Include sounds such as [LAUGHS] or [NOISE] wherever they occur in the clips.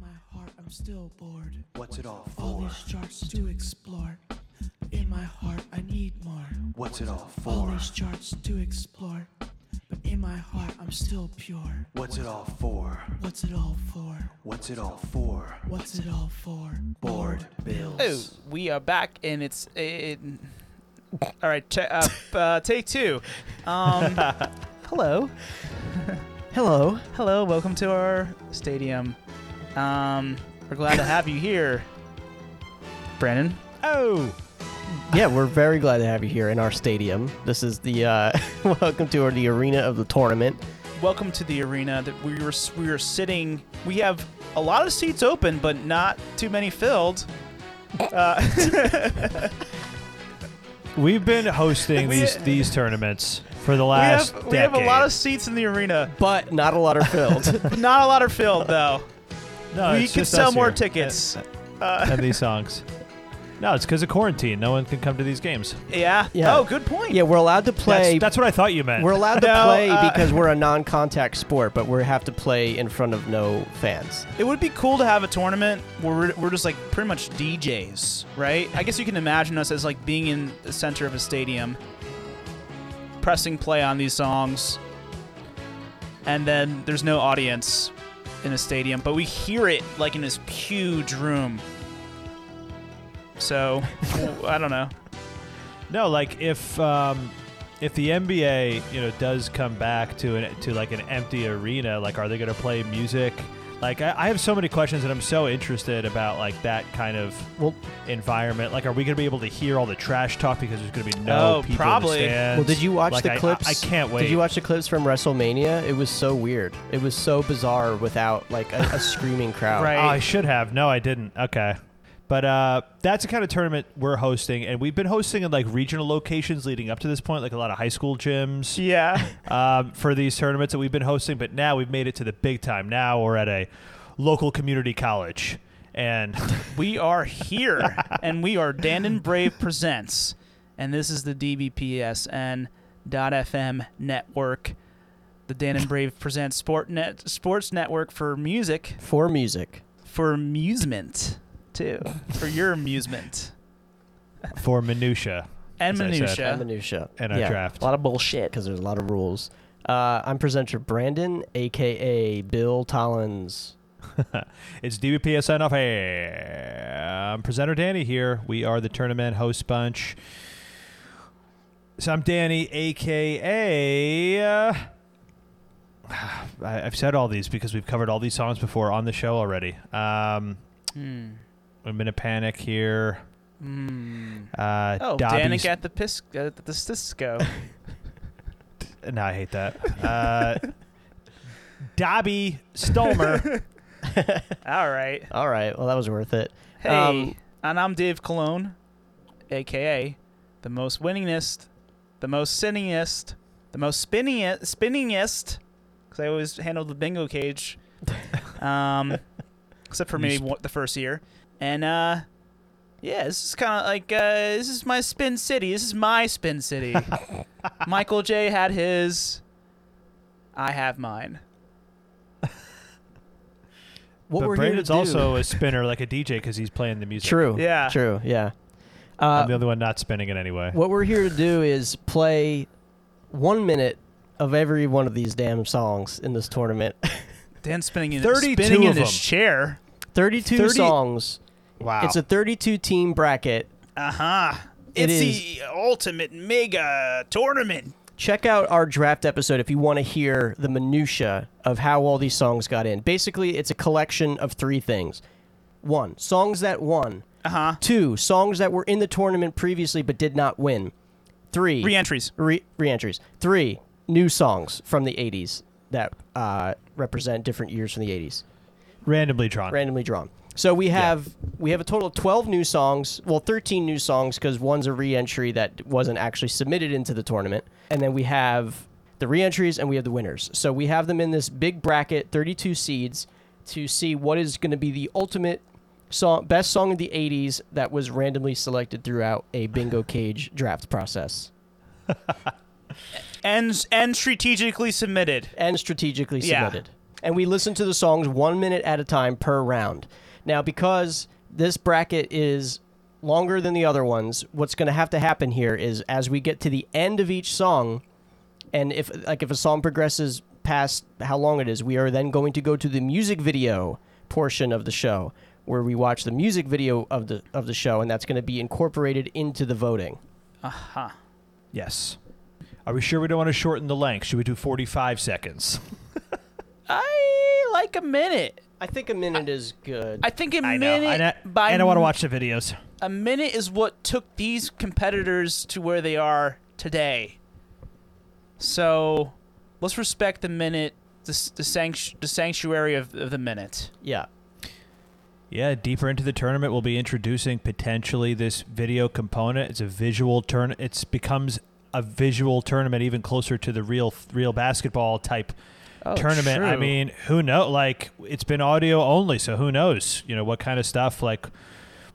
my heart, I'm still bored. What's it all All for? these charts to explore. In my heart, I need more. What's it all All for? these charts to explore. But in my heart, I'm still pure. What's it all for? What's it all for? What's it all for? What's it all for? Bored Oh, bills. we are back, and it's it. All right, check up. Uh, [LAUGHS] take two. [LAUGHS] Um, hello, hello, hello. Welcome to our stadium. Um, we're glad to have you here, Brandon. Oh. Yeah, we're very glad to have you here in our stadium. This is the uh, [LAUGHS] welcome to our, the arena of the tournament. Welcome to the arena. That we were we were sitting. We have a lot of seats open, but not too many filled. We've been hosting We- these these tournaments for the We last have we have a decade. lot of seats in the arena. But not a lot are [LAUGHS] filled. Not a lot are filled though. No, we Oh, it's could just sell us more here Uh, tickets. and, and these songs. No, it's because of quarantine. No one can come to these games. Yeah. Yeah. Oh, good point. yeah, we're allowed to play. That's, that's what I thought you meant. we're allowed to No, play uh, because [LAUGHS] we're a non-contact sport, but we have to play in front of no fans. It would be cool to have a tournament where we're, we're just like pretty much DJs, right? I guess you can imagine us as like being in the center of a stadium, pressing play on these songs, and then there's no audience in a stadium, but we hear it like in this huge room. So, [LAUGHS] I don't know. no, like if um, if the NBA you know does come back to an to like an empty arena, like are they going to play music? Like I, I have so many questions, and I'm so interested about like that kind of Well, environment. Like, are we going to be able to hear all the trash talk because there's going to be no Oh, people probably. in the stands? well, did you watch Like, the I- I- clips? I, can't wait. Did you watch the clips from WrestleMania? It was so weird. It was so bizarre without like a, a screaming crowd. Right. Oh, I should have. No, I didn't. Okay. But uh, that's the kind of tournament we're hosting, and we've been hosting in like regional locations leading up to this point, like a lot of high school gyms Yeah. [LAUGHS] um, for these tournaments that we've been hosting. But now we've made it to the big time. Now we're at a local community college, and We are [LAUGHS] here, and we are Dandan Brave Presents, and this is the DBPSN.FM network, the Dandan Brave Presents Sport Net, Sports Network for music, For music. for amusement, too, for your amusement, for minutia. and As I said. and minutia. minutia And our Yeah, draft. A lot of bullshit because there's a lot of rules. Uh, I'm presenter Brandon, aka Bill [LAUGHS] Tollins. It's DBPSN off air. I'm presenter Danny here. We are the tournament host bunch. So I'm Danny, aka. Uh, [SIGHS] I- I've said all these because we've covered all these songs before on the show already. Um, Hmm. I'm in a panic here. Mm. Uh, Oh, Dobby's- Danik at the pis- at the Cisco. No, I hate that. [LAUGHS] Uh, Dobby [LAUGHS] Stolmer. All right. All right, well that was worth it. Hey, Um, and I'm Dave Cologne, aka the most winningest, the most sinningest, the most spinningest, spinningest, because I always handled the bingo [LAUGHS] cage, um, except for You maybe sp- one- the first year. And uh, yeah, this is kind of like uh, this is my spin city. This is my spin [LAUGHS] city. Michael J had his. I have mine. What but we're Brandon's here to do- [LAUGHS] also a spinner, like a DJ, because he's playing the music. true. Yeah. True. Yeah. I'm Uh, the only one not spinning it anyway. what we're here to do is play one minute of every one of these damn songs in this [LAUGHS] tournament. Dan spinning in, 32 spinning in of his them. chair. 32 30 songs. Wow. It's a 32 team bracket. Uh huh. It It's the ultimate mega tournament. check out our draft episode if you want to hear the minutia of how all these songs got in. Basically, it's a collection of three things. One, songs that won. Uh huh. Two, songs that were in the tournament previously but did not win. Three, Reentries. re- entries Three, new songs from the 80s that uh, represent different years from the 80s, randomly drawn. randomly drawn. So we have we have a total of 12 new songs, well 13 new songs cuz one's a re-entry that wasn't actually submitted into the tournament. And then we have the re-entries and we have the winners. So we have them in this big bracket, 32 seeds to see what is going to be the ultimate song best song of the 80s that was randomly selected throughout a bingo cage draft process And and strategically submitted. and strategically Yeah. submitted. and we listen to the songs one minute at a time per round. Now, because this bracket is longer than the other ones, what's going to have to happen here is as we get to the end of each song, and if like if a song progresses past how long it is, we are then going to go to the music video portion of the show where we watch the music video of the of the show, and that's going to be incorporated into the voting. Aha. Yes. Are we sure we don't want to shorten the length? Should we do 45 seconds? I like a minute. I think a minute is good. I think a I know. minute And I, by and I want to watch the videos. a minute is what took these competitors to where they are today. So let's respect the minute, the, s- the, sanctu- the sanctuary of, of the minute. yeah. Yeah, deeper into the tournament, we'll be introducing potentially this video component. It's a visual turn. It's becomes a visual tournament, even closer to the real real basketball type tournament. I true. mean, who know? Like, it's been audio only, so who knows? You know what kind of stuff? Like,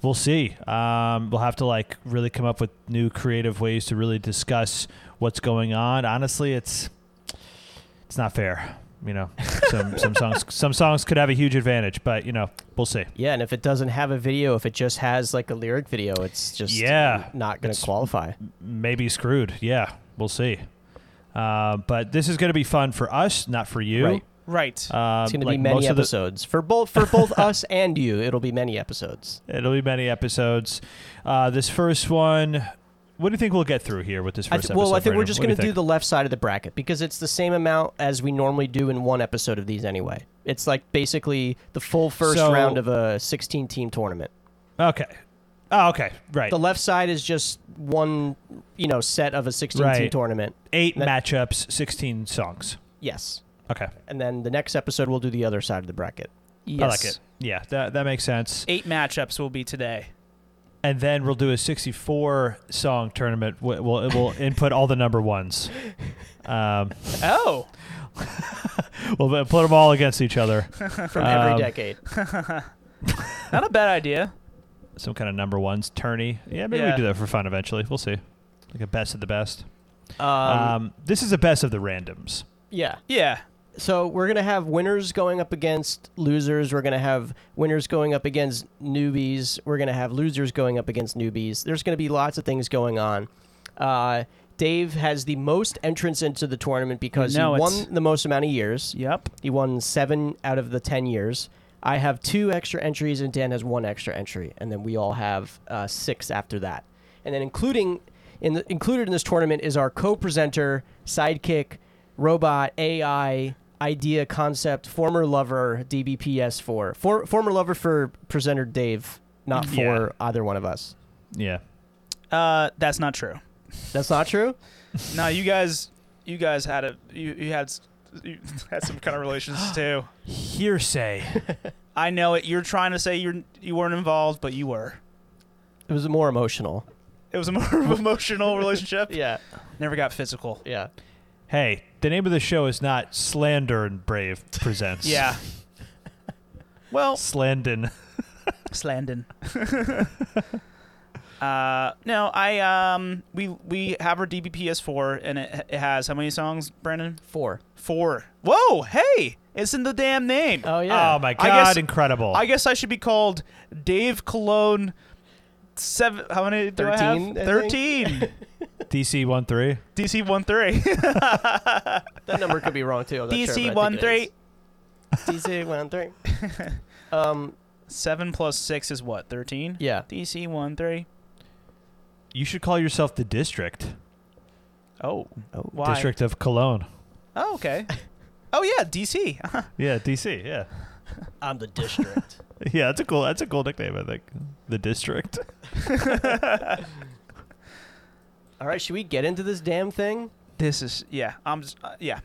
we'll see. Um, we'll have to like really come up with new creative ways to really discuss what's going on. Honestly, it's it's not fair. You know, some some songs some songs could have a huge advantage, but you know, we'll see. Yeah, and if it doesn't have a video, if it just has like a lyric video, it's just Yeah, not going to it's- um, qualify. maybe screwed. Yeah, we'll see. Uh, but this is going to be fun for us, not for you. Right. Right. Um, It's going to like be most many of the- episodes for both for both us [LAUGHS] and you. It'll be many episodes. it'll be many episodes. Uh, this first one, what do you think we'll get through here with this I first th- episode? well, I think we're Brandon? just What going do to you do the left side of the bracket because it's the same amount as we normally do in one episode of these anyway. It's like basically the full first So- round of a 16 team tournament. think? Okay. Oh, okay. Right. The left side is just one, you know, set of a 16 team Right. tournament. Eight that- matchups, 16 songs. Yes. Okay. And then the next episode we'll do the other side of the bracket. yes. I like it. Yeah, that, that makes sense. Eight matchups will be today. And then we'll do a 64 song tournament. We'll, we'll, we'll input all the number [LAUGHS] ones. Um, Oh, we'll put them all against [LAUGHS] each other. From every Um, decade. not a bad idea. some kind of number ones tourney. Yeah, maybe Yeah. we do that for fun eventually. We'll see. Like a best of the best. Um, Um, this is a best of the randoms. yeah. Yeah. So we're gonna have winners going up against losers. We're gonna have winners going up against newbies. We're gonna have losers going up against newbies. There's gonna be lots of things going on. Uh, Dave has the most entrants into the tournament because know he it. won the most amount of years. Yep. He won seven out of the ten years. I have two extra entries, and Dan has one extra entry, and then we all have uh, six after that. And then including in the, included in this tournament is our co-presenter, sidekick, robot, AI, idea, concept, former lover, DBPS for, for former lover for presenter Dave, not for Yeah. either one of us. Yeah. Uh, that's not true. That's not true. No, you guys, you guys had a, you, you had, s- you [LAUGHS] had some kind of [GASPS] relations too. [LAUGHS] Hearsay. I know it. You're trying to say you're you weren't involved, but you were. It was more emotional. It was a [LAUGHS] more of emotional relationship. Yeah, Never got [LAUGHS] physical. yeah. hey, the name of the show is not Slander and Brave Presents. Yeah. well, [LAUGHS] Slandon. Slandon. [LAUGHS] uh, no, I um, we we have our DBPS4, and it, it has how many songs, Brandon? Four. Four. Whoa, hey, it's in the damn name. Oh yeah. Oh my I god, guess- incredible. I guess I should be called Dave Cologne. Seven. How many do Thirteen, I I have? think. [LAUGHS] Thirteen. DC one three. DC one three. [LAUGHS] that number could be wrong too. I'm not sure, but I think DC it one is. three. DC [LAUGHS] one three. Um, Seven plus six is what? Thirteen. yeah. DC one three. You should call yourself the district. Oh. Oh, Why? District of Cologne. Oh, [LAUGHS] okay. Oh yeah, DC. Yeah, DC, yeah. I'm the district. Yeah, that's a cool that's a cool nickname, I think. The district. [LAUGHS] All right, should we get into this damn thing? this is yeah. I'm s- uh, yeah.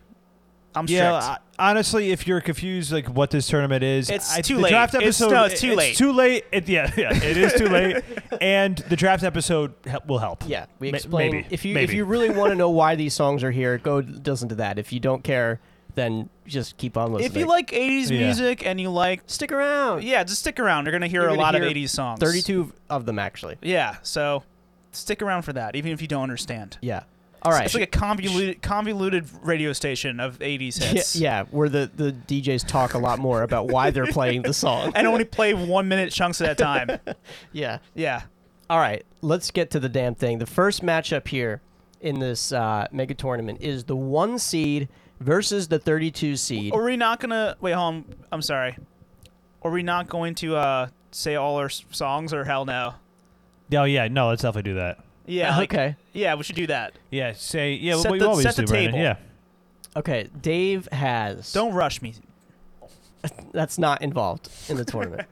I'm Yeah, strict. I- honestly, if you're confused like what this tournament is, It's I- too the late. Draft It's- episode, no, it's too late. It's too late. It, yeah, [LAUGHS] yeah, it is [LAUGHS] too late. and the draft episode hel- will help. Yeah, we Ma- explain. maybe, if you if maybe. [LAUGHS] you really want to know why these songs are here, go listen to that. If you don't care, then just keep on listening. if you like 80s Yeah. music and you like stick around. yeah, just stick around. You're gonna hear You're a gonna lot of hear 80s songs. 32 of them actually. Yeah. So stick around for that, even if you don't understand. Yeah. All right. It's like a convoluted, convoluted radio station of 80s [LAUGHS] yeah, hits. yeah, where the, the DJs talk a lot more about why they're playing the song. [LAUGHS] And only play one minute chunks at a time. [LAUGHS] yeah. Yeah. All right, let's get to the damn thing. The first matchup here in this uh, mega tournament is the one seed versus the 32 seed. Oh, Are we not gonna wait? Hold on. I'm sorry. Are we not going to uh, say all our s- songs or hell no? Oh yeah, no, let's definitely do that. Yeah. like- okay. Yeah, we should do that. Yeah, say yeah. Set what the- you always set the do, Brandon. table. Yeah, Okay, Dave has. Don't rush me. That's not involved in the [LAUGHS] tournament.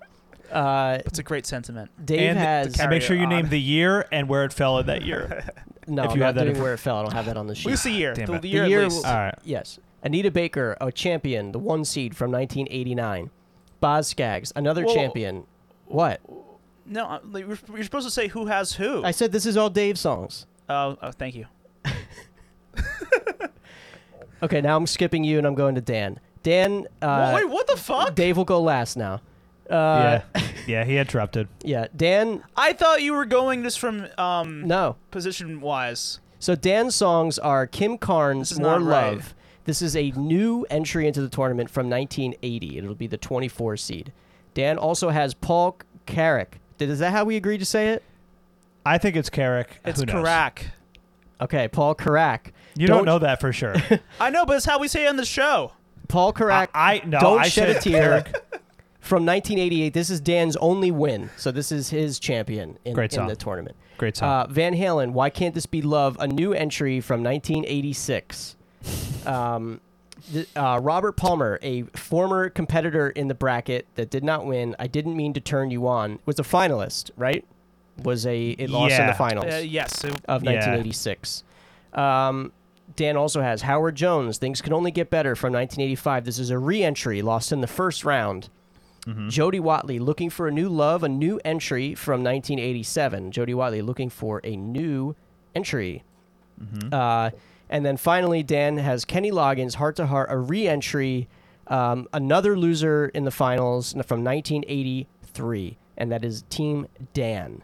uh, That's a great [LAUGHS] sentiment. Dave And the- has. and make sure you on. name the year and where it fell in that year. no, if I'm you not have that doing inf- where it fell. I don't have that on the At sheet. least a year. Damn The, it. year, The year uh, at least. All right. Yes. Anita Baker, a champion, the one seed from 1989. Boz Skaggs, another Well- champion. What? no, uh, like, you're, you're supposed to say who has who. I said this is all Dave songs. oh, oh, thank you. Okay, now I'm skipping you and I'm going to Dan. Dan, uh, Wha- wait, what the fuck? Dave will go last now. Uh, [LAUGHS] yeah, yeah. He interrupted. yeah. Dan, I thought you were going just from um, no. position wise. So Dan's songs are Kim Carnes, is More not right. Love. This is a new entry into the tournament from 1980. It'll be the 24 seed. Dan also has Paul Carrick. Did- Is that how we agreed to say it? I think it's Carrick. It's Who knows? Karak. Okay, Paul Carrack. You don't, Don't- know that [LAUGHS] for sure. I know, but it's how we say it on the show. Paul Carrack. I- I- no, Don't I shed a said tear. From 1988, this is Dan's only win, so this is his champion in, Great in song. the tournament. Great song. Uh, Van Halen, Why Can't This Be Love? A new entry from 1986. Um, th- uh, Robert Palmer, a former competitor in the bracket that did not win, I didn't mean to turn you on, was a finalist, right? Was a it lost in Yeah. the finals Uh, yes. it- of Yeah. 1986. Um, Dan also has Howard Jones. Things can only get better from 1985. This is a re-entry, lost in the first round. Jody Watley looking for a new love, a new entry from 1987. Jody Watley looking for a new entry. Uh, and then finally, Dan has Kenny Loggins, heart to heart, a re-entry, um, another loser in the finals from 1983, and that is Team Dan.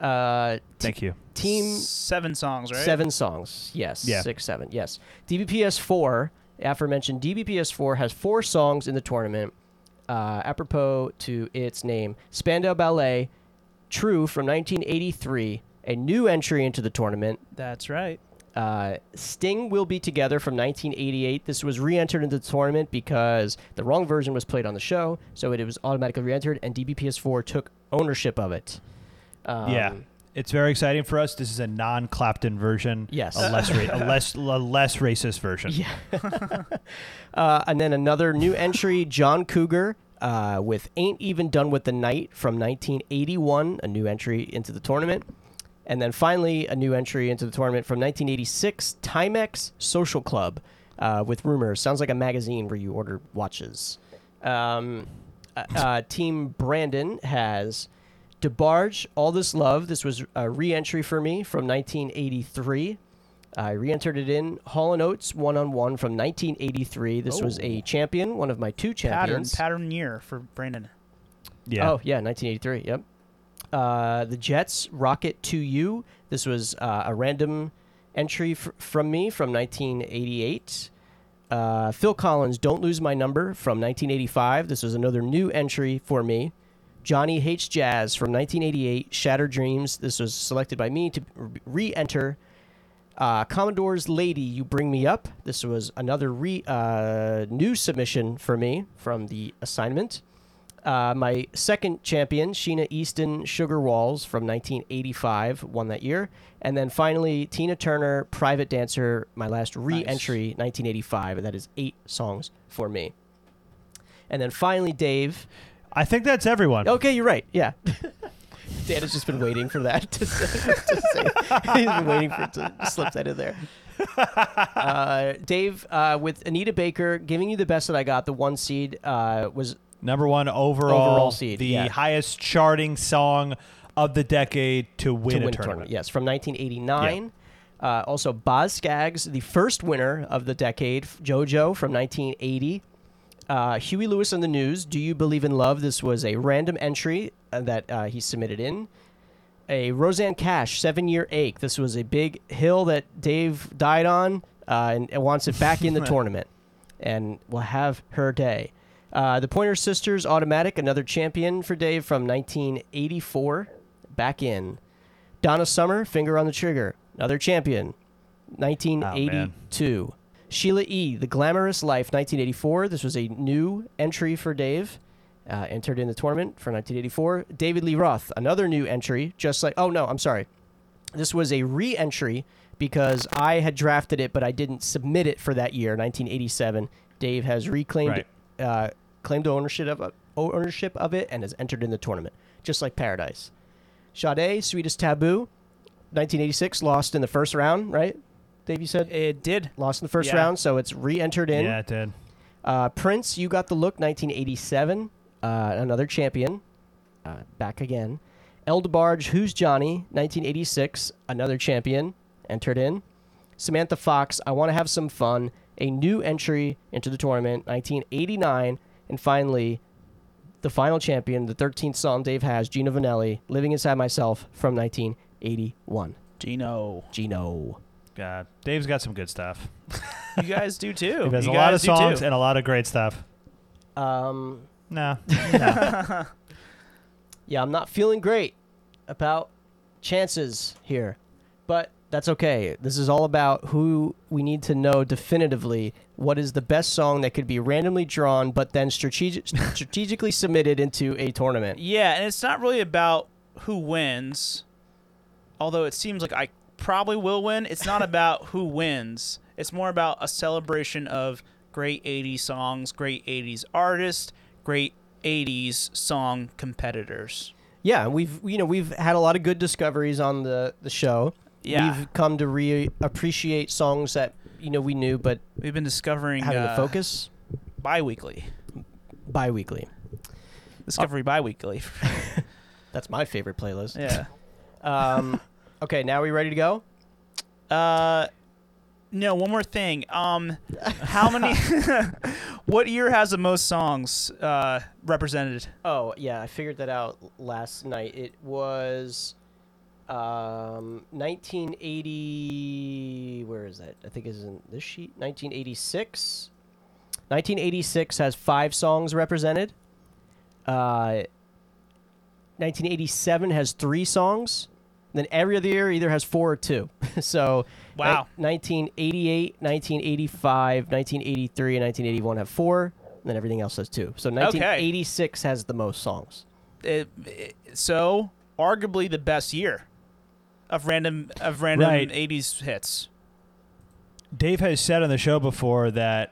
Uh, Thank you. team seven songs, right? Seven songs, yes. Yeah. Six, seven, yes. DBPS 4, aforementioned DBPS 4 has four songs in the tournament, uh, apropos to its name Spandau Ballet, True from 1983, a new entry into the tournament. That's right. Uh, Sting Will Be Together from 1988. This was re entered into the tournament because the wrong version was played on the show, so it was automatically re entered, and DBPS 4 took ownership of it. Um, yeah, it's very exciting for us. This is a non-Clapton version. Yes. a less [LAUGHS] ra- a less a less racist version. Yeah. Uh, and then another new entry, John Cougar, uh, with Ain't Even Done With the Night from 1981, a new entry into the tournament. And then finally, a new entry into the tournament from 1986, Timex Social Club uh, with Rumors. Sounds like a magazine where you order watches. Um, uh, uh, Team Brandon has DeBarge, All This Love. This was a re entry for me from 1983. I re-entered it in Hall and Oates one on one from 1983. This was a champion, one of my two Oh. Pattern, champions. pattern year for Brandon. yeah. Oh yeah, 1983. Yep. Uh, the Jets Rocket to You. This was uh, a random entry f- from me from 1988. Uh, Phil Collins, Don't Lose My Number from 1985. This was another new entry for me. Johnny H. Jazz from 1988, Shattered Dreams. This was selected by me to re enter. Uh, Commodore's Lady, You Bring Me Up. This was another re- uh, new submission for me from the assignment. Uh, my second champion, Sheena Easton Sugar Walls from 1985, won that year. And then finally, Tina Turner, Private Dancer, my last re entry, 1985. And that is eight songs for me. And then finally, Dave. I think that's everyone. Okay, you're right. Yeah. [LAUGHS] Dan has just been waiting for that to say. [LAUGHS] To say. He's been waiting for it to slip that in there. Uh, Dave, uh, with Anita Baker giving you the best that I got, the one seed uh, was Number one overall, Overall seed, the yeah. highest charting song of the decade to win, to win a tournament. Yes, from 1989. Uh, also, Boz Skaggs, the first winner of the decade, f- JoJo from 1980. Uh, Huey Lewis on the News, Do You Believe in Love? This was a random entry uh, that uh, he submitted in. a Roseanne Cash seven year ache. This was a big hill that Dave died on uh, and and wants it back [LAUGHS] in the tournament and will have her day. Uh, the Pointer Sisters Automatic, another champion for Dave from 1984, back in. Donna Summer, Finger on the Trigger, another champion, 1982. Sheila E., The Glamorous Life, 1984. This was a new entry for Dave. Uh, entered in the tournament for 1984. David Lee Roth, another new entry, just like, oh no, I'm sorry. This was a re entry because I had drafted it, but I didn't submit it for that year, 1987. Dave has reclaimed Right. uh, claimed ownership of ownership of it and has entered in the tournament, just like Paradise. Sade, Sweetest Taboo, 1986, lost in the first round, right? Dave, you said It did. lost in the first Yeah. round, so it's re-entered in. Yeah, it did. Uh, Prince, You Got the Look, 1987, uh, another champion, uh, back again. Eldebarge, Who's Johnny, 1986, another champion, entered in. Samantha Fox, I Want to Have Some Fun, a new entry into the tournament, 1989. And finally, the final champion, the 13th song Dave has, Gino Vanelli, Living Inside Myself from 1981. Gino. Gino. God, Dave's got some good stuff. You [LAUGHS] guys do too. He has you a lot of guys do songs too. and a lot of great stuff. Um, [LAUGHS] No, yeah, I'm not feeling great about chances here, but that's okay. This is all about who we need to know definitively what is the best song that could be randomly drawn but then strategic, [LAUGHS] strategically submitted into a tournament. Yeah, and it's not really about who wins, although it seems like I probably will win. It's [LAUGHS] not about who wins. It's more about a celebration of great 80s songs, great 80s artists, great 80s song competitors. Yeah, we've you know we've had a lot of good discoveries on the the show. Yeah. We've come to re appreciate songs that you know we knew but We've been discovering having uh, to focus bi-weekly. bi-weekly. Discovery [LAUGHS] bi-weekly. That's my favorite playlist. yeah. [LAUGHS] Um okay, now we ready to go? Uh no, one more thing. [LAUGHS] Um how many [LAUGHS] what year has the most songs uh represented? Oh yeah, I figured that out l- last night. It was um 1980 where is that? I think it's in this sheet. 1986. 1986 has 5 songs represented. Uh 1987 has 3 songs. Then every other year either has 4 or 2. [LAUGHS] so ni- Wow. 1988, 1985, 1983 and 1981 have 4. And then everything else has two. So 1986 has the most songs. it, it- so arguably the best year of random of random Right. 80s hits. Dave has said on the show before that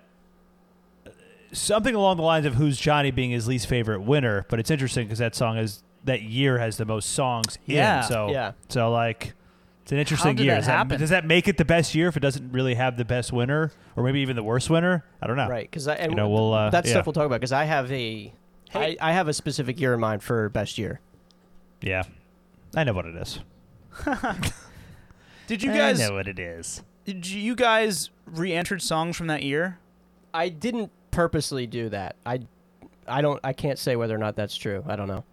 something along the lines of "Who's Johnny" being his least favorite winner. But it's interesting because that song is that year has the most songs. in, Yeah. so Yeah. so like. It's an interesting did year. that does, happen? does that make it the best year if it doesn't really have the best winner, or maybe even the worst winner? I don't know. Right, because I and Ah. You know, we'll uh, that's yeah. stuff we'll talk about. Because I have a, I Hey. I have a specific year in mind for best year. Yeah, I know what it is. Did you guys I know what it is. did you guys re-entered songs from that year? I didn't purposely do that. I, I don't. I can't say whether or not that's true. I don't know.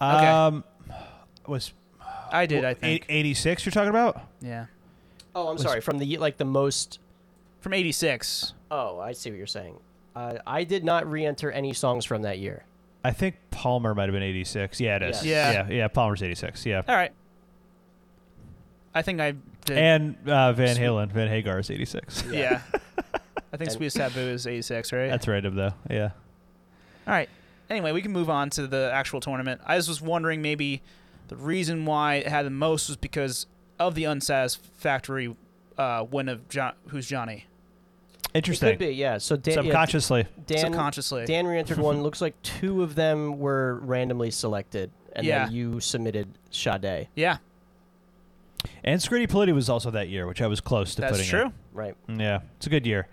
Okay. Um, was I did, I think. eighty six? You're talking about? yeah. Oh, I'm sorry. From the like the most. From 86. Oh, I see what you're saying. Uh, I did not re-enter any songs from that year. I think Palmer might have been eighty six. Yeah, it is. Yes. yeah, Yeah. yeah. Palmer's eighty six. Yeah, All right. I think I did. and uh, Van Halen, Van Hagar is eighty six. [LAUGHS] yeah. I think And- Sweet Taboo is 86, right? That's random though. Yeah. All right. Anyway, we can move on to the actual tournament. I just was wondering maybe the reason why it had the most was because of the unsatisfactory uh, win of John, who's Johnny It Interesting. could be, yeah. So Dan, yeah, Subconsciously, Dan, subconsciously. Dan re-entered [LAUGHS] one. Looks like two of them were randomly selected, and Yeah. then you submitted Sade, yeah, and Scritti Politti was also that year, which I was close to that's putting. true. right? In. Yeah, it's a good year.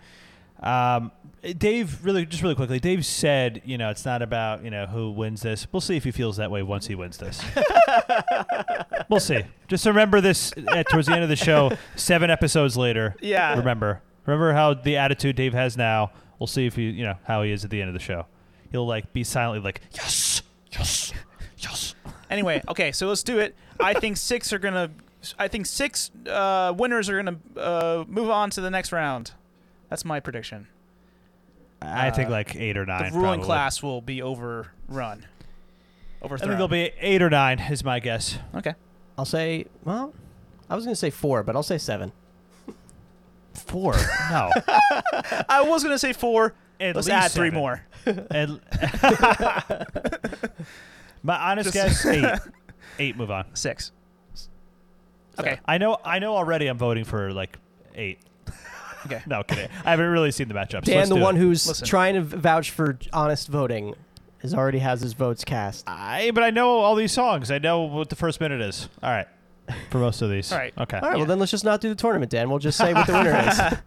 Um, Dave, really, just really quickly, Dave said, you know, it's not about you know who wins this. We'll see if he feels that way once he [LAUGHS] wins this. we'll see. Just remember this at, towards the end of the show, seven episodes later. Yeah. remember remember how the attitude dave has now we'll see if he you know how he is at the end of the show he'll like be silently like yes yes yes Anyway, okay, so let's do it. I think six are gonna. I think six uh, winners are gonna uh, move on to the next round. That's my prediction. I think Uh, like eight or The nine. ruling probably. class will be overrun. I Overthrown. think there'll be eight or nine. Is my guess. okay. I'll say, well, I was going to say four, but I'll say seven. Four. [LAUGHS] No. I was gonna say four. At Let's least add three seven. more. At l- [LAUGHS] my honest guess [LAUGHS] eight. Eight. Move on. Six. Okay. I know. I know already. I'm voting for like eight. Okay. [LAUGHS] No kidding. I haven't really seen the matchups. Dan, Let's the do one it. who's Listen. trying to v- vouch for honest voting, has already has his votes cast. I. But I know all these songs. I know what the first minute is. All right. For most of these. All right. Okay. All right, yeah. well then let's just not do the tournament, Dan. We'll just say what the winner is.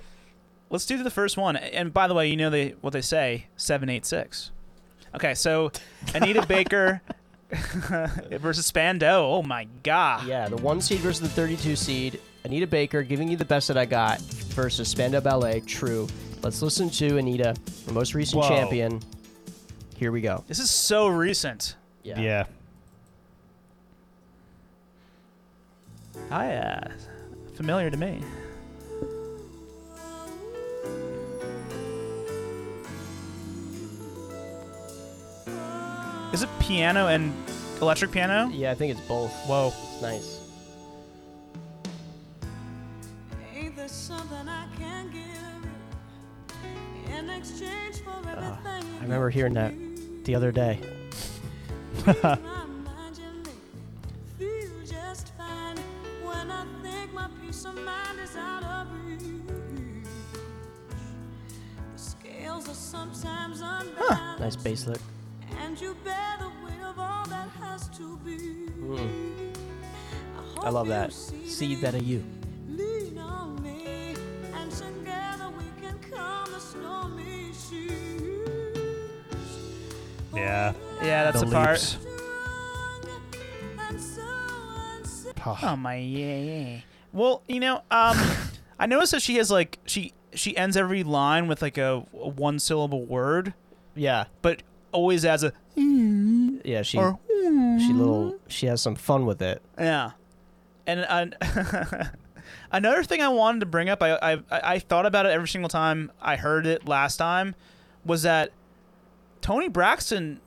[LAUGHS] Let's do the first one. And by the way, you know they what they say: seven, eight, six. Okay, so Anita Baker [LAUGHS] versus Spando. Oh my god. Yeah, the one seed versus the 32 seed. Anita Baker giving you the best that I got versus Spandau Ballet. True. Let's listen to Anita, the most recent Whoa. champion. Here we go. This is so recent. Yeah. Hi, uh, familiar to me. Is it piano and electric piano? Yeah, I think it's both. Whoa. It's nice. Ain't there something I can give you in exchange for everything? you Ah, I remember hearing that the other day. Ah. leave my mind, you make me feel just fine when I think my peace of mind is out of reach. The scales are sometimes unbalanced, Nice bass lick. and you bear the weight of all that has to be. Hmm. I love that. See Seed that of you. Lean on me, and together we can calm the stormy seas. Yeah. Yeah, that's The the, part. loops. Strong and so uncertain. Oh my yeah, yeah. Well, you know, um, [LAUGHS] I noticed that she has like she she ends every line with like a, a one syllable word, Yeah. but always adds a Yeah, she or she little she has some fun with it. Yeah, and [LAUGHS] uh, another thing I wanted to bring up, I, I I thought about it every single time I heard it last time, was that Tony Braxton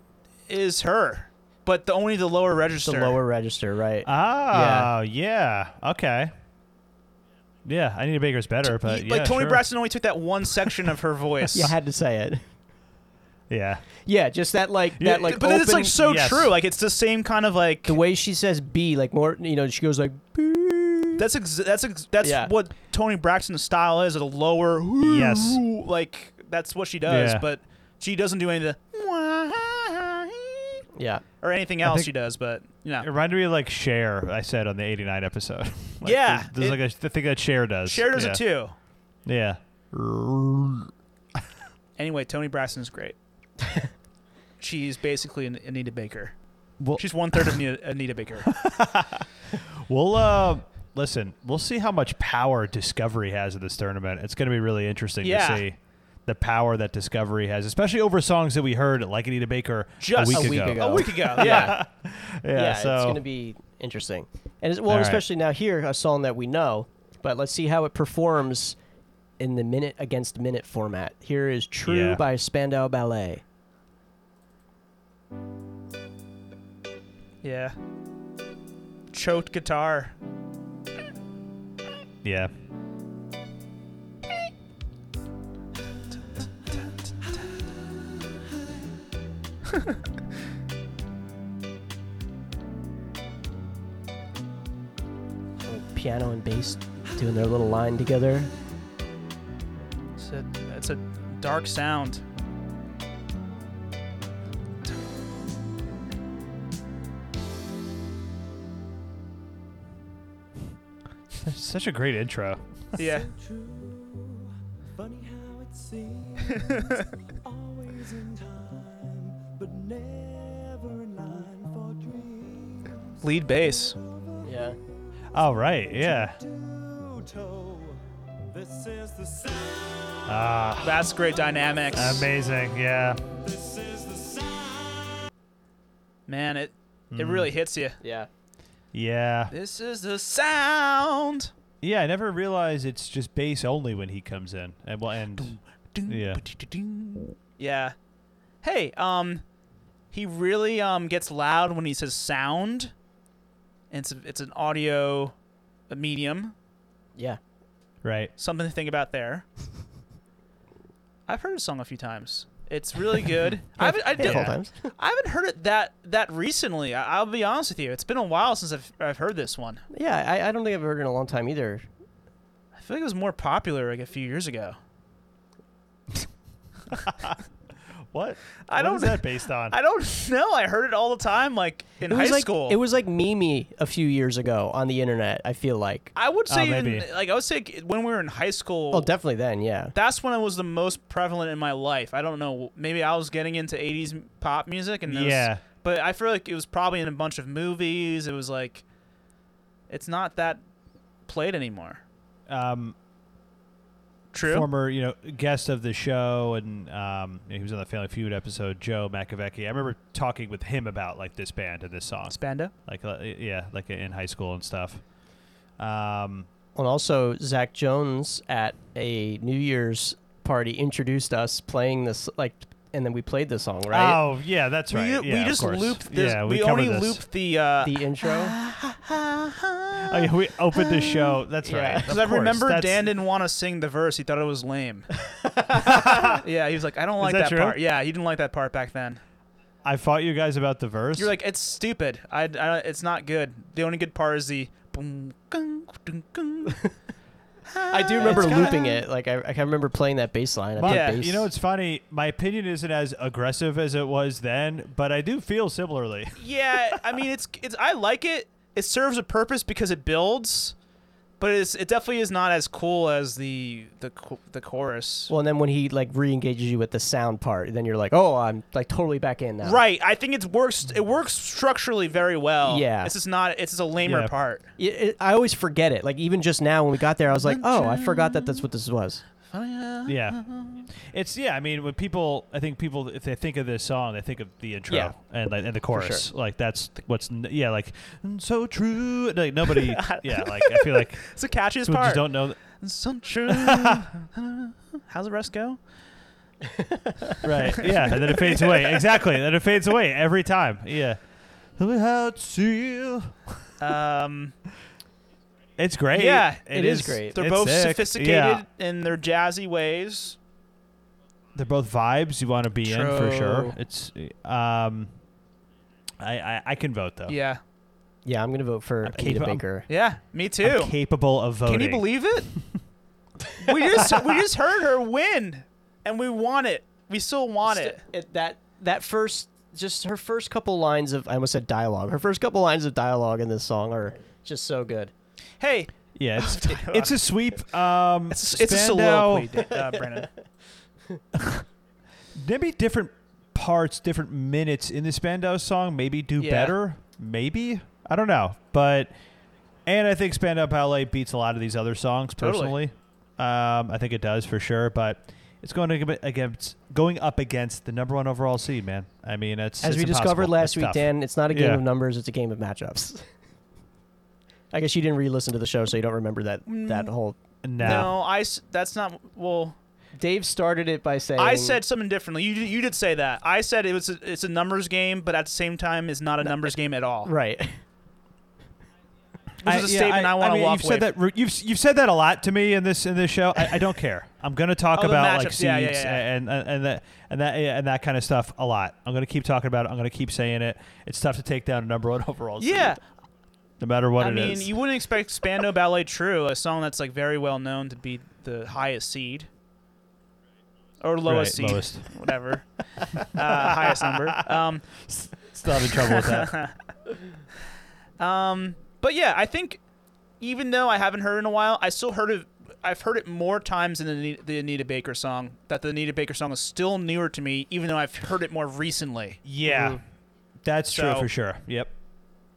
is her, but the only the lower It's the register. lower register, right? Oh, yeah. Okay. Yeah, I need a baker's better, but He- yeah, like Tony sure. Braxton only took that one section of [LAUGHS] her voice. you had to say it. [LAUGHS] Yeah. Yeah, just that like Yeah, that like but it's open- like so Yes. true. Like it's the same kind of like the way she says B, like more you know, she goes like B that's ex- that's ex- that's Yeah. what Tony Braxton's style is. A lower Yes. [LAUGHS] like that's what she does. Yeah. But she doesn't do any of the [LAUGHS] Yeah. or anything else think- she does. But you know, It reminded me of like Cher, I said on the 89 episode. [LAUGHS] Like, Yeah, There's, there's it- like a the thing that Cher does. Cher does yeah. it too. Yeah. Anyway, Tony Braxton's [LAUGHS] great. She's basically an Anita Baker. Well- She's one [LAUGHS] third of Anita, Anita Baker. We'll, uh, listen, we'll see how much power Discovery has in this tournament. It's going to be really interesting Yeah. to see the power that Discovery has, especially over songs that we heard like Anita Baker Just a week, a week ago. a week ago, yeah. Yeah. Yeah, yeah, so it's going to be interesting. And it's, well, All right. especially now here, a song that we know, but let's see how it performs in the minute against minute format. Here is True Yeah. by Spandau Ballet. yeah. Choked guitar. yeah. Piano and bass doing their little line together. It's a, it's a dark sound. Such a great intro. Yeah. True. Funny how it seems. Always in time, but never in line for dreams. Lead bass. Yeah. All right, yeah. Two-toe, This is the sound. Ah, That's great dynamics. amazing. Yeah. This is the sound. Man, it It really hits you. Yeah. Yeah. This is the sound. Yeah, I never realized it's just bass only when he comes in. And well, [LAUGHS] and Yeah. Yeah. Hey, um, he really um gets loud when he says sound. And it's a, it's an audio a medium. Yeah. right. Something to think about there. I've heard his song a few times. It's really good. I haven't, I, did, Handful of times. I haven't heard it that that recently. I, I'll be honest with you. It's been a while since I've, I've heard this one. Yeah, I, I don't think I've heard it in a long time either. I feel like it was more popular like a few years ago. What? I What don't [LAUGHS] is that based on? I don't [LAUGHS] know. I heard it all the time, like in it high was like school. it was like Mimi a few years ago on the internet. I feel like. I would Oh, say, even, maybe. like I would say, when we were in high school, Oh, definitely then. Yeah. that's when it was the most prevalent in my life. I don't know. Maybe I was getting into 80s m- pop music, and it was- Yeah. but I feel like it was probably in a bunch of movies. It was like, it's not that played anymore. um, True. Former, you know, guest of the show, and um, he was on the Family Feud episode, Joe Makovecki. I remember talking with him about like this band and this song, Spanda. like uh, yeah, like in high school and stuff. Um, And also, Zach Jones at a New Year's party introduced us playing this like, and then we played the song right. Oh yeah, that's We, right. we Yeah, of just course. looped this. Yeah, we, we, covered only this. looped the. Uh, The intro. Oh, yeah, we opened the show. [LAUGHS] That's Yeah. right. because Of I course. remember That's- Dan didn't want to sing the verse. He thought it was lame. [LAUGHS] yeah, he was like, I don't like that true? part. Yeah, he didn't like that part back then. I fought you guys about the verse. You're like, it's stupid. I, I- it's not good. The only good part is the boom, gung, dun, gung. I [SIGHS] do remember It's kinda- looping it. Like I, I can remember playing that bass line. I My- played Yeah. bass. You know, it's funny. My opinion isn't as aggressive as it was then, but I do feel similarly. [LAUGHS] yeah, I mean, it's it's. I like it. It serves a purpose because it builds, but it's it definitely is not as cool as the the co- the chorus. well, and then when he like re-engages you with the sound part, then you're like, oh, I'm like totally back in now. Right, I think it works. It works structurally very well. Yeah. it's just not. It's just a lamer Yeah. part. It, it- I always forget it. Like even just now when we got there, I was like, oh, I forgot that that's what this was. yeah. It's yeah. I mean, when people, I think people, if they think of this song, they think of the intro Yeah. and like, and the chorus. Like that's what's n- yeah. Like "And so true. [LAUGHS] Like nobody. yeah. Like I feel like It's the catchiest people part. just don't know. [LAUGHS] th- So true. How's the rest go? Right. Yeah. And then it fades away. Exactly. Then it fades away every time. Yeah. Um. It's great. Yeah, it is great. They're it's both sick. sophisticated Yeah. in their jazzy ways. They're both vibes you want to be in for True. sure. It's um, I, I I can vote though. Yeah. Yeah, I'm gonna vote for I'm Anita keep- I'm- Baker. Yeah, me too. I'm capable of voting. Can you believe it? we just we just heard her win and we want it. We still want St- it. it- That that first, just her first couple lines of I almost said dialogue. Her first couple lines of dialogue in this song are just so good. Hey, Yeah, [LAUGHS] it's, it's a sweep. Um, it's, it's a Spandau- soliloquy, Da- uh, Brandon. Maybe different parts, different minutes in the Spandau song maybe do Yeah. better. Maybe I don't know, but and I think Spandau Ballet beats a lot of these other songs Totally. personally. Um, I think it does for sure, but. It's going ag- against going up against the number one overall seed, man. I mean, it's As it's we discovered impossible. last It's week, tough. Dan, it's not a game Yeah. of numbers; it's a game of matchups. [LAUGHS] I guess you didn't re-listen to the show, so you don't remember that that whole. No. No, I s- that's not well. Dave started it by saying, I said something differently. You did- you did say that. I said it was a, it's a numbers game, but at the same time, it's not a numbers game at all. right." [LAUGHS] Which is a statement I, want to mean, walk you've away said that you've you've said that a lot to me in this in this show. I, I don't care. I'm going to talk Oh, the about like matchups. seeds Yeah, yeah, yeah. and and and that and that yeah, and that kind of stuff a lot. I'm going to keep talking about it. I'm going to keep saying it. It's tough to take down a number one [LAUGHS] overall. seed, Yeah, no matter what I it mean, is. you wouldn't expect Spando Ballet True, a song that's like very well known to be the highest seed or lowest Right, seed, lowest. [LAUGHS] whatever, uh, highest number. Um, Still having trouble with that. [LAUGHS] um, but yeah, I think even though I haven't heard it in a while, I still heard it. I've heard it more times than the Anita, the Anita Baker song. That the Anita Baker song is still newer to me, even though I've heard it more recently. Yeah, that's true So- for sure. Yep.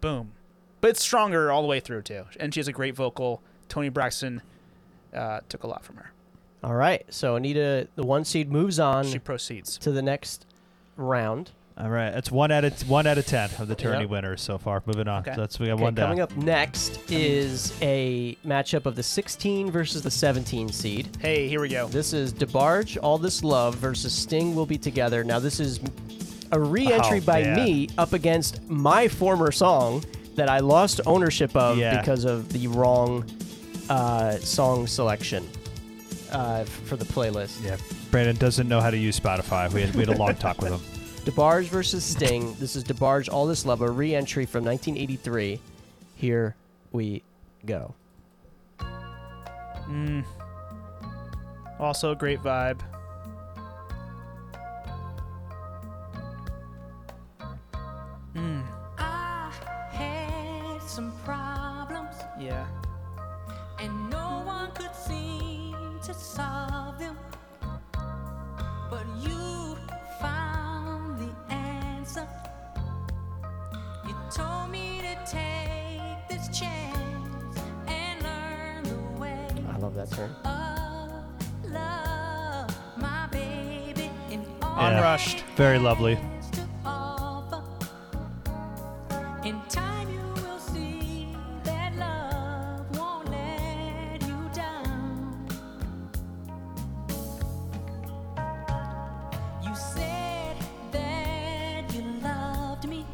Boom, but it's stronger all the way through too, and she has a great vocal. Tony Braxton uh, took a lot from her. All right, so Anita, the one seed, moves on She proceeds. to the next round. All right, that's one out of one out of ten of the tourney Yep. winners so far. Moving on, Okay. so that's we got Okay, one down. coming up next is a matchup of the 16 versus the 17 seed. Hey, here we go. This is DeBarge, All This Love versus Sting Will Be Together. Now, this is a re entry Oh, by man. me up against my former song that I lost ownership of Yeah. because of the wrong uh, song selection uh, f- for the playlist. Yeah, Brandon doesn't know how to use Spotify. We had, we had a long talk with him. [LAUGHS] DeBarge versus Sting. [LAUGHS] This is DeBarge All This Love, a re entry from 1983. Here we go. Also, great vibe. I had some problems Yeah. and no one could seem to solve them. But you found the answer. You told me to take this chance and learn the way I love that turn. of love, my baby. In all Yeah. Unrushed. Very lovely. has to offer. In time, you will see that love won't let you down. You said that you loved me,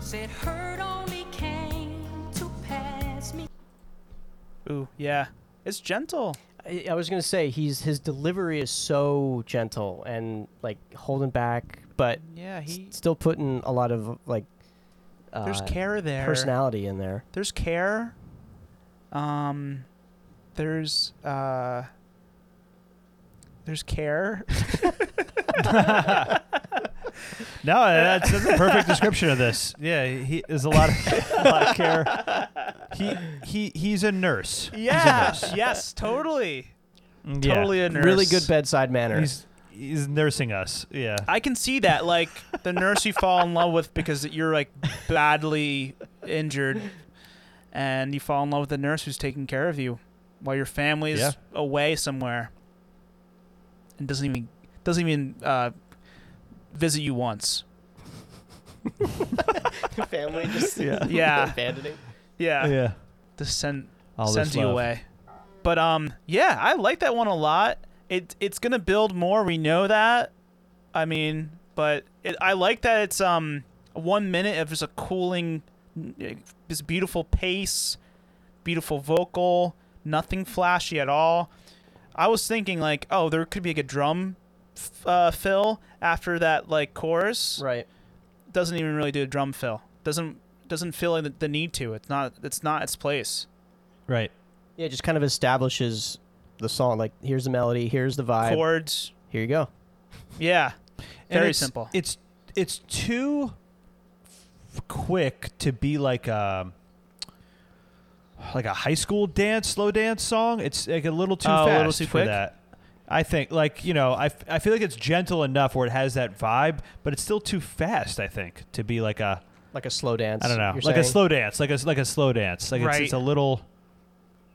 said hurt only came to pass me. Ooh, yeah. It's gentle. I, I was gonna say he's his delivery is so gentle and like holding back, but Yeah, s- he. still putting a lot of like uh, There's care there. personality in there. There's care. Um, there's uh. There's care. No, that's, that's a perfect description of this. Yeah, he there's a lot of, a lot of care. He he he's a nurse. Yeah. [LAUGHS] [LAUGHS] yes. Totally. Yeah. Totally a nurse. Really good bedside manner. [LAUGHS] He's he's nursing us. Yeah. I can see that, like the nurse you fall in love with because you're like badly injured, and you fall in love with the nurse who's taking care of you while your family's Yeah. away somewhere, and doesn't even doesn't even uh, visit you once. family just [LAUGHS] [LAUGHS] Yeah. Yeah, abandoning. yeah. yeah. Just send All sends this you love. away. But um, yeah, I like that one a lot. It it's gonna build more. We know that. I mean, but it, I like that it's um one minute of just a cooling, this beautiful pace, beautiful vocal, nothing flashy at all. I was thinking like, oh, there could be like a drum f- uh, fill after that like chorus Right. doesn't even really do a drum fill. Doesn't doesn't feel the, the need to. It's not it's not its place. Right. Yeah, it just kind of establishes the song. Like here's the melody, here's the vibe. Chords. Here you go. Yeah. And Very it's- simple. It's it's too f- quick to be like a like a high school dance, slow dance song. It's like a little too Oh, a fast little too for quick? that. I think like you know I, f- I feel like it's gentle enough where it has that vibe, but it's still too fast. I think to be like a Like a slow dance. I don't know you're like a saying? slow dance, like a like a slow dance. Like it's, Right. it's a little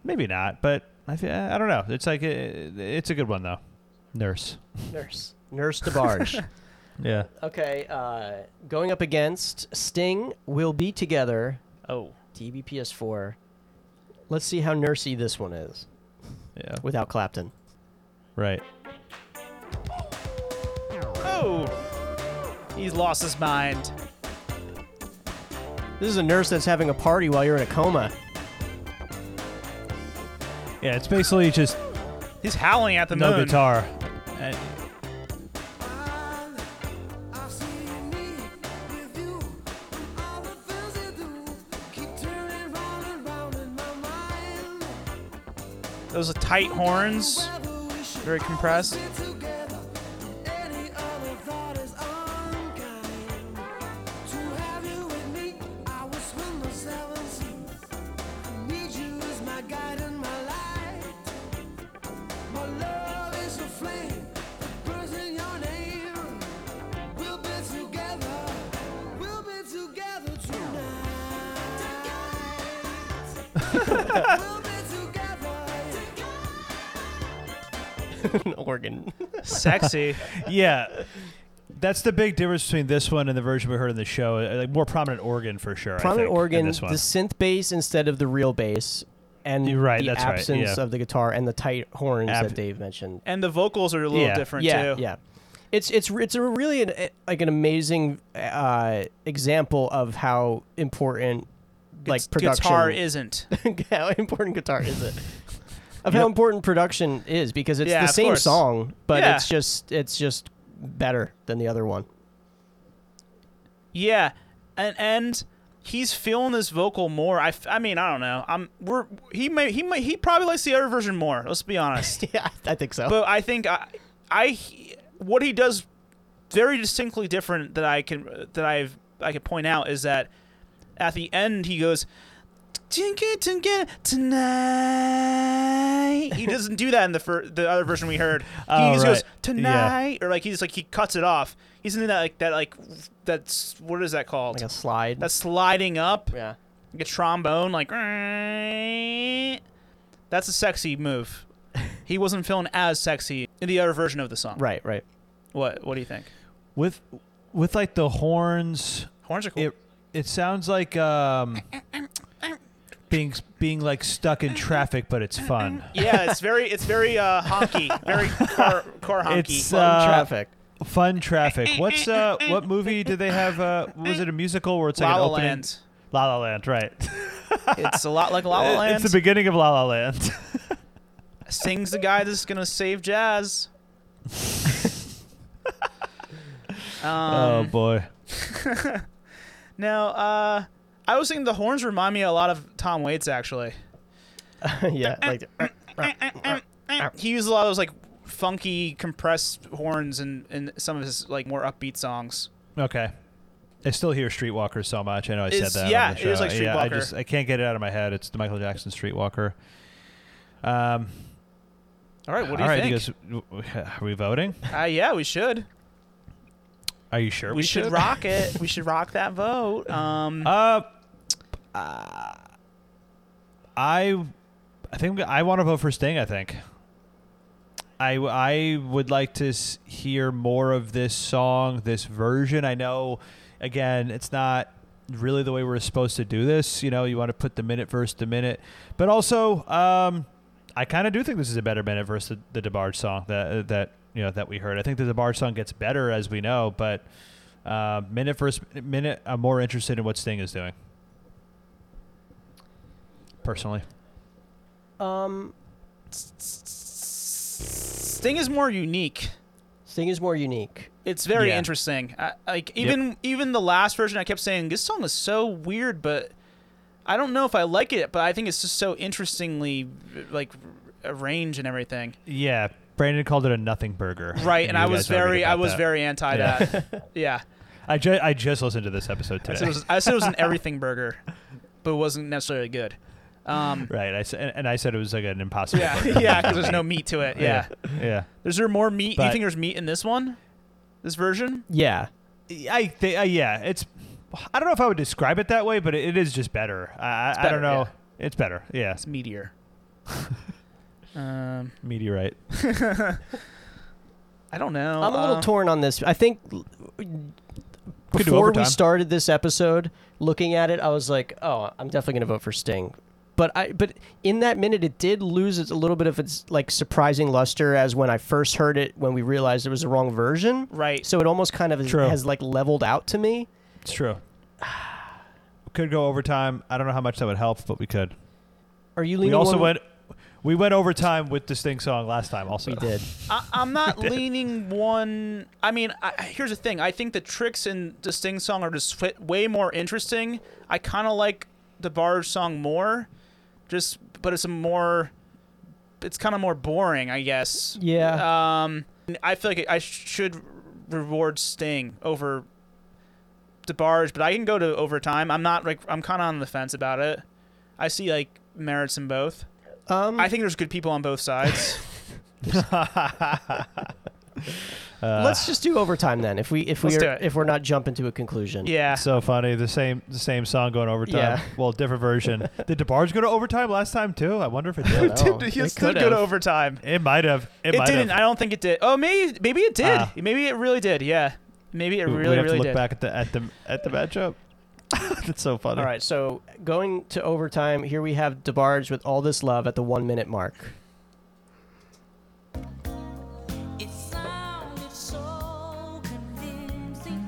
maybe not, but I fe- I don't know. It's like a, it's a good one though. Nurse. nurse. Nurse [LAUGHS] DeBarge. Yeah. okay. Uh, going up against Sting. We'll be together. Oh. DBPS4. Let's see how nursey this one is Yeah. without Clapton. Right. Oh. He's lost his mind. This is a nurse that's having a party while you're in a coma. Yeah, it's basically just He's howling at the no moon. [LAUGHS] guitar. Those are tight horns. Very compressed. Organ. Sexy. [LAUGHS] Yeah. That's the big difference between this one and the version we heard in the show. Uh, Like more prominent organ for sure. I prominent think, in organ, This one. the synth bass instead of the real bass, and You're right, the that's right, absence yeah. of the guitar and the tight horns Ab- that Dave mentioned. And the vocals are a little Yeah. different yeah, too. yeah. It's it's it's a really an, eh, like an amazing uh, example of how important like It's- production guitar isn't. [LAUGHS] how important guitar is it? Of how important production is because it's Yeah, the of same course. song, but Yeah. it's just it's just better than the other one. Yeah, and and he's feeling this vocal more. I, f- I mean I don't know. I'm we're he may he may he probably likes the other version more. Let's be honest. [LAUGHS] yeah, I think so. but I think I I he- what he does very distinctly different that I can that I've I could point out is that at the end he goes. "Tinka tinka Tonight he doesn't do that in the fir- the other version we [LAUGHS] heard. He Oh, just right. goes Yeah. tonight, or like he just like he cuts it off. He's in that like that like that's what is that called? like a slide. that's sliding up yeah. like a trombone like [LAUGHS] that's a sexy [LAUGHS] move he wasn't feeling as sexy in the other version of the song Right, right. what what do you think with with like the horns. horns are cool It it sounds like um, being being like stuck in traffic, but it's fun. yeah it's very it's very uh honky [LAUGHS] very car car honky It's Fun uh, [LAUGHS] traffic. Fun traffic. What's [LAUGHS] uh? What movie did they have? Uh, was it a musical where it's like La an La opening? Land. La La Land, right? It's a lot like La La Land. [LAUGHS] It's the beginning of La La Land. Sings the guy that's gonna save [LAUGHS] jazz. um, oh boy. now, uh, I was thinking the horns remind me a lot of Tom Waits actually. yeah, like [COUGHS] Eh, he used a lot of those like funky compressed horns in, in some of his like more upbeat songs. Okay. I still hear Streetwalker so much. I know I It's- said that. yeah, on the it is show. like Yeah, I Streetwalker. just I can't get it out of my head. It's the Michael Jackson Streetwalker. Um, All right, what do all you right, think? guys, are we voting? uh, yeah, we should. Are you sure? [LAUGHS] We, should [LAUGHS] rock it. We should rock that vote. Um, Uh, I, I think I want to vote for Sting. I think. I, I would like to s- hear more of this song, this version. I know, again, it's not really the way we're supposed to do this. You know, you want to put the minute verse to minute, but also, um, I kind of do think this is a better minute verse the, the DeBarge song that uh, that you know that we heard. I think the DeBarge song gets better as we know, but uh, minute first minute, I'm more interested in what Sting is doing. Personally, um Sting is more unique. Sting is more unique. It's very Yeah. interesting. I, like even even the last version, I kept saying this song is so weird, but I don't know if I like it. But I think it's just so interestingly like arranged and everything. yeah. Brandon called it a nothing burger. Right, and [LAUGHS] you I was guys argued very I about was that. very anti Yeah. [LAUGHS] that. yeah. I, ju- I just listened to this episode I said, today. it was, I said it was [LAUGHS] an everything burger, but it wasn't necessarily good. Um, [LAUGHS] right, I said, and, and I said it was like an impossible. [LAUGHS] yeah, [LAUGHS] burger. yeah, because there's no meat to it. Yeah. [LAUGHS] yeah. Is there more meat? you But- think there's meat in this one? This version? Yeah. I th- uh, yeah, it's. I don't know if I would describe it that way, but it, it is just better. I, I, I better, don't know. It's better. Yeah, It's meatier. [LAUGHS] um, meteorite. I don't know. I'm a little uh, torn on this. I think l- do before we overtime. started this episode, looking at it, I was like, "Oh, I'm definitely going to vote for Sting." But I but in that minute, it did lose its, a little bit of its like surprising luster as when I first heard it when we realized it was the wrong version. Right. So it almost kind of is, True. has like leveled out to me. It's true. [SIGHS] could go overtime. I don't know how much that would help, but we could. Are you We leaning? also one- went. We went overtime with the Sting song last time. Also, We [LAUGHS] did. I, I'm not leaning one. I mean, I, here's the thing. I think the tricks in the Sting song are just fit, way more interesting. I kind of like the Barge song more, just but it's a more. It's kind of more boring, I guess. Yeah. Um, I feel like I should reward Sting over DeBarge, but I can go to overtime. I'm not like I'm kind of on the fence about it. I see like merits in both. um. Uh, I think there's good people on both [LAUGHS] sides. Uh, let's just do overtime then. If we if we Let's do are, it. if we're not jumping to a conclusion. [LAUGHS] yeah. [LAUGHS] So funny. The same the same song going overtime. Yeah. Well, different [LAUGHS] version. did DeBarge go to overtime last time too? I wonder if it did. know. Did- They it could could go to have. overtime. it might have. It, It, might didn't. Have. I don't think it did. Oh, maybe maybe it did. Ah. maybe it really did. Yeah. Maybe it We- really, we have really to look did. back at the at the at the matchup. [LAUGHS] That's so funny. All right, so going to overtime, here we have DeBarge with all this love at the one minute mark. It sounded so convincing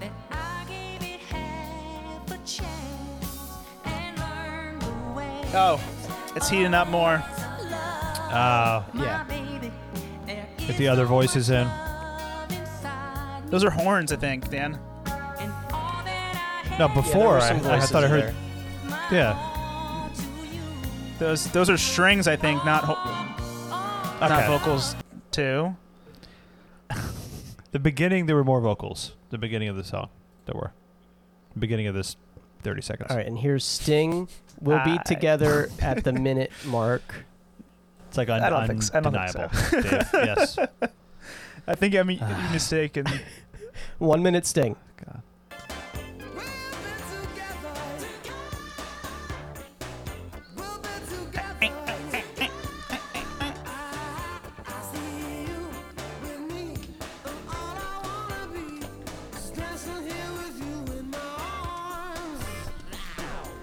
that I gave it half a chance and learned the way. Oh, it's heating up more. Uh, Yeah. get the other voices in. Those are horns, I think, Dan. No, before some I, I voices thought I in heard. [LAUGHS] there. Yeah. Those those are strings, I think, not [LAUGHS] ho- Okay. not vocals too. The beginning, there were more vocals. The beginning of the song, there were. The beginning of this, thirty seconds. All right, and here's Sting. We'll be Uh, I- [LAUGHS] together at the minute mark. It's like un- I don't think so- I don't think undeniable. Dave. [LAUGHS] Yes. I think I'm [LAUGHS] mistaken. One minute Sting.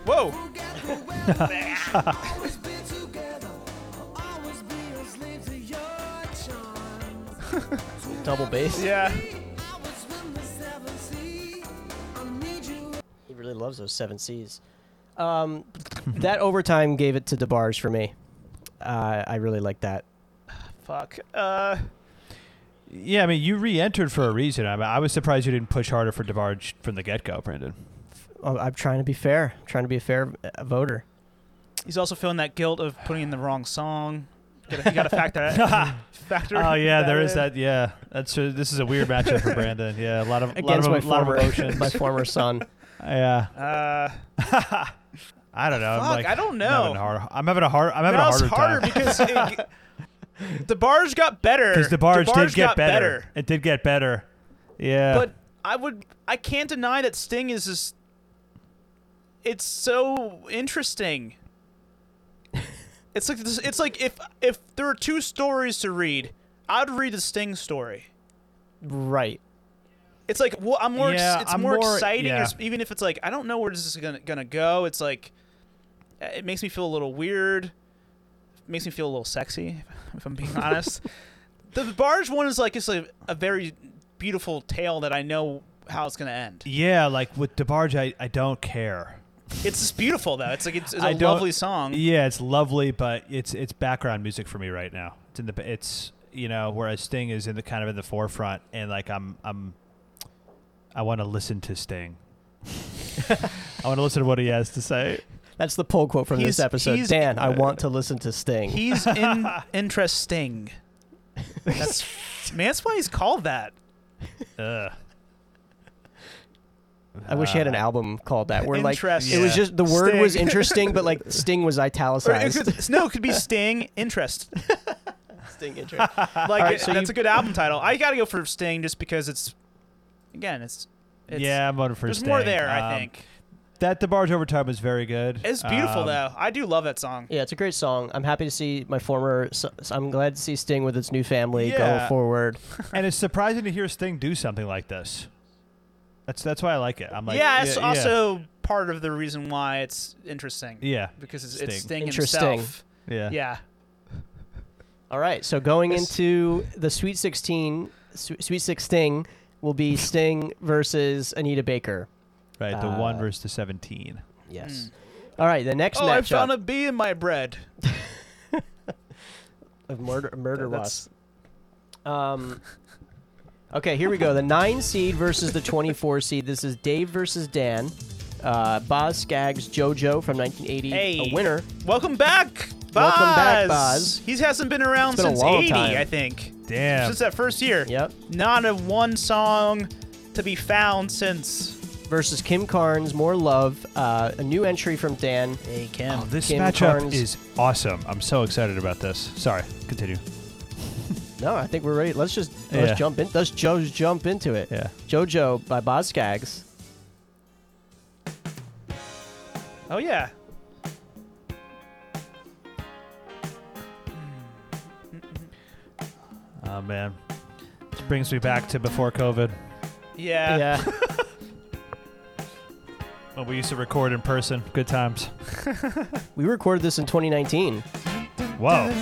Whoa! Double bass. Yeah. He really loves those seven C's. [LAUGHS] Um, that overtime gave it to DeBarge for me. Uh, I really like that. Fuck. Uh, Yeah, I mean, you re-entered for a reason. I, mean, I was surprised you didn't push harder for DeBarge from the get-go, Brandon. Oh, I'm trying to be fair. I'm trying to be a fair uh, voter. he's also feeling that guilt of putting in the wrong song. Gotta, you gotta factor [LAUGHS] that. factor. Oh yeah, there in. is that. Yeah, that's true. This is a weird matchup for Brandon. Yeah, a lot of Against lot my of, lot of former, emotions. [LAUGHS] my former [LAUGHS] son. yeah, [LAUGHS] Uh, I don't know. Fuck, I'm like, I don't I'm having know. a hard- I'm having a hard. I'm having now a it's harder harder, time because it, [LAUGHS] the barge got better. because DeBarge, did get got better. It did get better. Yeah, But I would, I can't deny that Sting is just. It's so interesting. it's like this, it's like if if there were two stories to read, I'd read the Sting story. Right. It's like well, I'm more. ex- Yeah, it's I'm more, more- exciting, yeah. it's- even if it's like I don't know where this is gonna gonna go. It's like uh, it makes me feel a little weird. makes me feel a little sexy, [LAUGHS] if I'm [LAUGHS] being honest. The barge one is like it's like a very beautiful tale that I know how it's gonna end. yeah, like with DeBarge, I, I don't care. It's just beautiful though. It's like it's, it's I a don't- lovely song. Yeah, it's lovely, but it's it's background music for me right now. It's in the it's you know whereas Sting is in the kind of in the forefront, and like I'm I'm I want to listen to Sting. [LAUGHS] I want to listen to what he has to say. That's the poll quote from He's- this episode. he's- Dan, I want to listen to Sting. He's [LAUGHS] in interesting. That's man. That's why he's called that. Ugh. Uh, I wish he had an album called that. Where like Interest- it was Yeah. just the word Uh, was Sting. interesting, but like [LAUGHS] Sting was Or it italicized. could, no, it could be Sting interest. Sting interest. Like right, it- so that's you- a good album title. I gotta go for Sting just because it's again it's, it's yeah, I'm voting for There's Sting. more there, I Um, think. That DeBarge overtime was very good. It's beautiful Um, though. I do love that song. Yeah, it's a great song. I'm happy to see my former. so- so I'm glad to see Sting with its new family go Yeah. forward. and it's surprising to hear Sting do something like this. That's that's why I like it. I'm like, yeah, it's also part of the reason why it's interesting. yeah, because it's Sting, it's Sting. Sting Interesting. himself. yeah, Yeah, All right, so going This- into the Sweet 16, Su- Sweet Six Sting will be Sting versus Anita Baker. Right, the Uh, one versus the seventeen. Yes. All right, the next Mm. Oh, I matchup found a bee in my bread. of Murder Murder That's- Ross. Um, okay, here we go. The nine seed versus the 24 seed. This is Dave versus Dan. Uh, Boz Skaggs, JoJo from 1980, Hey, a winner. Welcome back, Boz. Welcome back, Boz. He hasn't been around been a since long '80, time. I think. Damn. Since that first year. Yep. Not a one song to be found since. Versus Kim Carnes, More Love. Uh, a new entry from Dan. Hey Kim. Oh, this Kim matchup Carnes. is awesome. I'm so excited about this. Sorry, continue. No, I think we're ready. Let's just let's Yeah. jump in. Let's jo- jump into it. Yeah. JoJo by Boz Skaggs. Oh yeah. Oh man, brings me back to before COVID Yeah. Yeah. when we used to record in person. Good times. we recorded this in 2019. Whoa.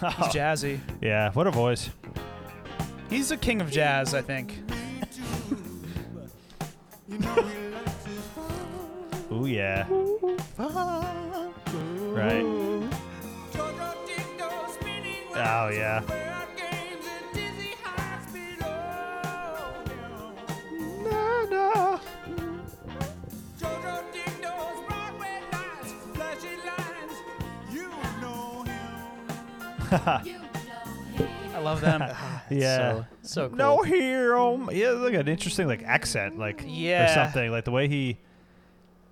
He's jazzy. Yeah, what a voice. He's the king of jazz, I think. Ooh yeah. Right. Oh yeah. I love [LAUGHS] them. Yeah. So, so cool. No hero. Yeah, like an interesting like accent, like Yeah. or something. Like the way he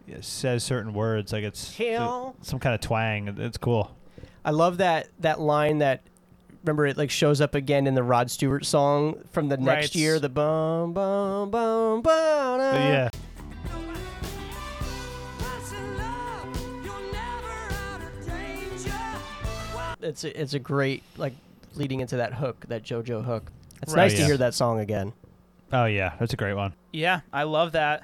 yeah, says certain words, like it's Hell. some kind of twang. It's cool. I love that that line that remember it like shows up again in the Rod Stewart song from the Right. next year. The bum bum bum bum. Uh. But yeah. It's a, it's a great like leading into that hook, that JoJo hook. It's Right. nice to Yeah. hear that song again. Oh yeah, that's a great one. Yeah, I love that.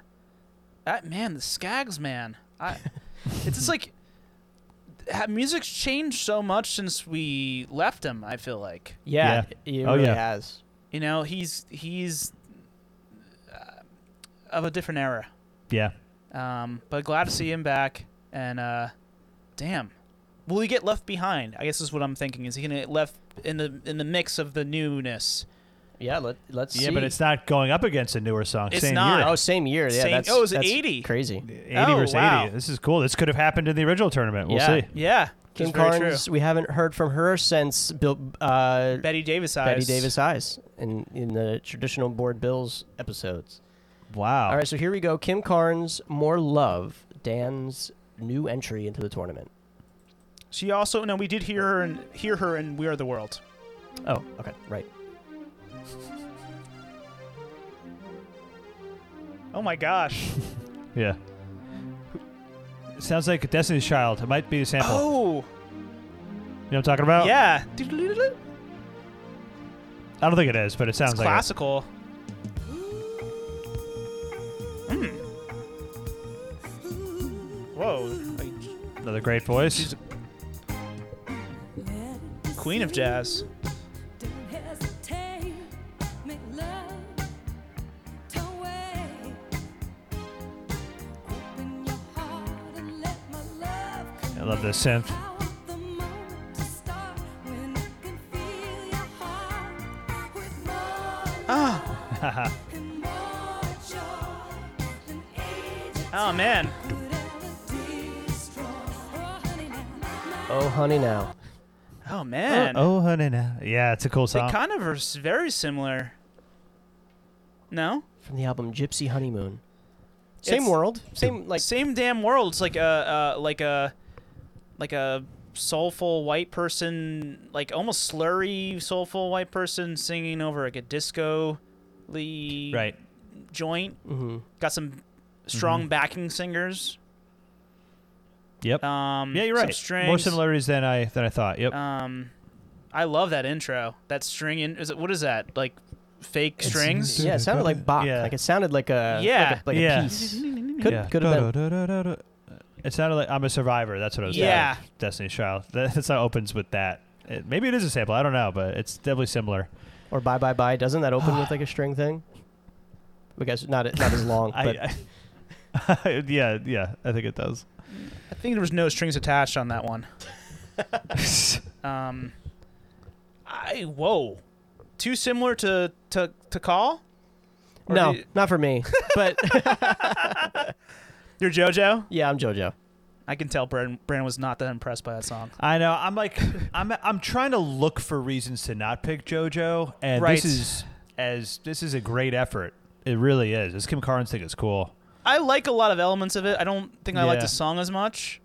That man, the Skags man. I, [LAUGHS] it's just like ha- music's changed so much since we left him. I feel like Yeah, Yeah. it Oh, really yeah. has. you know he's he's uh, of a different era. Yeah. Um, but glad to see him back. And uh, damn, will he get left behind? I guess is what I'm thinking. Is he gonna get left in the in the mix of the newness? Yeah, let, let's see. Yeah, but it's not going up against a newer song. It's Same not. year. oh same year. Yeah, Same- that's oh, it was that's 80. Crazy. 80 Oh, versus wow. 80. This is cool. This could have happened in the original tournament. We'll Yeah. see. Yeah, Kim it's very true. Carnes, we haven't heard from her since Bill, uh, Betty Davis eyes. Betty Davis Eyes in, in the traditional Board Bills episodes. Wow. All right, so here we go. Kim Carnes, More Love, Dan's new entry into the tournament. She also no, we did hear her and hear her in We Are the World. Oh, okay, right. Oh my gosh. Yeah. It sounds like Destiny's Child. It might be a sample. Oh You know what I'm talking about? yeah, I don't think it is, but it sounds it's like it. classical. Mm. Whoa, like, another great voice. Oh, She's queen of jazz. Don't hesitate, make love, don't wait. Open your heart and let my love I love this synth. I want the moment to start when I can feel your heart with more Ah, [LAUGHS] [LAUGHS] and more joy than age oh man. could ever destroy. Oh, honey, now, now. Oh, honey, now. Oh man. oh, honey, now. Yeah, it's a cool They song. kind of are s- very similar. No? From the album Gypsy Honeymoon. Same It's- world, same, like, same damn world. It's like a uh, like a like a soulful white person, like almost slurry soulful white person singing over like a disco right. joint. mhm. Got some strong Mm-hmm. backing singers. Yep. Um, yeah, you're some right. strings. More similarities than I than I thought. Yep. Um, I love that intro. That string in is it? What is that? Like fake strings? yeah, it sounded like Bach. Yeah. Like, it sounded like a, Yeah. like a, like a Yeah. [LAUGHS] piece. Could, yeah. could have been. It sounded like I'm a survivor. That's what I was. Yeah. thinking. Destiny's Child. [LAUGHS] That's how it opens with that. It- maybe it is a sample. I don't know, but it's definitely similar. Or Bye Bye Bye. Doesn't that open [SIGHS] with, like, a string thing? I guess not, not as Oh, long, but I, I [LAUGHS] yeah, yeah, I think it does. I think there was no strings attached on that one. [LAUGHS] um, I whoa, too similar to to to call. Or no, do you- not for [LAUGHS] me. But, [LAUGHS] You're JoJo. yeah, I'm JoJo. I can tell Brandon, Brandon was not that impressed by that song. I know. I'm like, I'm I'm trying to look for reasons to not pick JoJo, and Right. this is as this is a great effort. It really is. This Kim Carnes thing is cool. I like a lot of elements of it. I don't think I like Yeah. the song as much.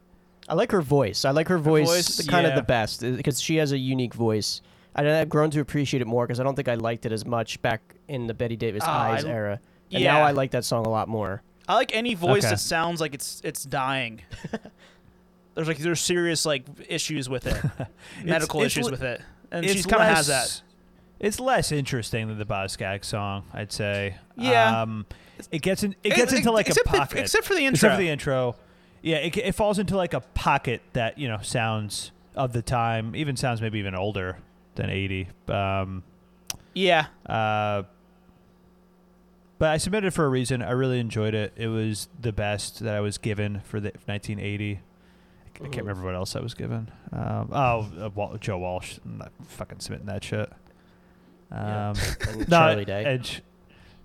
I like her voice. I like her voice, voice, the, kind yeah. of the best because she has a unique voice. And I've grown to appreciate it more because I don't think I liked it as much back in the Betty Davis Ah, Eyes I- era. And yeah. now I like that song a lot more. I like any voice Okay. [LAUGHS] that sounds like it's it's dying. There's like there's serious like issues with [LAUGHS] it, medical it's issues li- with it, and It's she kind of has less- that. It's less interesting than the Boskag song, I'd say. Yeah. Um, it gets in, it gets into like except a for- pocket. except for the Except intro. for the intro. Yeah, it, it falls into like a pocket that, you know, sounds of the time, even sounds maybe even older than 80. Um, Yeah, uh, but I submitted it for a reason. I really enjoyed it. It was the best that I was given for the 1980. I can't remember what else I was given. Um, oh, uh, Wal- Joe Walsh. I'm not fucking submitting that shit. Yeah. [LAUGHS] Um, [LAUGHS] And no, Charlie Day. and Ch-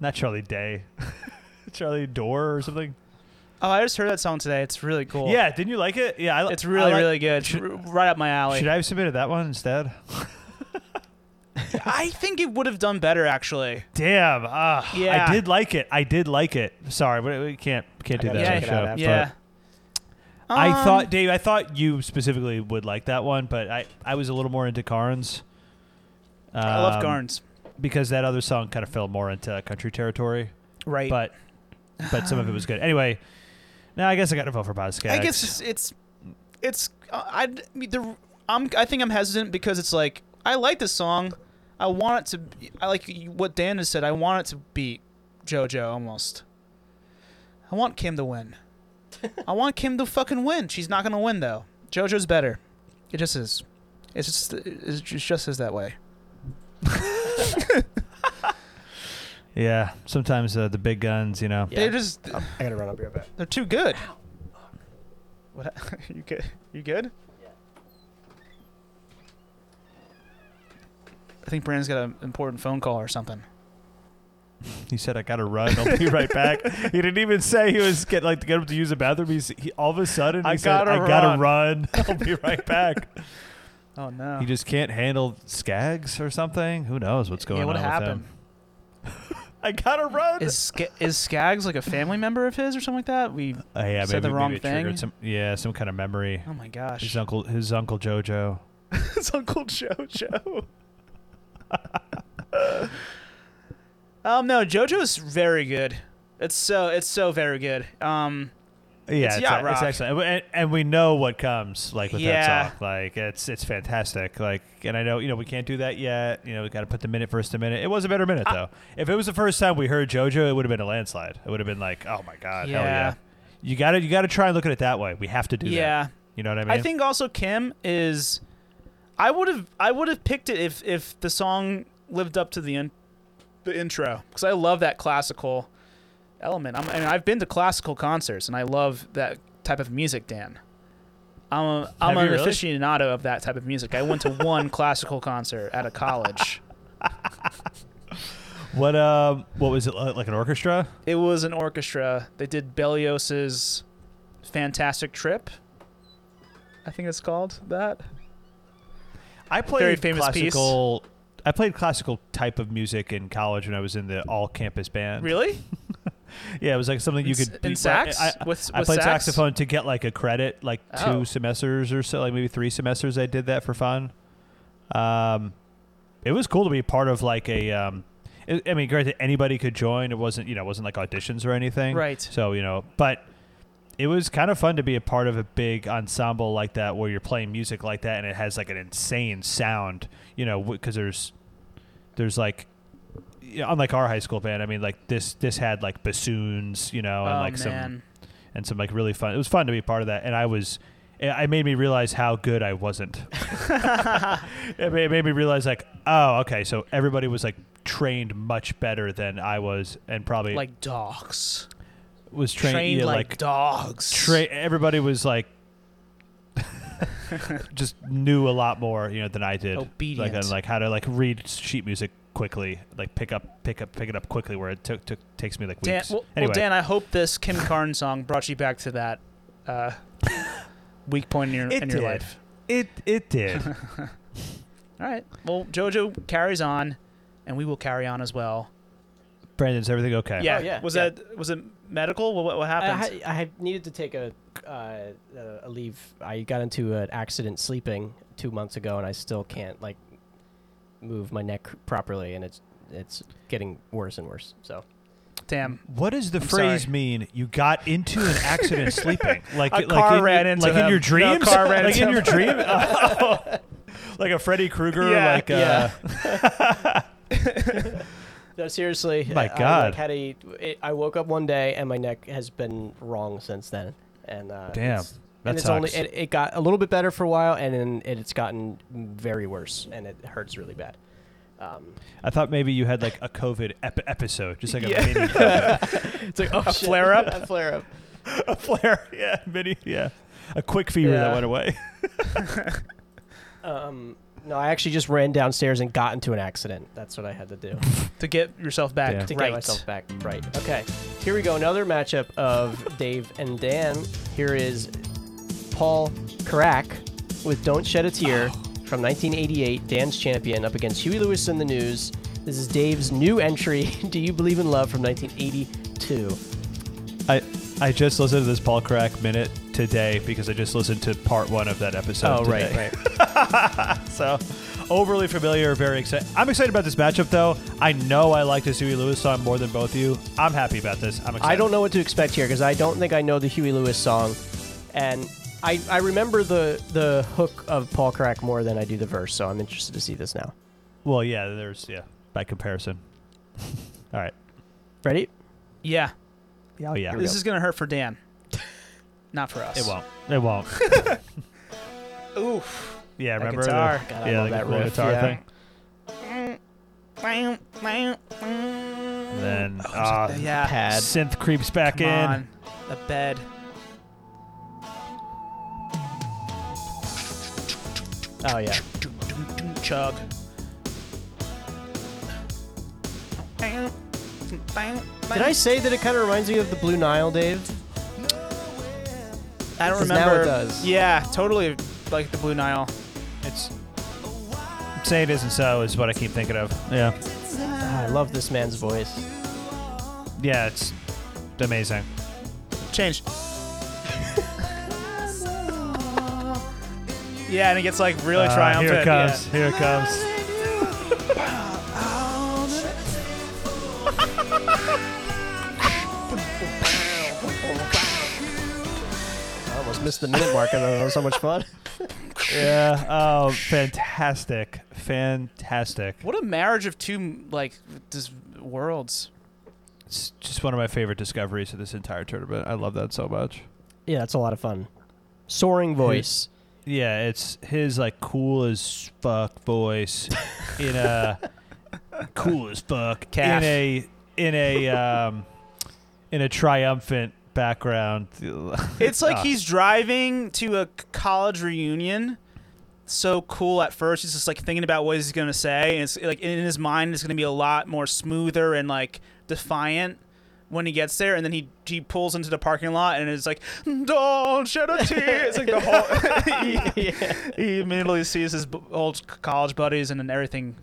not Charlie Day. [LAUGHS] Charlie Door or something. Oh, I just heard that song today. It's really cool. Yeah, didn't you like it? Yeah, I, li- it's I really like- really good. Should, R- right up my alley. should I have submitted that one instead? I think it would have done better actually. Damn. ah, Yeah. I did like it. I did like it. Sorry, but we can't can't I do gotta that on check the it show. out after. but- Yeah. I Um, thought, Dave, I thought you specifically would like that one, but I, I was a little more into Carnes. I love um, Garns. because that other song kind of fell more into country territory, Right. but but some of it was good. Anyway, now I guess I got to vote for Buzzcocks. I guess it's it's, it's uh, I'd- I mean, the I'm I think I'm hesitant because it's like I like this song, I want it to be- I like you- what Dan has said. I want it to beat JoJo almost. I want Kim to win. I want Kim to fucking win. She's not gonna win though. JoJo's better. It just is. It's just it's just, just is that way. yeah. Sometimes uh, the big guns, you know. Yeah. They're just I gotta run. I'll be right back. they're too good. What [LAUGHS] you good? You good? I think Brandon's got an important phone call or something. He said, "I got to run. I'll be right [LAUGHS] back." he didn't even say he was get like to get him to use the bathroom. He's he, all of a sudden he I said, gotta "I gotta run. [LAUGHS] I'll be [LAUGHS] right back." Oh no! he just can't handle Skags or something. Who knows what's going yeah, on what with happened? him? I gotta run. Is Sk- is Skaggs like a family member of his or something like that? We Uh, yeah, Said maybe, the wrong maybe it triggered thing? Some, yeah, some kind of memory. oh my gosh! His uncle, his uncle JoJo. [LAUGHS] it's Uncle JoJo. um, no, JoJo's very good. It's so it's so very good. Um, Yeah, It's it's, yacht it's rock. excellent, and, and we know what comes like with Yeah. that song. Like it's it's fantastic. Like, and I know you know we can't do that yet. You know we got to put the minute first to minute. It was a better minute though. If it was the first time we heard JoJo, it would have been a landslide. It would have been like, oh my god, hell Yeah. yeah. You got to you got to try and look at it that way. We have to do that. yeah. You know what I mean? I think also Kim is. I would have I would have picked it if if the song lived up to the in, the intro because I love that classical element. I'm, I mean, I've been to classical concerts and I love that type of music, Dan. I'm a, I'm Have an you really? aficionado of that type of music. I [LAUGHS] went to one classical concert at a college. what um what was it like, like an orchestra? It was an orchestra. They did Berlioz's "Fantastic Trip." I think it's called that. I played famous piece. classical. I played classical type of music in college when I was in the all campus band. Really? Yeah, it was like something you In- could in be- sax? I, I- With- I with played sax? saxophone to get like a credit, like Oh. two semesters or so, like maybe three semesters. I did that for fun. Um, it was cool to be part of like a. Um, I I mean, granted, anybody could join. It wasn't you know it wasn't like auditions or anything. Right. So you know, but it was kind of fun to be a part of a big ensemble like that where you're playing music like that and it has like an insane sound. You know, because there's there's like you know, unlike our high school band, I mean, like this this had like bassoons, you know, and oh like some man. and some like really fun. It was fun to be part of that, and I was. It I made me realize how good I [LAUGHS] wasn't. it ma- it made me realize, like, oh, okay, so everybody was like trained much better than I was, and probably like dogs. was trained, Trained, yeah, like, dogs. tra- everybody was like [LAUGHS] just knew a lot more you know than I did Obedient. like on like how to like read sheet music quickly like pick up pick up pick it up quickly where it took took takes me like Dan, weeks well, anyway well, Dan, I hope this Kim Carnes song brought you back to that uh, weak point in your, It in your did. life. it [LAUGHS] it did All right. Well, JoJo carries on, and we will carry on as well. Brandon's everything okay Yeah. Oh, yeah, Was yeah. Uh, that was it medical? What, what I, happened? had- I had needed to take a uh, uh, a leave. I got into an accident sleeping two months ago, and I still can't like move my neck properly, and it's it's getting worse and worse. So Damn. What does the I'm phrase sorry. mean? You got into an [LAUGHS] accident sleeping, like A like car in, ran into like in him. No, your a dreams, car ran like in into your him. [LAUGHS] dream, [LAUGHS] like a Freddy Krueger, Yeah, like yeah. Uh, [LAUGHS] No, seriously. My I- I, like, God. had a, it, I woke up one day and my neck has been wrong since then. And uh, Damn, it's- that and it's sucks. only it, it got a little bit better for a while, and then it, it's gotten very worse, and it hurts really bad. Um, I thought maybe you had like a COVID ep- episode, just like a Yeah. mini COVID. it's like oh, A flare [LAUGHS] up? a flare up. a flare, yeah, mini, yeah, a quick fever that Yeah. went away. Um, no, I actually just ran downstairs and got into an accident. That's what I had to do To get yourself back Damn. to right. get myself back right. Okay, here we go. Another matchup of Dave and Dan. Here is Paul Crack with "Don't Shed a Tear" from 1988, Dan's champion, up against Huey Lewis in the News. This is Dave's new entry, [LAUGHS] "Do You Believe in Love" from 1982. [LAUGHS] I I just listened to this Paul Crack minute today because I just listened to part one of that episode. today. Oh, right. [LAUGHS] So overly familiar, very excited. I'm excited about this matchup, though. I know I like this Huey Lewis song more than both of you. I'm happy about this. I'm [LAUGHS] excited. I don't know what to expect here because I don't think I know the Huey Lewis song, and I, I remember the the hook of Paul Crack more than I do the verse, so I'm interested to see this now. Well, yeah, there's yeah by comparison. [LAUGHS] All right. Ready? Yeah. Yeah, oh, yeah. This is gonna hurt for Dan. Not for us. It won't. It won't. Oof. Yeah, That remember guitar. The, God, I yeah, love the that cool riff, guitar yeah. thing. Then ah, yeah. Pad. synth creeps back Come in. on. The bed. Oh yeah. Chug. Did I say that it kind of reminds me of the Blue Nile, Dave? I don't 'Cause now it remember. does. Yeah, totally like the Blue Nile. It's say it isn't so is what I keep thinking of. Yeah, Ah, I love this man's voice. yeah, it's amazing. Change. yeah, and it gets like really Ah, triumphant. here it yeah. comes. Here it comes. I almost missed the minute mark. and That was so much fun. [LAUGHS] Yeah. Oh, fantastic. Fantastic. What a marriage of two like just worlds. It's just one of my favorite discoveries of this entire tournament. I love that so much. Yeah, that's a lot of fun. Soaring voice. Yeah, it's his like cool as fuck [LAUGHS] voice in a cool as fuck Calf. in a in a um in a triumphant background. It's like Ah. he's driving to a c- college reunion. So cool at first. He's just like thinking about what he's gonna say. And it's like in his mind, it's gonna be a lot more smoother and like defiant when he gets there. And then he he pulls into the parking lot and it's like, "Don't shed a tear." It's like the whole. [LAUGHS] he, he immediately sees his b- old c- college buddies and then everything.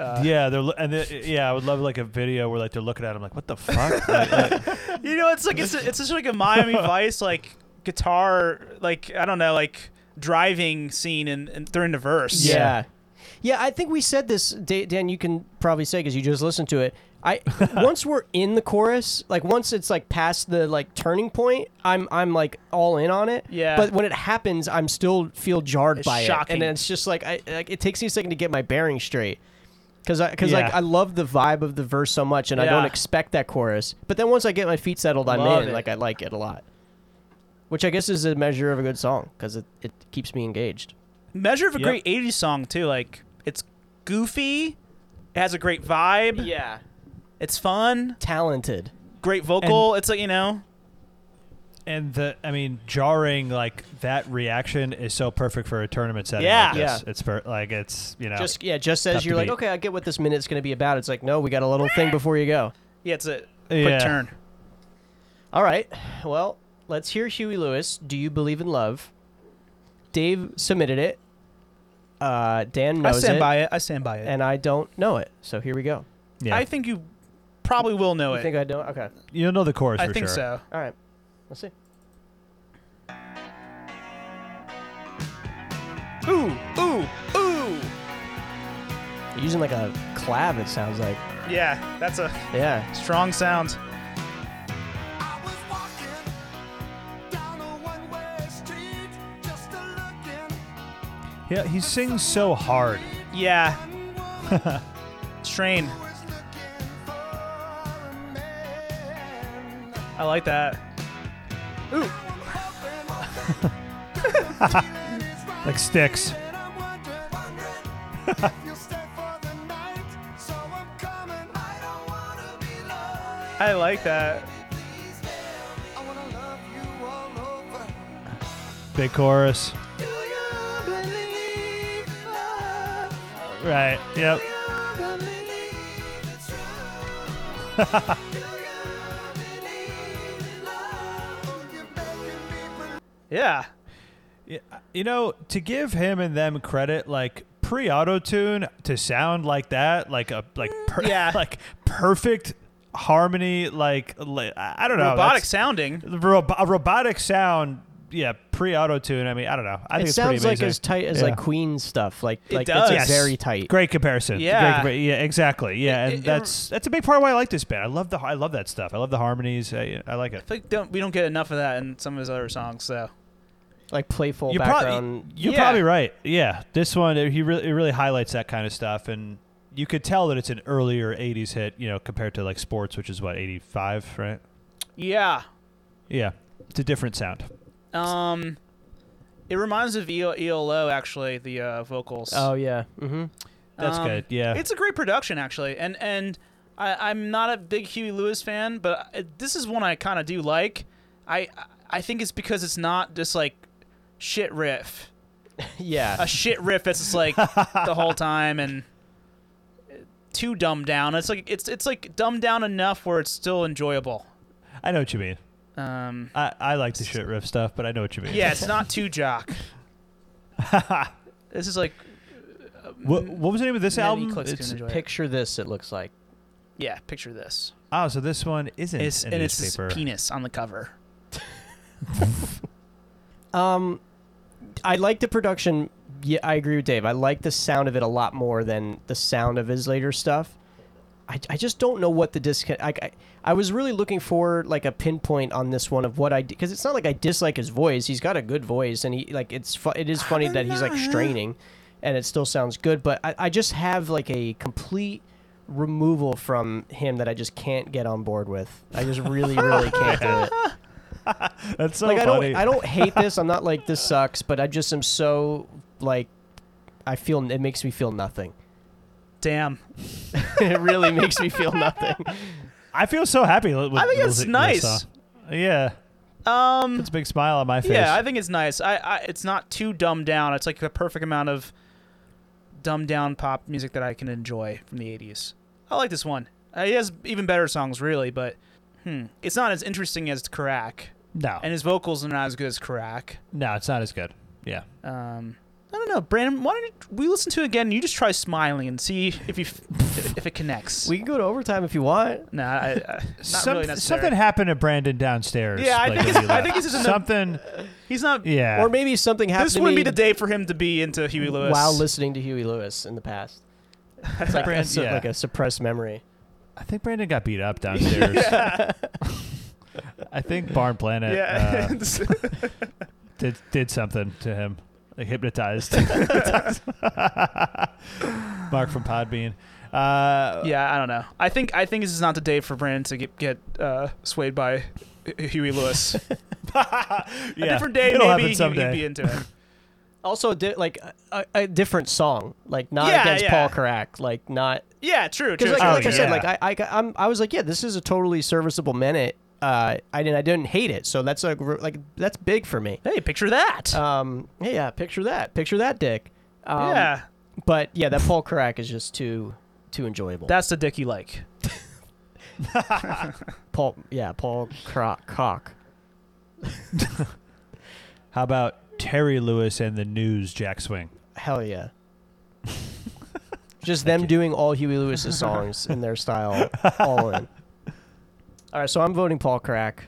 Uh, yeah, they're lo- and they- yeah, I would love like a video where like they're looking at him like what the fuck? Like, like, You know, it's like it's it's just like a Miami Vice like guitar like I don't know like driving scene and, and during the verse. Yeah. Yeah. Yeah, I think we said this, Da- Dan. You can probably say because you just listened to it. [LAUGHS] I once we're in the chorus, like once it's like past the like turning point, I'm I'm like all in on it. Yeah. But when it happens, I'm still feel jarred It's by shocking. it, and it's just like I like it takes me a second to get my bearing straight. Cause I, cause like Yeah. I love the vibe of the verse so much, and I don't Yeah. expect that chorus. But then once I get my feet settled, I'm Love in. it. Like I like it a lot, which I guess is a measure of a good song, cause it, it keeps me engaged. Measure of a Yep. great 80s song too. Like it's goofy, it has a great vibe, Yeah. it's fun, Talented. great vocal. it's like, you know, and the I mean jarring like that reaction is so perfect for a tournament setting. Yeah. like this. Yeah. It's per- like it's you know Just yeah, just as Tough to you're like, beat. okay, I get what this minute's going to be about. It's like, no, we got a little thing before you go. yeah, it's a quick Yeah. turn. All right, well, let's hear Huey Lewis. Do you believe in love? Dave submitted it. Uh, Dan I knows stand it, by it. I stand by it. and I don't know it. So here we go. yeah. I think you probably will know You it. think I don't? Okay. You'll know the chorus I for think sure. so. All right. Let's see. Ooh, ooh, ooh. You're using like a clav. It sounds like. Yeah, that's a Yeah. strong sound. Yeah, he sings so hard. [LAUGHS] Yeah. Strain. I like that. Like [LAUGHS] sticks. I like that. Big chorus. Right. Yep. Yeah. You know, to give him and them credit, like pre auto tune to sound like that, like a like per- Yeah. [LAUGHS] like perfect harmony, like li- I I don't know, Robotic that's- sounding. the rob- a robotic sound. Yeah, pre auto tune. I mean, I don't know. I think It it's sounds pretty like amazing. as tight as Yeah. like Queen stuff. Like It like does. it's Yes. very tight. Great comparison. Great Yeah. compar- yeah. Exactly. Yeah. It- and it- it- that's that's a big part why I like this band. I love the I love that stuff. I love the harmonies. I, I like I it. feel like don't, we don't get enough of that in some of his other songs, so. Like playful You're probably background. you're Yeah. probably right. Yeah. This one it- he really it really highlights that kind of stuff, and you could tell that it's an earlier '80s hit. You know, compared to like Sports, which is what '85, right? Yeah. Yeah. It's a different sound. Um, it reminds of E EO, ELO actually, the uh, vocals. oh yeah. Mm-hmm. That's Um, good. Yeah. It's a great production actually, and and I, I'm not a big Huey Lewis fan, but I, this is one I kind of do like. I I think it's because it's not just like shit riff, Yeah. a shit riff that's just like the [LAUGHS] whole time and uh, too dumbed down. It's like it's it's like dumbed down enough where it's still enjoyable. I know what you mean. Um, I, I like the shit riff stuff, but I know what you mean. yeah, it's not too [LAUGHS] jock. this is like What, what was the name of this many album? clicks It's- can enjoy it. Picture this. It looks like. Yeah, picture this. oh, so this one isn't It's, a and it's his newspaper. penis on the cover. Um, I like the production. Yeah, I agree with Dave. I like the sound of it a lot more than the sound of his later stuff. I, I just don't know what the disconnect. I, I I was really looking for like a pinpoint on this one of what I because it's not like I dislike his voice. He's got a good voice, and he like it's fu- it is funny [LAUGHS] that he's like straining, and it still sounds good. But I, I just have like a complete removal from him that I just can't get on board with. I just really really [LAUGHS] can't do it That's so like I funny. don't I don't hate this. I'm not like this sucks, but I just am so like I feel it makes me feel nothing. [LAUGHS] Damn. it really makes me [LAUGHS] feel nothing. I feel so happy. With, I think with it's it- nice. this song. Yeah, Um, it's a big smile on my face. Yeah, I think it's nice. I, I it's not too dumbed down. It's like the perfect amount of dumbed down pop music that I can enjoy from the '80s. I like this one. Uh, he has even better songs, really, but hmm, it's not as interesting as Karak, no, and his vocals are not as good as Karak. no, it's not as good. Yeah, Um, I don't know, Brandon. Why don't you, we listen to it again? And you just try smiling and see if you f- if it connects. We can go to overtime if you want. nah, I, I, not Some- really necessary. something happened to Brandon downstairs. Yeah, I like, think when it's- he I left. think it's just in the- something. He's not. Yeah, Or maybe something happened This to wouldn't me be the day for him to be into Huey Lewis. [LAUGHS] while listening to Huey Lewis in the past. It's like, a, Brand- su- yeah. like a suppressed memory. I think Brandon got [LAUGHS] beat up downstairs. [LAUGHS] I think Barn Planet yeah. [LAUGHS] uh, did did something to him, like hypnotized. [LAUGHS] [LAUGHS] Mark from Podbean. Uh, Yeah, I don't know. I think I think this is not the day for Brandon to get get uh, swayed by Hu- Huey [LAUGHS] Lewis. A yeah. different day, It'll maybe happen he- someday. he'd be into it. Also, di- like a, a different song, like not Yeah, against yeah. Paul Karak, like not Yeah, true. true, Because like, true, like Oh, I said, yeah. like I, I, I'm, I was like, yeah, this is a totally serviceable minute. Uh, I didn't, I didn't hate it, so that's like, re- like that's big for me. hey, picture that. Um, hey, yeah, picture that, picture that dick. Um, yeah, But yeah, that Paul Crack is just too, too enjoyable. that's the dick you like. Paul, yeah, Paul Croc, cock. How about Terry Lewis and the News, Jack Swing? Hell [LAUGHS] yeah. just them doing all Huey Lewis's songs in their style, all [LAUGHS] in. All right, so I'm voting Paul Crack.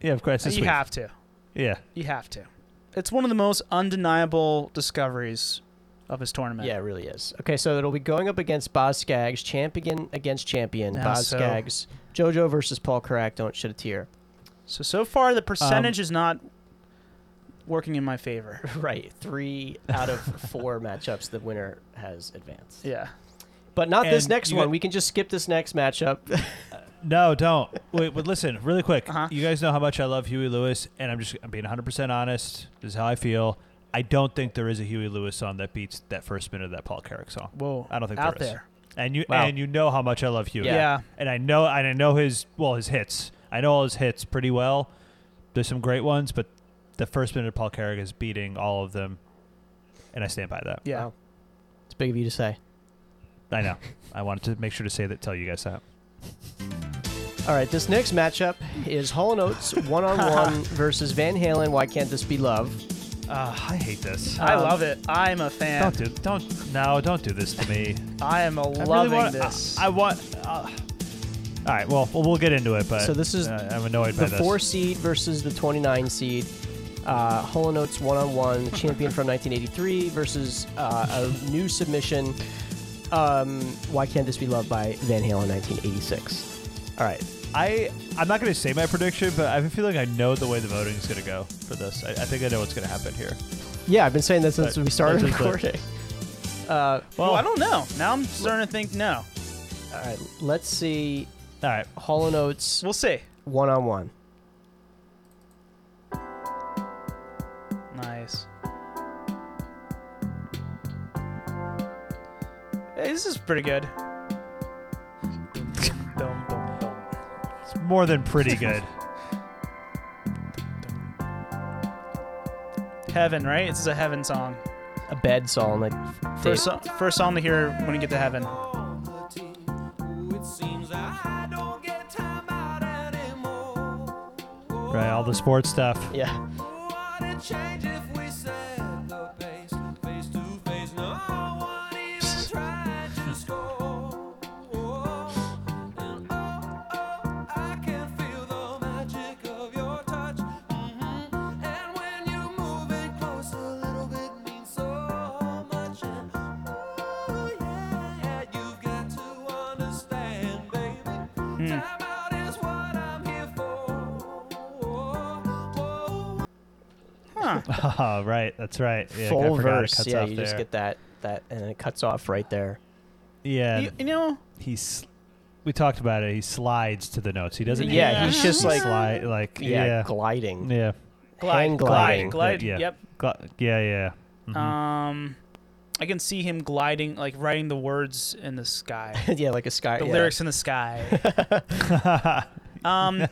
Yeah, of course. you have to. Yeah. You have to. It's one of the most undeniable discoveries of his tournament. Yeah, it really is. Okay, so it'll be going up against Boz Skaggs, champion against champion, Now Boz so- Skaggs, JoJo versus Paul Karak. Don't shed a tear. Um, So so far the percentage is not working in my favor. [LAUGHS] [LAUGHS] Right, three out of [LAUGHS] four matchups the winner has advanced. Yeah. But not this And next you one. got- we can just skip this next [LAUGHS] matchup. No, don't. Wait, but listen, really quick. Uh-huh. You guys know how much I love Huey Lewis, and I'm just I'm being 100% honest. This is how I feel. I don't think there is a Huey Lewis song that beats that first minute of that Paul Carrick song. Whoa. I don't think out there is. there. And you Wow. and you know how much I love Huey. Yeah. Yeah. And I know and I know his well his hits. I know all his hits pretty well. There's some great ones, but the first minute of Paul Carrick is beating all of them, and I stand by that. Yeah. Wow. It's big of you to say. I know. I wanted to make sure to say that. Tell you guys that. All right, this next matchup is Hall and [LAUGHS] Oates one on one versus Van Halen. Why can't this be love? Uh, I hate this. I Um, love it. I'm a fan. Don't do don't no don't do this to [LAUGHS] me. I am I really loving wanna- this. I, I want. Uh, all right. Well, we'll we'll get into it, but So this is uh, I'm annoyed by The this. four seed versus the 29 seed. Uh, Hall and Oates one on [LAUGHS] one champion from 1983 versus uh, a new submission. Um, Why can't this be love by Van Halen 1986? All right, I I'm not going to say my prediction, but I have a feeling I know the way the voting is going to go for this. I, I think I know what's going to happen here. yeah, I've been saying that since But- we started that's just the- recording. Uh, Well, Well, I don't know. Now I'm starting to think no. all right, let's see All right. Hall and Oates We'll see. one on one. Nice. Hey, this is pretty good. Dum, dum, dum, It's more than pretty [LAUGHS] good. dum. Heaven, right? This is a heaven song. A bed song like First, so- first song to hear when you get to heaven. right. All the sports stuff. [LAUGHS] yeah. oh, Mm-hmm. oh, [LAUGHS] Huh. Oh, right. That's right. Yeah, I full forgot it verse. cuts Yeah, off you just there. get that that and it cuts off right there. Yeah. You, you know, he's. We talked about it. He slides to the notes. He doesn't. Yeah, hang he's on. just He like- slide, like Yeah, yeah, gliding. yeah, Hang glide, gliding. glide, glide. Yeah. Yep. Gl- yeah, yeah. Mhm. Um, I can see him gliding, like writing the words in the sky. [LAUGHS] yeah, like a sky. the yeah. lyrics in the [LAUGHS] sky. um,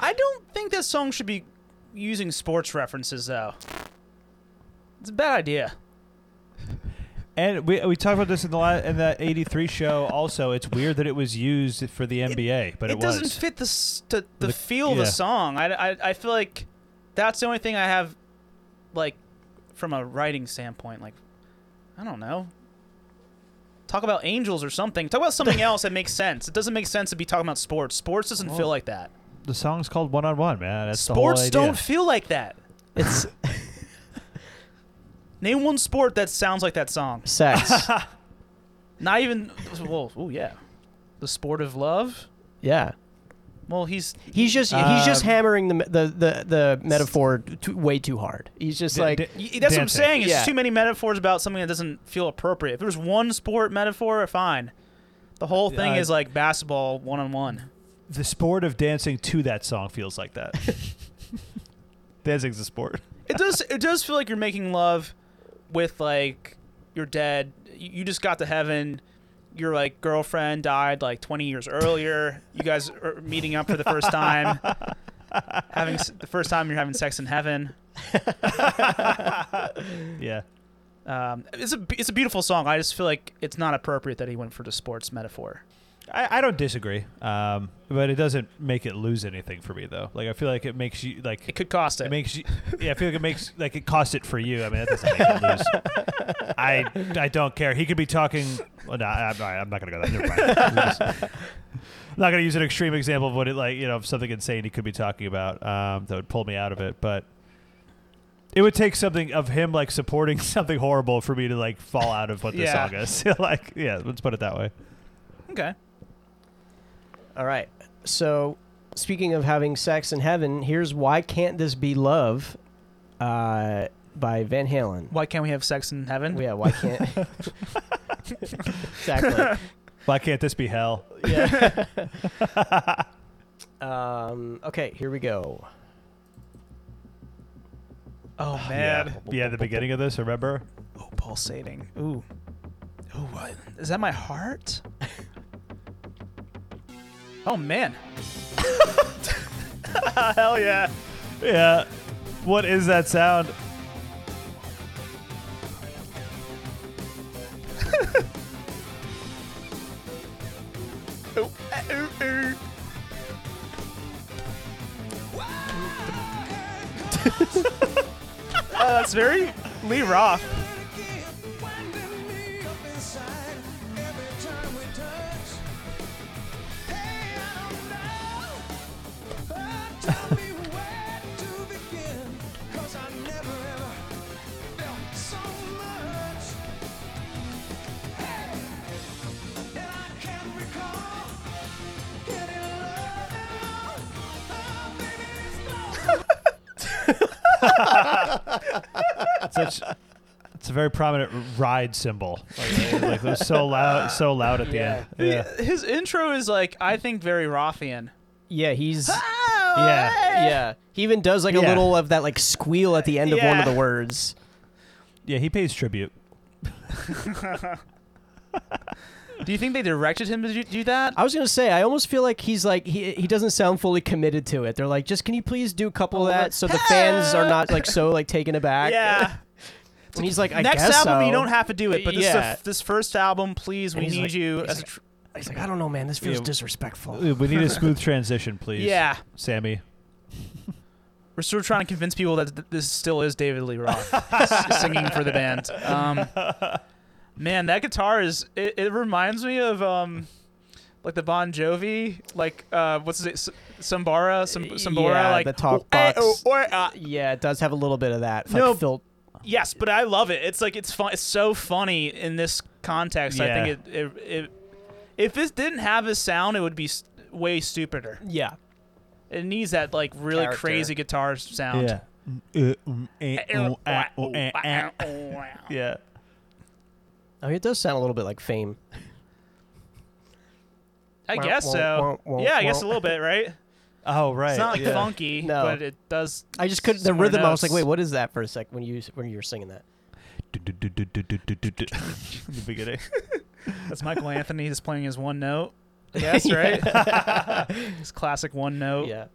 I don't think that song should be using sports references though. It's a bad idea. And we we talked about this in the la- in that '83 show. Also, it's weird that it was used for the NBA, but it, was. doesn't fit the s- the, the The- feel of yeah. the song. I, I I feel like that's the only thing I have, like, from a writing standpoint. Like, I don't know. Talk about angels or something. Talk about [LAUGHS] something else that makes sense. It doesn't make sense to be talking about sports. Sports doesn't feel like that. The song's called One on One, man. That's sports the whole idea. don't feel like that. [LAUGHS] It's Name one sport that sounds like that song. sex. Not even. Well, oh yeah, the sport of love. yeah. Well, he's He's just he's just Um, hammering the me- the the, the metaphor too, way too hard. He's just D- like d- Y- That's what I'm dancing. saying. It's Yeah. too many metaphors about something that doesn't feel appropriate. If there was one sport metaphor, fine. The whole thing Uh, is like basketball one on one. The sport of dancing to that song feels [LAUGHS] like that. Dancing's a sport. It does. It does feel like you're making love with like your dead. You you just got to heaven. Your like girlfriend died like 20 years earlier. You guys are uh, meeting up for the first [LAUGHS] time. having s- the first time you're having sex in heaven. [LAUGHS] Yeah. Um, it's a it's a beautiful song. I just feel like it's not appropriate that he went for the sports metaphor. I, I don't disagree, um, but it doesn't make it lose anything for me though. Like I feel like it makes you like It could cost It makes you. Yeah, I feel like it makes like it costs it for you. I mean, that doesn't make it lose. I I don't care. He could be talking. Well, no, I- I'm, all right, I'm not gonna go that. Never mind. I'm just- I'm not gonna use an extreme example of what it like. You know, of something insane he could be talking about um, that would pull me out of it, but. It would take something of him like supporting [LAUGHS] something horrible for me to like fall out of what this Yeah. song is. [LAUGHS] like, yeah, let's put it that way. Okay. [LAUGHS] all right. So speaking of having sex in heaven, here's why can't this be love uh, by Van Halen. Why can't we have sex in heaven? Yeah, why can't? exactly. Why can't this be hell? Yeah. [LAUGHS] um, okay, here we go. oh man. Yeah, the beginning of this, remember? Oh, pulsating. Ooh. Ooh, what? Is that my heart? [LAUGHS] oh man. [LAUGHS] Hell yeah. Yeah. What is that sound? Ooh, ah, ooh, ooh. oh, that's very Lee Roth. Such. It's a very prominent r- ride symbol. Like, like, it was so loud, so loud at the end. Yeah. His intro is like, I think, very Rothian. Yeah, he's Yeah. yeah. He even does like a Yeah. little of that like squeal at the end of one of Yeah. the words. Yeah, he pays tribute. Do you think they directed him to do- do that? I was gonna say, I almost feel like he's like he he doesn't sound fully committed to it. They're like, just can you please do a couple of that so the fans are not like so like taken aback. Oh, Yeah. And he's like, I Next guess album, so. you don't have to do it, but this, is Yeah. a, this first album, please, we he's need like- you. he's As a like- tr- He's like, I don't know, man. This feels Yeah. disrespectful. Uh, We need a smooth transition, please. yeah. Sammy. We're still trying to convince people that th- this still is David Lee [LAUGHS] Roth s- singing for the band. Um, man, that guitar is. It, it reminds me of. Um, like the Bon Jovi, like uh, what's it, Sambora, Sam- Sambora, Yeah, like the talk "Oh, eh, box. oh, eh, ah." Yeah, it does have a little bit of that. No, like, Phil, Yes, but I love it. It's like it's fun. It's so funny in this context. I think it, it, it. If this didn't have this sound, it would be s way stupider. yeah. It needs that like really Character. crazy guitar sound. ah, eh, [LAUGHS] Yeah. yeah. Oh, it does sound a little bit like Fame. I guess so. Yeah, I guess a little bit, [LAUGHS] right? Oh right. It's not [LAUGHS] like yeah. funky, No. but it does. I just couldn't. The similar rhythm. I was like, notes. wait, what is that for a sec? When you when you were singing that. the beginning. That's [LAUGHS] Michael Anthony. He's playing his one note. Yes, right. [LAUGHS] [LAUGHS] his classic one note. Yeah.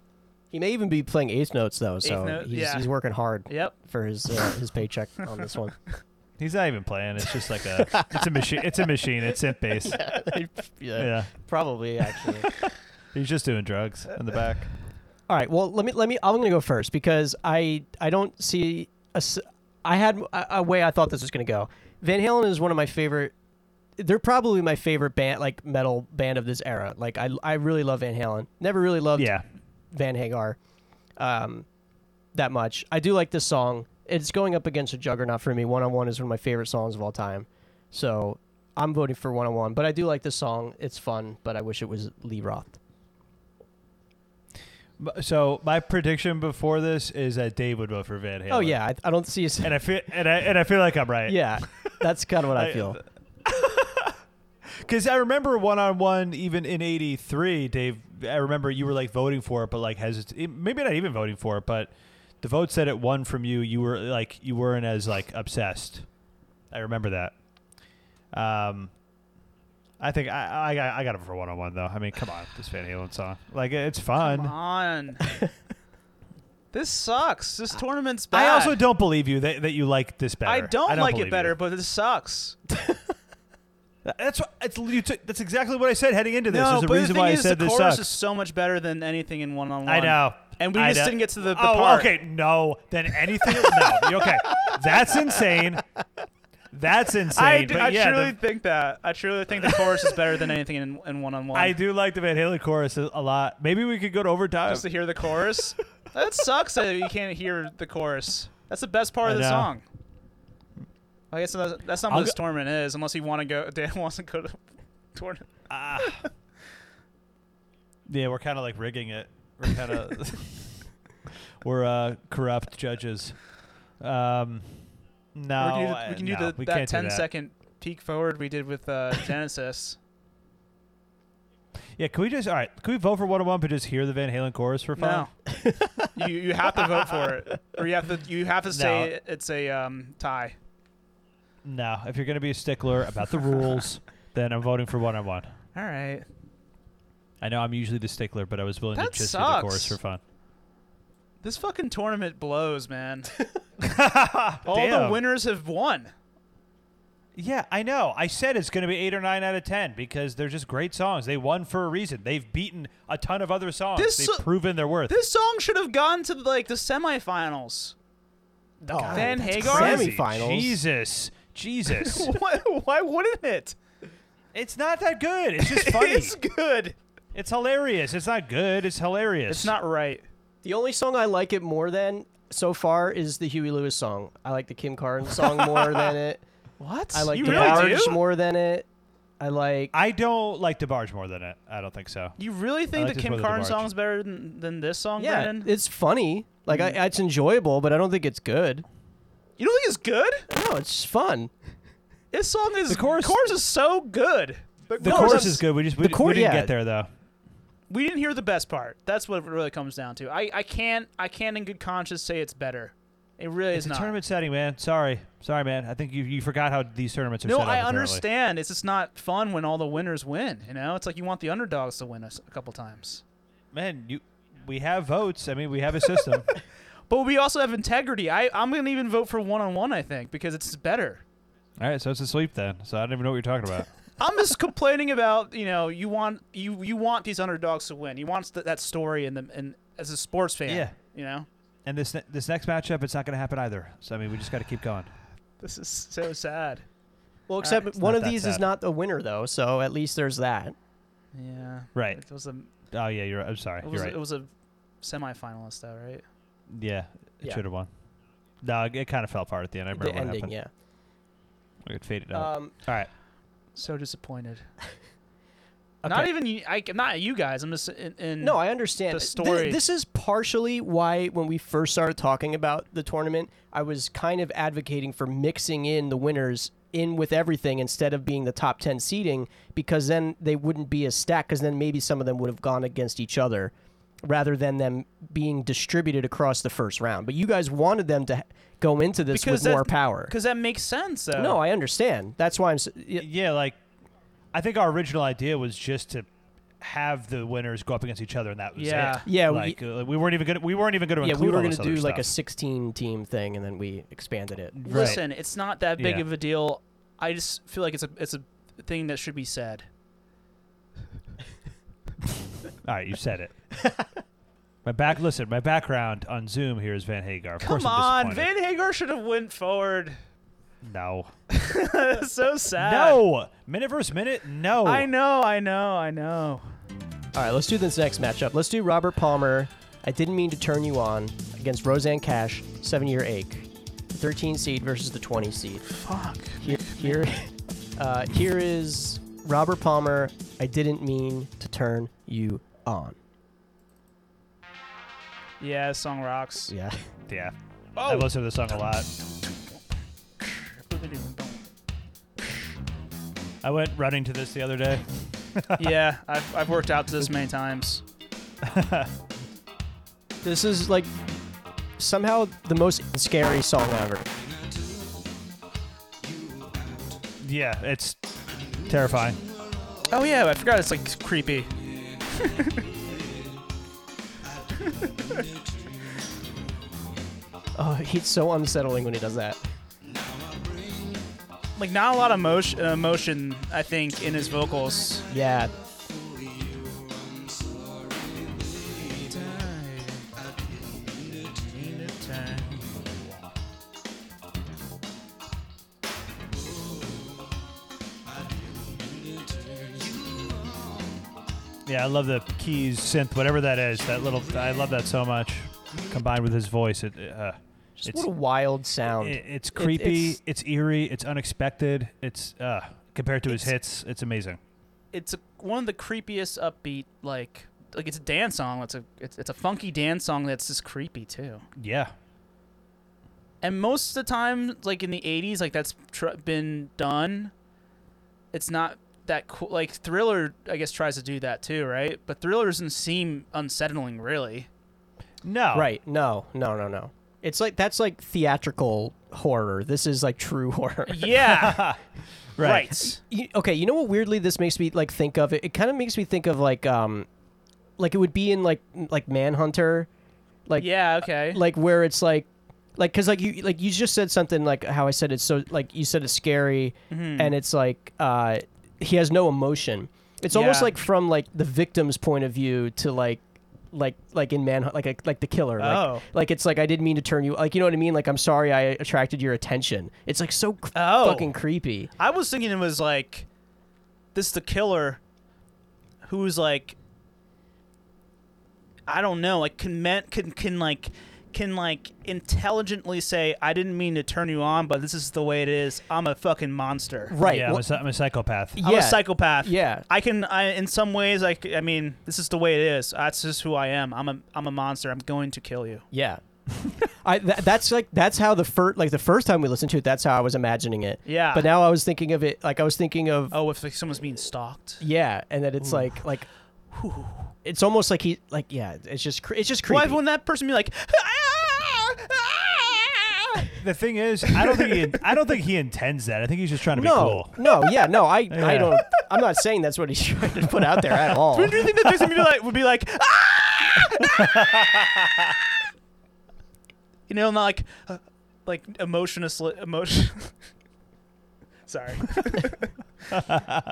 He may even be playing eighth notes though, so Oh. note, he's, yeah. he's working hard Yep. for his uh, his paycheck on this one. [LAUGHS] He's not even playing. It's just like a. It's a machine. It's a machine. It's synth based. yeah, Yeah. probably actually. He's just doing drugs in the back. All right. Well, let me let me. I'm gonna go first because I I don't see a. s- I had a, a way I thought this was gonna go. Van Halen is one of my favorite. They're probably my favorite band, like metal band of this era. Like I I really love Van Halen. Never really loved Yeah. Van Hagar um, that much. I do like this song. It's going up against a juggernaut for me. One on One is one of my favorite songs of all time. So I'm voting for One on One, but I do like this song. It's fun, but I wish it was Lee Roth. M- So my prediction before this is that Dave would vote for Van Halen. Oh, yeah. I, I don't [LAUGHS] see [LAUGHS] a. And I feel and I and I feel like I'm right. Yeah, that's kind of what I I- feel. Because I remember one on one, even in '83, Dave. I remember you were like voting for it, but like hesitant. Maybe not even voting for it, but the vote said it won from you. You were like you weren't as like obsessed. I remember that. Um, I think I I, got- I got it for one on one though. I mean, come on, this Van Halen song. Like it's fun. Come [LAUGHS] on. this sucks. This tournament's bad. I also don't believe you that, that you like this better. I don't, like believe it you. better, but this sucks. That's what, it's, you took- that's exactly what I said heading into this. no, There's a but reason the thing why is, I said the this chorus sucks. is so much better than anything in one on one. I know. And we I just know. didn't get to the, the oh, part. okay. No, then anything. no, you- okay. That's insane. That's insane. I, do, but I yeah, the- truly think that. I truly think the chorus is better than anything in, in one-on-one. I do like the Van Halen chorus a lot. Maybe we could go to overtime. Just to hear the chorus. [LAUGHS] that sucks that you can't hear the chorus. That's the best part I of the know. song. I guess that's, that's not I'll what this go- tournament is, unless you want to go. [LAUGHS] Dan wants to go to tournament. yeah, we're kind [LAUGHS] of like rigging it. We're kind of we're uh, corrupt judges. Um, Or no, do you- I- we can do no, the, we that can't do 10 second peek forward we did with [LAUGHS] uh, Genesis. Yeah, can we just all right? Can we vote for one of them, but just hear the Van Halen chorus for fun? No, you you have to vote for it, or you have to you [LAUGHS] have to say it's a um, tie. No, if you're gonna be a stickler about the rules, then I'm voting for one on one. All right, I know I'm usually the stickler, but I was willing to That just do the sucks. chorus for fun. this fucking tournament blows, man. All the Damn. winners have won. Yeah, I know. I said it's going to be eight or nine out of ten because they're just great songs. They won for a reason. They've beaten a ton of other songs. This They've so- proven their worth. This song should have gone to like the semifinals. Oh, Van that's Hagar? crazy. Crazy. Semifinals. Jesus, Jesus. [LAUGHS] Why, why wouldn't it? it's not that good. [LAUGHS] It's just funny. It's it's, good. hilarious. It's not good. It's hilarious. It's not right. The only song I like it more than so far is the Huey Lewis song. I like the Kim Carnes song more than it. What? I like you the really Barge do? more than it. I like. I don't like DeBarge more than it. I don't think so. You really think like the this Kim one with the Carnes barge. song is better than, than this song, yeah, Brendan? it's funny. Like I, it's enjoyable, but I don't think it's good. you don't think it's good? No, it's just fun. This song is The chorus- is so good. The No, chorus that's- is good. We just we, the di- chor- we didn't yeah. get there though. We didn't hear the best part. That's what it really comes down to. I, I can't I can't in good conscience say it's better. It really It's is a not. tournament setting, man. Sorry, sorry, man. I think you, you forgot how these tournaments are no, set up. I apparently. understand. It's just not fun when all the winners win. You know, it's like you want the underdogs to win us a couple times. Man, you we have votes. I mean, we have [LAUGHS] a system. But we also have integrity. I I'm gonna even vote for one on one. I think because it's better. All right, so it's a sweep then. So I don't even know what you're talking about. I'm [LAUGHS] just complaining about you know you want you you want these underdogs to win. You want th- that story in the in as a sports fan. Yeah. You know, and this ne- this next matchup, it's not going to happen either. So I mean, we just got to keep going. this is so sad. Well, except it's one not of that these is sad. not a winner though, so at least there's that. Yeah. Right. It was a Oh yeah, you're. I'm sorry. it was, You're right. it was a semifinalist though, right? yeah, it Yeah. should have won. No, it kind of fell apart at the end. I remember the what ending, happened. yeah. It faded out. Um, All right. So [LAUGHS] disappointed. okay. Not even you, I, not you guys. I'm just in. in No, I understand. the Th- story. this is partially why when we first started talking about the tournament, I was kind of advocating for mixing in the winners in with everything instead of being the top 10 seeding because then they wouldn't be as stacked because then maybe some of them would have gone against each other rather than them being distributed across the first round. But you guys wanted them to ha- go into this Because with that- more power. because that makes sense though. Oh. No, I understand. That's why I'm s- Yeah. y- like I think our original idea was just to have the winners go up against each other, and that was Yeah. it. Yeah, we- Like uh, we weren't even gonna we weren't even gonna yeah, include we were all going this to other do like a stuff. 16 team thing and then we expanded it. Right. Listen, it's not that big Yeah. of a deal. I just feel like it's a it's a thing that should be said. All right, you said it. my back. Listen, my background on Zoom here is Van Hagar. Of course Come I'm on, disappointed. Van Hagar should have went forward. [LAUGHS] No, so sad. no, minute versus minute. No, I know, I know, I know. All right, let's do this next matchup. Let's do Robert Palmer. I didn't mean to turn you on against Roseanne Cash, seven year ache. The 13 seed versus the 20 seed. Fuck. Here, here, [LAUGHS] uh, here is Robert Palmer. I didn't mean to turn you on. Yeah, this song rocks. Yeah. [LAUGHS] Yeah, I listen to this song a lot. I went running to this the other day. [LAUGHS] yeah, I've, I've worked out to this many times. This is like somehow the most scary song ever. Yeah, it's terrifying. Oh yeah, I forgot it's like creepy. Oh, he's so unsettling when he does that. Like not a lot of uh, motion, emotion, I think, in his vocals. Yeah. Yeah, I love the keys, synth, whatever that is. That little, I love that so much. Combined with his voice, it, uh, Just It's- eh, what a wild sound. it it's creepy, it's- it's, eerie, it's unexpected. It's uh, compared to his hits, it's amazing. It's a, one of the creepiest upbeat like like it's a dance song. It's a it's, it's a funky dance song that's just creepy too. Yeah, And most of the time, like in the 80s, like that's tr- been done. It's not that cool. Like Thriller, I guess, tries to do that too, right? But Thriller doesn't seem unsettling, [LAUGHS] really. No. Right. No, no, no, no. It's like that's like theatrical horror. This is like true [LAUGHS] horror. Eh. Yeah. Right. You- okay, you know what weirdly this makes me like think of? It, it kind of makes me think of like um like it would be in like m- like Manhunter. Like Yeah. Okay. like where it's like like because like you like you just said something like how i said it's so like you said it's scary Mm-hmm. and it's like uh he has no emotion it's almost Yeah. like from like the victim's point of view to like like like in man like like, like the killer like, Oh. like it's like i didn't mean to turn you like you know what i mean like i'm sorry i attracted your attention it's like so c- Oh. fucking creepy I was thinking it was like this the killer who's like I don't know, like can men, can can like can like intelligently say I didn't mean to turn you on, but this is the way it is. I'm a fucking monster. right Yeah, I'm, well, a, psy- I'm a psychopath. yeah I'm a psychopath. yeah I can I in some ways I, c- I mean this is the way it is. That's just who I am. I'm a I'm a monster. I'm going to kill you. yeah I, tha that's like that's how the first like the first time we listened to it that's how I was imagining it Yeah. But now I was thinking of it like I was thinking of oh, if like, someone's being stalked. yeah, and that it's like [SIGHS] like it's almost like he like yeah, it's just cre- it's just Why creepy. wouldn't that person be like The thing is, I don't think he, I don't think he intends that. I think he's just trying to be no, cool. no, yeah, no. [LAUGHS] I I Yeah. don't. I'm not saying that's what he's [LAUGHS] trying to put out there at [LAUGHS] all. Who do you think that Jason would be like? Would be like, ah! [LAUGHS] you know, not like, uh, like emotionless, emotion. [LAUGHS] Sorry. [LAUGHS]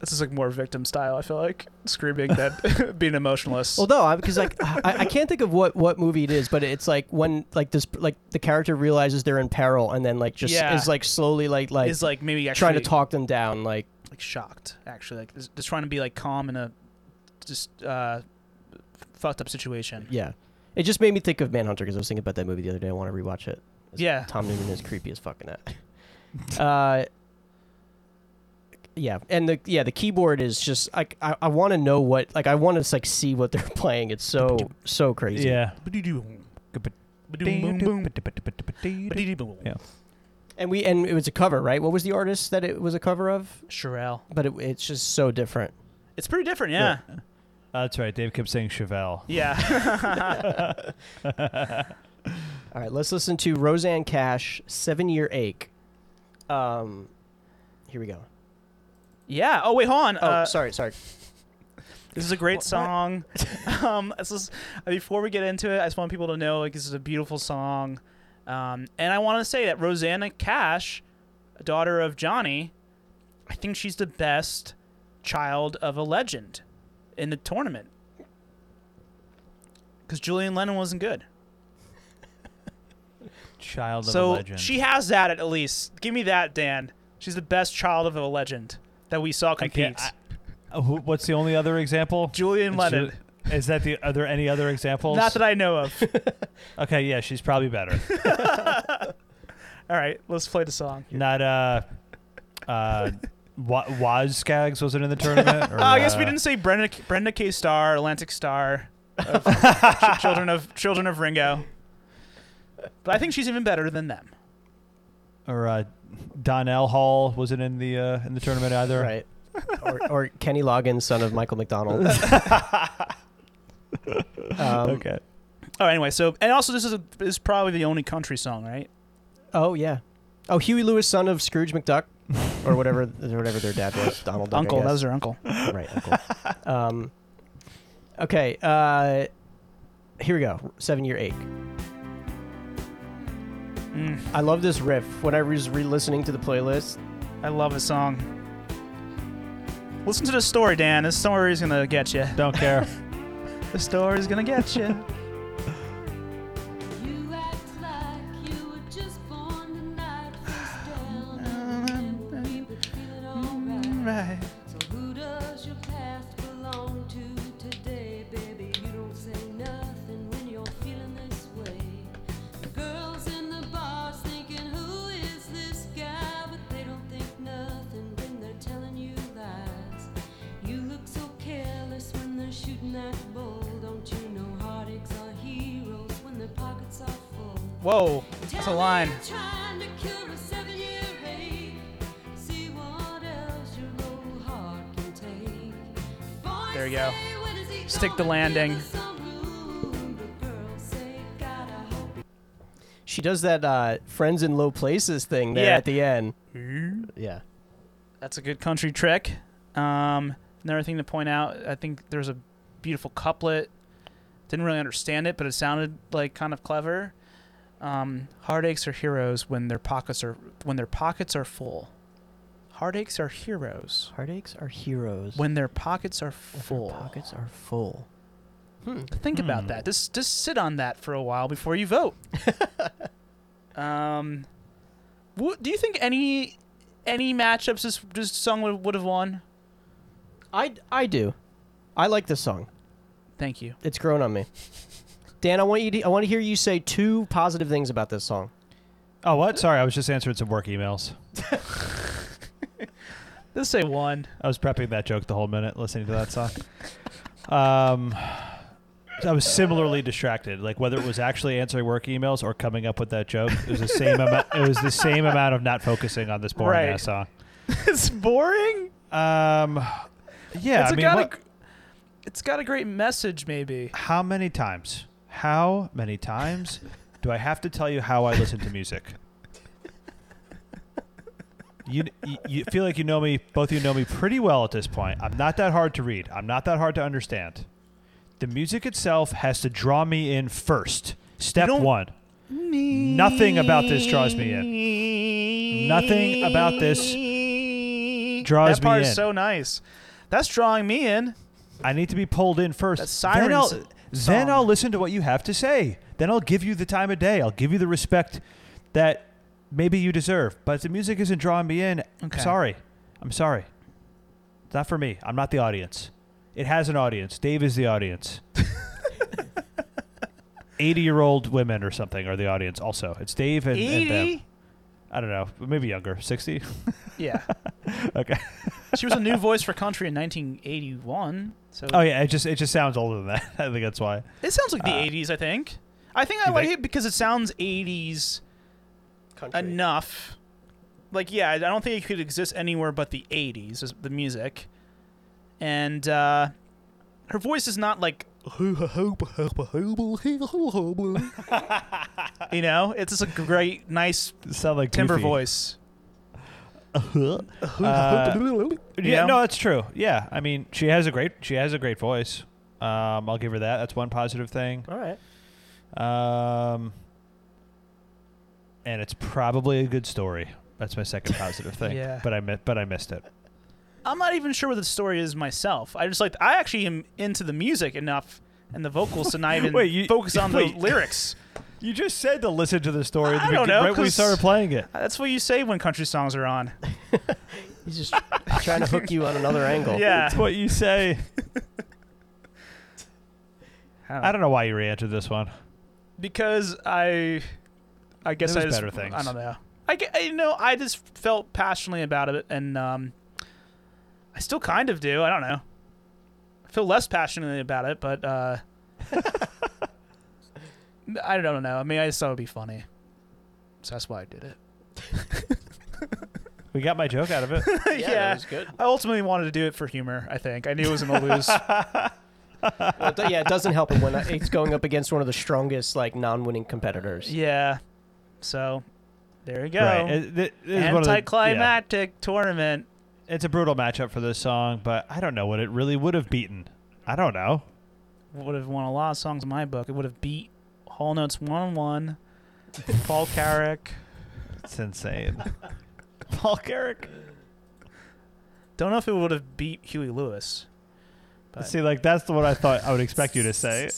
this is like more victim style. I feel like screaming that [LAUGHS] being emotionless. Well, no, because like I, I can't think of what what movie it is, but it's like when like this like the character realizes they're in peril and then like just Yeah. is like slowly like like, is like maybe actually trying to talk them down like like shocked. Actually, like just just trying to be like calm in a just uh, fucked up situation. yeah. It just made me think of Manhunter because I was thinking about that movie the other day. I want to rewatch it. It's- Yeah. Tom Newman is creepy as fucking that. [LAUGHS] Uh, yeah, and the yeah the keyboard is just like I, I want to know what like I want to like see what they're [LAUGHS] playing. It's so so crazy. Yeah. Yeah. and we and it was a cover, right? What was the artist that it was a cover of? Sherelle. But it, it's just so [LAUGHS] different. It's pretty different, yeah. Oh, that's right. Dave kept saying Chevelle. Yeah. All right, let's listen to Roseanne Cash, Seven Year Ache. Um, here we go. yeah. Oh wait, hold on. Oh, uh, sorry, sorry. This is a great [LAUGHS] song. [LAUGHS] um, this is, uh, before we get into it, I just want people to know like this is a beautiful song, um, and I want to say that Rosanna Cash, daughter of Johnny, I think she's the best child of a legend in the tournament. Because Julian Lennon wasn't good, [LAUGHS] Child of a so legend. she has that at least. Give me that, Dan. She's the best child of a legend that we saw I compete. can't. I, uh, who- what's the only other example? Julian It's Lennon. Ju- Is that the? Are there any other examples? Not that I know of. [LAUGHS] I- okay. Yeah, she's probably better. All right, let's play the song. Not uh, uh, Wa- Waz Skaggs wasn't in the [LAUGHS] tournament. or, Uh, I guess we uh, didn't say Brenda Brenda K Star, Atlantic Star, of- ch- children of children of Ringo. But I think she's even better than them. Or uh, Donnell Hall wasn't in the uh, in the tournament either. Right. or, or Kenny Loggins, son of Michael [LAUGHS] McDonald. Um, Okay. Oh, anyway, so and also this is a, this is probably the only country song, right? Oh yeah. Oh, Huey Lewis, son of Scrooge McDuck, or whatever, [LAUGHS] or whatever their dad was, Donald Duck. I uncle, that was guess. her uncle. right. [LAUGHS] Uncle. Um, okay. Uh, here we go. Seven year ache. Mm, I love this riff. When I was re-listening to the playlist, I love the song. Listen to the story, Dan. This story's gonna get you. Don't care. [LAUGHS] The story's gonna get you. You act like you were just born tonight. Face down and we'll be feeling alright. right. So who does your past belong to today, baby? You don't say nothing when you're feeling this way. The girls in the bars thinking, who is this guy? But they don't think nothing when they're telling you lies. You look so careless when they're shooting that bull. Don't you know heartaches are heroes when their pockets are full? Whoa. That's a line. Trying to cure a seven-year ache. See what else your little heart can take. Boys There you go. say, "When is he Stick the gonna give landing. us some room?" But girls say, "God, I hope he She does that uh, friends in low places thing there Yeah. at the end. Yeah. That's a good country trick. Um, another thing to point out, I think there's a beautiful couplet. Didn't really understand it, but it sounded like kind of clever. Um, heartaches are heroes when their pockets are when their pockets are full. Heartaches are heroes Heartaches are heroes. when their pockets are if their full. pockets are full. Think about that. Just just sit on that for a while before you vote. um, wh- do you think any any matchups this this song would would have won? I, I do. I like this song. Thank you. It's grown on me. Dan, I want you to, I want to hear you say two positive things about this song. Oh, what? Sorry, I was just answering some work emails. Let's say one. I was prepping that joke the whole minute listening to that song. um, I was similarly distracted, like whether it was actually answering work emails or coming up with that joke. It was the same amount. It was the same amount of not focusing on this boring Right. ass song. [LAUGHS] it's boring. Um, yeah, it's I mean, got what- a, it's got a great message, maybe. how many times? How many times do I have to tell you how I listen to music? You, you- you feel like you know me, both of you know me pretty well at this point. I'm not that hard to read, I'm not that hard to understand. The music itself has to draw me in first. Step don't- one. Nothing about this draws me in. Nothing about this draws that part me in. is so nice. That's drawing me in. I need to be pulled in first. That then siren I'll, s- then song. I'll listen to what you have to say. Then I'll give you the time of day. I'll give you the respect that maybe you deserve. But if the music isn't drawing me in, Okay. I'm sorry. I'm sorry. It's not for me. I'm not the audience. It has an audience. Dave is [LAUGHS] the audience. 80 year old women or something are the audience also. It's Dave and, and them. Edie. I don't know. Maybe younger. 60? Yeah, [LAUGHS] okay. she was a new voice for country in 1981. So Oh, yeah. It just, it just sounds older than that. [LAUGHS] I think that's why. it sounds like the 80s. I think. I think I you like think? it because it sounds 80s Country. enough. Like, yeah, I I don't think it could exist anywhere but the 80s, is the music. And uh, her voice is not like. [LAUGHS] you know, it's just a great, nice Sound like timber Goofy. [LAUGHS] voice. Uh, you Yeah, know? no, that's true. Yeah, I mean, she has a great she has a great voice. Um, I'll give her that. That's one positive thing. All right. Um, and it's probably a good story. That's my second positive thing. Yeah. But I mi- but I missed it. I'm not even sure what the story is myself. I just like I actually am into the music enough and the vocals [LAUGHS] to not even Wait, you- focus on wait. the lyrics. You just said to listen to the story. at the I don't begin- know, right when Right when we we 'cause- started started playing it. That's what you say when country songs are on. He's just trying to hook you on another angle. Yeah. That's what you say. [LAUGHS] I I don't know why you re-entered this one. because I, I guess There I was just, better things. I don't know. I, ge- I- you know I just felt passionately about it, and um, I still kind of do. I don't know. I feel less passionately about it, but uh, [LAUGHS] I don't know. I mean, I just thought it would be funny, so that's why I did it. We got my joke out of [LAUGHS] it. Yeah, good. I ultimately wanted to do it for humor. I think I knew it was gonna [LAUGHS] lose. Well, it- yeah, it doesn't help him when it's going up against one of the strongest like non-winning competitors. yeah, so there you go. Right. It- th- this is one of the- yeah. Anticlimactic tournament. It's a brutal matchup for this song, but I don't know what it really would have beaten. I don't know. would have won a lot of songs in my book. It would have beat Hall Notes 101, [LAUGHS] Paul Carrick. [LAUGHS] It's insane. Paul Carrick. Don't know if it would have beat Huey Lewis. But See, like that's the one I thought I would expect you [LAUGHS] to say.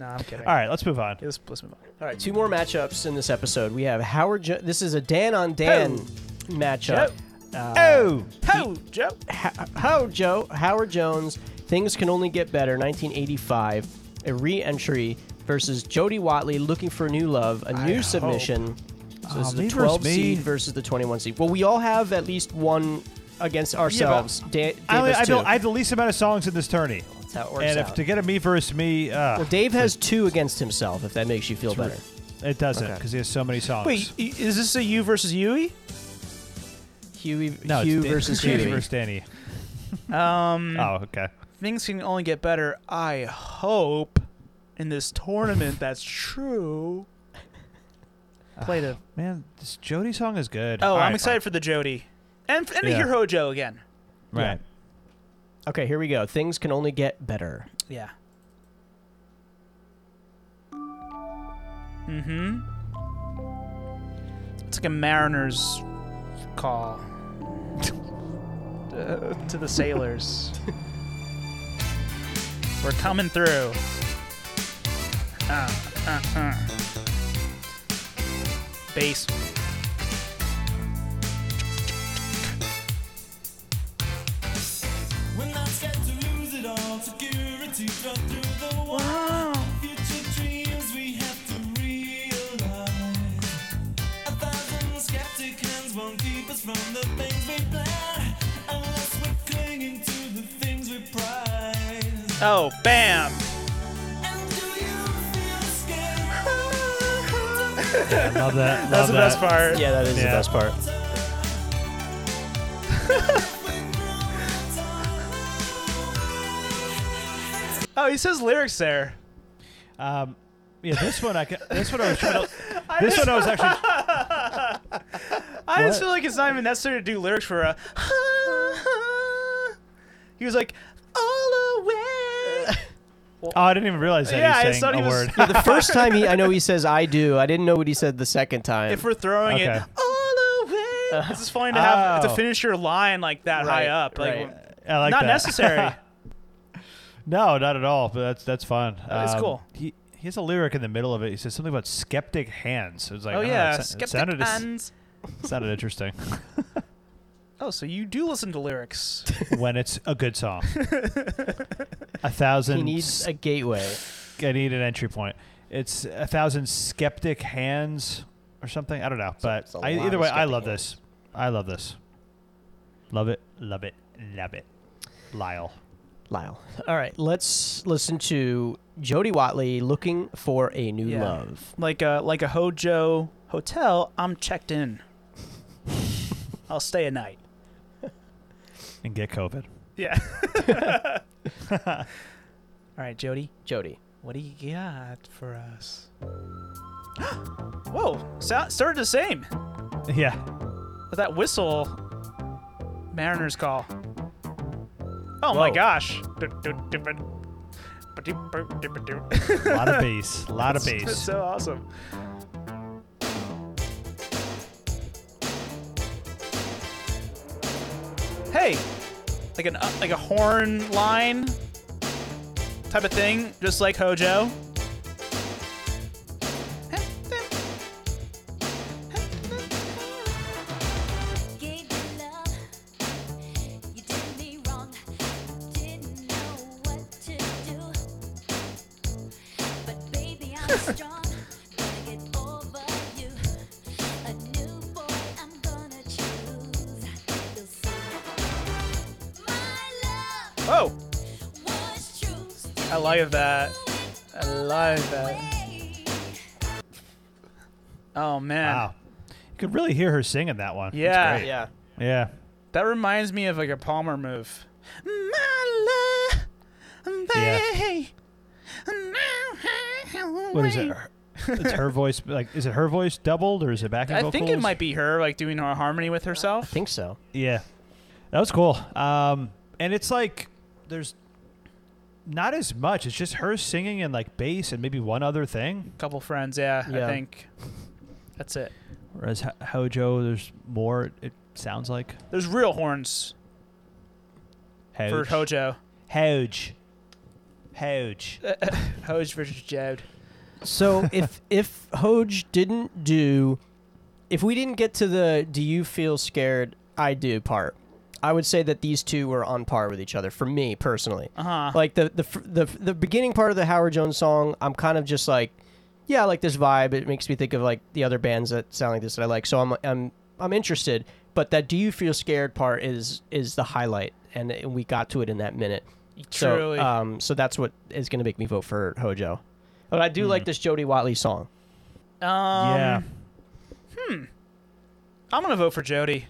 no, I'm kidding. All right, let's move on. Okay, let's, let's move on. All right, two more matchups in this episode. We have Howard. Jo- this is a Dan on Oh. Dan matchup. Uh, Oh, Ho, Joe. Ho- Howard Joe Howard Jones. Things can only get better. 1985, a re-entry versus Jody Watley looking for new love, a new submission. So this Oh, is the me versus 12 me. seed versus the 21 seed. Well, we all have at least one against ourselves. Dan, Dave I, only- has I, two. built- I have the least amount of songs in this tourney, That's how it works and if out. to get a me versus me, uh, Well, Dave has two against himself. If that makes you feel better. It doesn't Okay. because he has so many songs. Wait, y- is this a you versus Yui? Huey, no, Hugh it's Dan- versus Danny Huey. versus Danny. Um, Oh, okay. things can only get better. I hope in this tournament that's true. Play the. Man, this Jody song is good. Oh, All I'm right, excited for the Jody, and and to Yeah. hear Hojo again. fine. Right. Okay, here we go. Things can only get better. Yeah. Mm-hmm. It's like a mariner's call [LAUGHS] Uh, to the [LAUGHS] sailors. We're coming through. Uh, uh, uh. Bass. We're not scared to lose it all. Security cut through the wall. Future dreams we have to realize. A thousand skeptic hands won't keep us from the things we plan. Unless we're clinging to the things we prize. Oh, bam! And do you feel scared? Love that. That's love the that. best part. Yeah, that is Yeah. the best part. Oh, he says lyrics there. Um, yeah, this one I ca- this one I [LAUGHS] was trying to. I This just- one I was actually. I just What? feel like it's not even necessary to do lyrics for a. [LAUGHS] he was like, all away. [LAUGHS] Oh, I didn't even realize that Yeah, I he thought sang he a was- word. [LAUGHS] Yeah, the first time he, I know he says "I do." I didn't know what he said the second time. if we're throwing Okay. it all away, it's just funny to have to Oh. finish your line like that high Right, up. Like, right. I like not that. [LAUGHS] necessary. No, not at all. But that's that's fun. Um, That is cool. He he has a lyric in the middle of it. He says something about skeptic hands. It was like, oh I don't know, yeah, it, sa- skeptic it sounded it hands. sounded [LAUGHS] interesting Oh, so you do listen to lyrics. [LAUGHS] when it's a good song. he a thousand. needs a gateway. I need an entry point. It's a thousand skeptic hands or something. I don't know, but it's a I, lot either of way, I skeptic love hands. this. I love this. Love it. Love it. Love it. Lyle. Lyle. All right, let's listen to Jody Watley looking for a new Yeah. love. like a like a Hojo hotel, I'm checked [LAUGHS] in. I'll stay a night. and get COVID. [LAUGHS] [LAUGHS] Yeah. all right, Jody. Jody. What do you got for us? [GASPS] Whoa! Sound started the same. Yeah. With that whistle, Mariners call. Oh my Whoa. gosh! A lot of bass. A lot of That's bass. so awesome. Hey, like an uh, like a horn line type of thing, just like Hojo. Gave you love, you did me wrong. Didn't know what to do, but baby I'm strong. Gonna get over you. A new boy I'm gonna choose. You'll see. My love Oh, was true. I like that. I like that. That. Oh man, Wow. You could really hear her singing that one. It's Yeah. great. Yeah. Yeah. that reminds me of like a Palmer move. My love, they- What is it? Her- It's her voice. [LAUGHS] Like, is it her voice doubled or is it backing I vocals? think it might be her like doing her harmony with herself. Think so. Yeah, that was cool. Um, and it's like there's not as much. It's just her singing and like bass and maybe one other thing. couple friends, yeah, I Yeah. think. That's it. Whereas Ho- Hojo, there's more. It sounds like There's real horns Hoj. for Hojo. Hoj. Hoj. Uh, Hoj versus Jed. So if if Hoj didn't do, if we didn't get to the "Do you feel scared? I do" part, I would say that these two were on par with each other for me personally. Uh huh. Like the the fr- the the beginning part of the Howard Jones song, I'm kind of just like, yeah, I like this vibe. It makes me think of like the other bands that sound like this that I like. So I'm I'm I'm interested. But that "Do you feel scared?" part is is the highlight, and, and we got to it in that minute. Truly. So, Hmm. um, so that's what is going to make me vote for Hojo. But I do like this Jody Watley song. yeah, I'm gonna vote for Jody.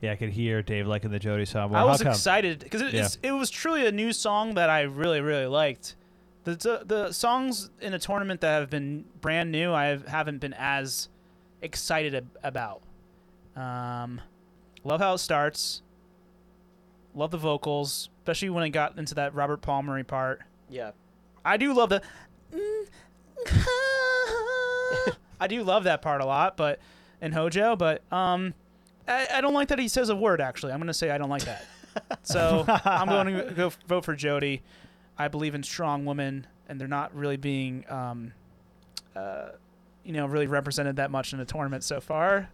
yeah. I could hear Dave liking the Jody song. Well, I how was come? excited because it, it's it was truly a new song that I really really liked. The, the the songs in a tournament that have been brand new, I haven't been as excited ab- about. Um, love how it starts. Love the vocals, especially when it got into that Robert Palmery part. Yeah. I do love the. [LAUGHS] I do love that part a lot, but in Hojo, but um, I, I don't like that he says a word. Actually, I'm gonna say I don't like that. so I'm going to go f- vote for Jody. I believe in strong women, and they're not really being, um, uh, you know, really represented that much in the tournament so far.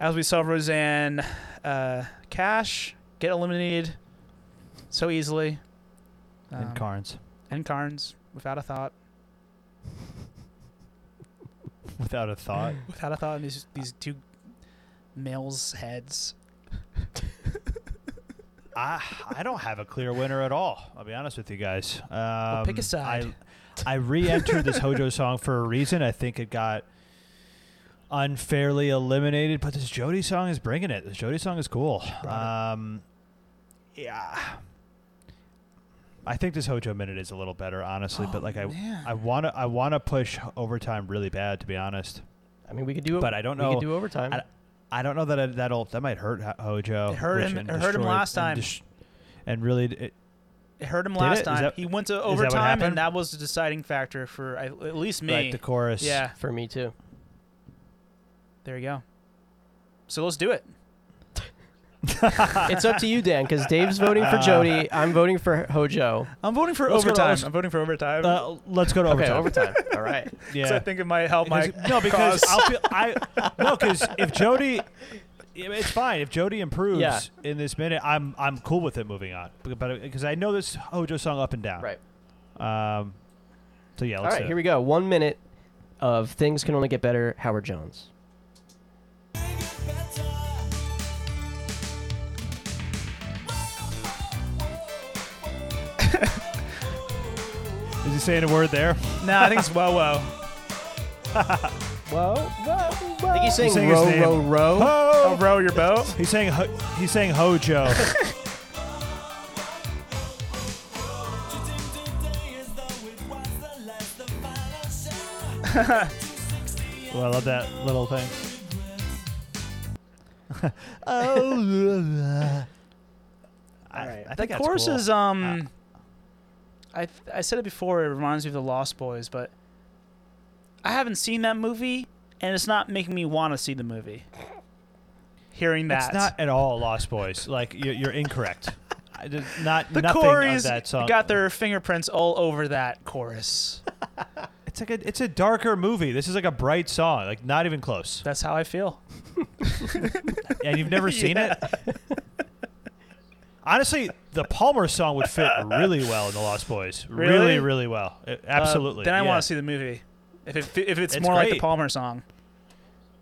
As we saw, Roseanne uh, Cash get eliminated so easily. Um, and Carnes and Carnes without a thought, [LAUGHS] without a thought. without a thought in these these two males' heads. I I don't have a clear winner at all. I'll be honest with you guys. Um, pick a side. I, I re-entered this Hojo song for a reason. I think it got unfairly eliminated, but this Jody song is bringing it. This Jody song is cool. Um, yeah. I think this Hojo minute is a little better, honestly. but like I, Oh, man. I want to, I want to push overtime really bad, to be honest. I mean, we could do it, But I don't We know- could do overtime. I, I don't know that it- that'll that might hurt Ho- Hojo. It hurt which- him- and it hurt him destroy- last and time. dis- and really, it, It hurt him Did it? last Is time. that- he went to that what overtime, happened? and that was the deciding factor for I- at least me. right, the chorus. yeah, For me [LAUGHS] too. there you go. So let's do it. it's up to you, Dan, because Dave's voting [LAUGHS] for Jody. I'm voting for Hojo. I'm voting for Let's go to overtime. overtime. I'm voting for overtime. [LAUGHS] Uh, let's go to Okay, overtime. overtime. [LAUGHS] All right. Yeah. I think it might help my [LAUGHS] Because- no, because I'll feel, I no, because if Jody, it's fine. If Jody improves Yeah. in this minute, I'm I'm cool with it moving on. But because I know this Hojo song up and down. Right. Right. Um. So yeah, All let's right. do Here it. we go. One minute of things can only get better. Howard Jones. Is he saying a word there? [LAUGHS] no, I think it's whoa whoa. Whoa, whoa, whoa. I think he's saying saying his row, name. row, row. Oh, row your boat. He's saying ho- he's saying Hojo. [LAUGHS] Ooh, I love that little thing. [LAUGHS] oh. I, Alright. I The think that's chorus cool. is um. I th- I said it before. It reminds me of the Lost Boys, but I haven't seen that movie, and it's not making me want to see the movie. Hearing that, It's not at all Lost Boys. Like you're, you're incorrect. I did not the nothing Corys of that song. got their fingerprints all over that chorus. it's like a it's a darker movie. This is like a bright song. Like not even close. That's how I feel. Uh, And [LAUGHS] you've never seen it. Honestly, the Palmer song would fit really well in the Lost Boys. Really, Really? really, well. Uh, absolutely. Uh, then I yeah. want to see the movie. If it, fi- if it's, It's more like the great. Palmer song,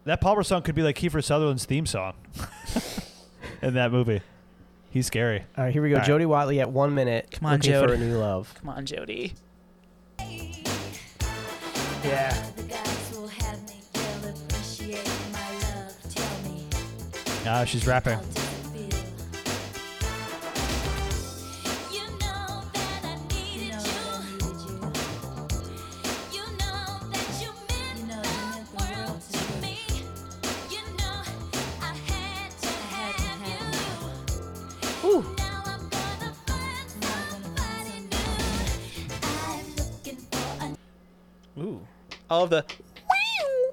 that Palmer song could be like Kiefer Sutherland's theme [LAUGHS] song in that movie. He's scary. All right, here we go. All right. Jody Watley at one minute. Come on, looking for Jody. a new love. come on, Jody. Yeah, The guys will have me. They'll appreciate my love. Tell me Ah, she's rapping. how does it feel? You know that I needed you. You know that you meant the world to me. You know I had to have you. Now I'm gonna find somebody new. I'm looking for a ooh, I love the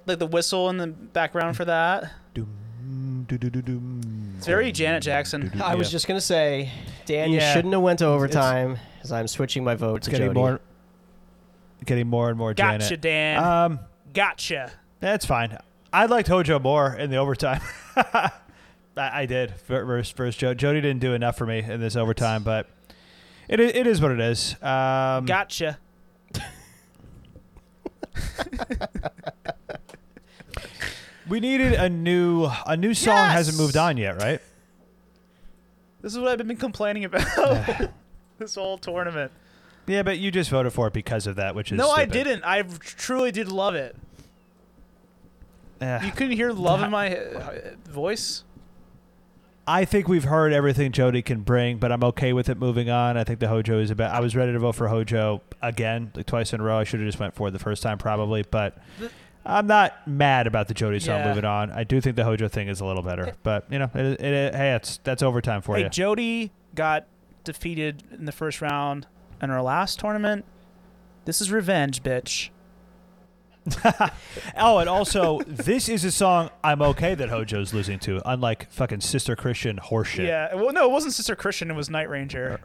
like the whistle in the background for that. Doom, doo, doo, doo, doom. It's very Janet Jackson. I was Yeah. just gonna say, Dan, you Yeah. shouldn't have went to overtime, as I'm switching my vote to getting Jody. more, getting more and more Gotcha, Janet. Dan. Um, gotcha. that's fine. I liked Hojo more in the overtime. [LAUGHS] I, I did versus versus Jo- Jody didn't do enough for me in this overtime, but it i- it is what it is. Um, Gotcha. we needed a new a new song Yes! hasn't moved on yet, right? This is what I've been complaining about [LAUGHS] this whole tournament. Yeah, but you just voted for it because of that, which is No, I stupid. didn't. I truly did love it. eh. You couldn't hear love in my uh, voice. I think we've heard everything Jody can bring, but I'm okay with it moving on. I think the Hojo is about. I was ready to vote for Hojo again, like twice in a row. I should have just went for it the first time probably, but The- I'm not mad about the Jody song Yeah. moving on. I do think the Hojo thing is a little better, but you know, it, it, hey, it's that's overtime for hey, you. Jody got defeated in the first round in her last tournament. This is revenge, bitch. Oh, and also, this is a song I'm okay that Hojo's losing to, unlike fucking Sister Christian horseshit. Yeah. Well, no, it wasn't Sister Christian. It was Night Ranger.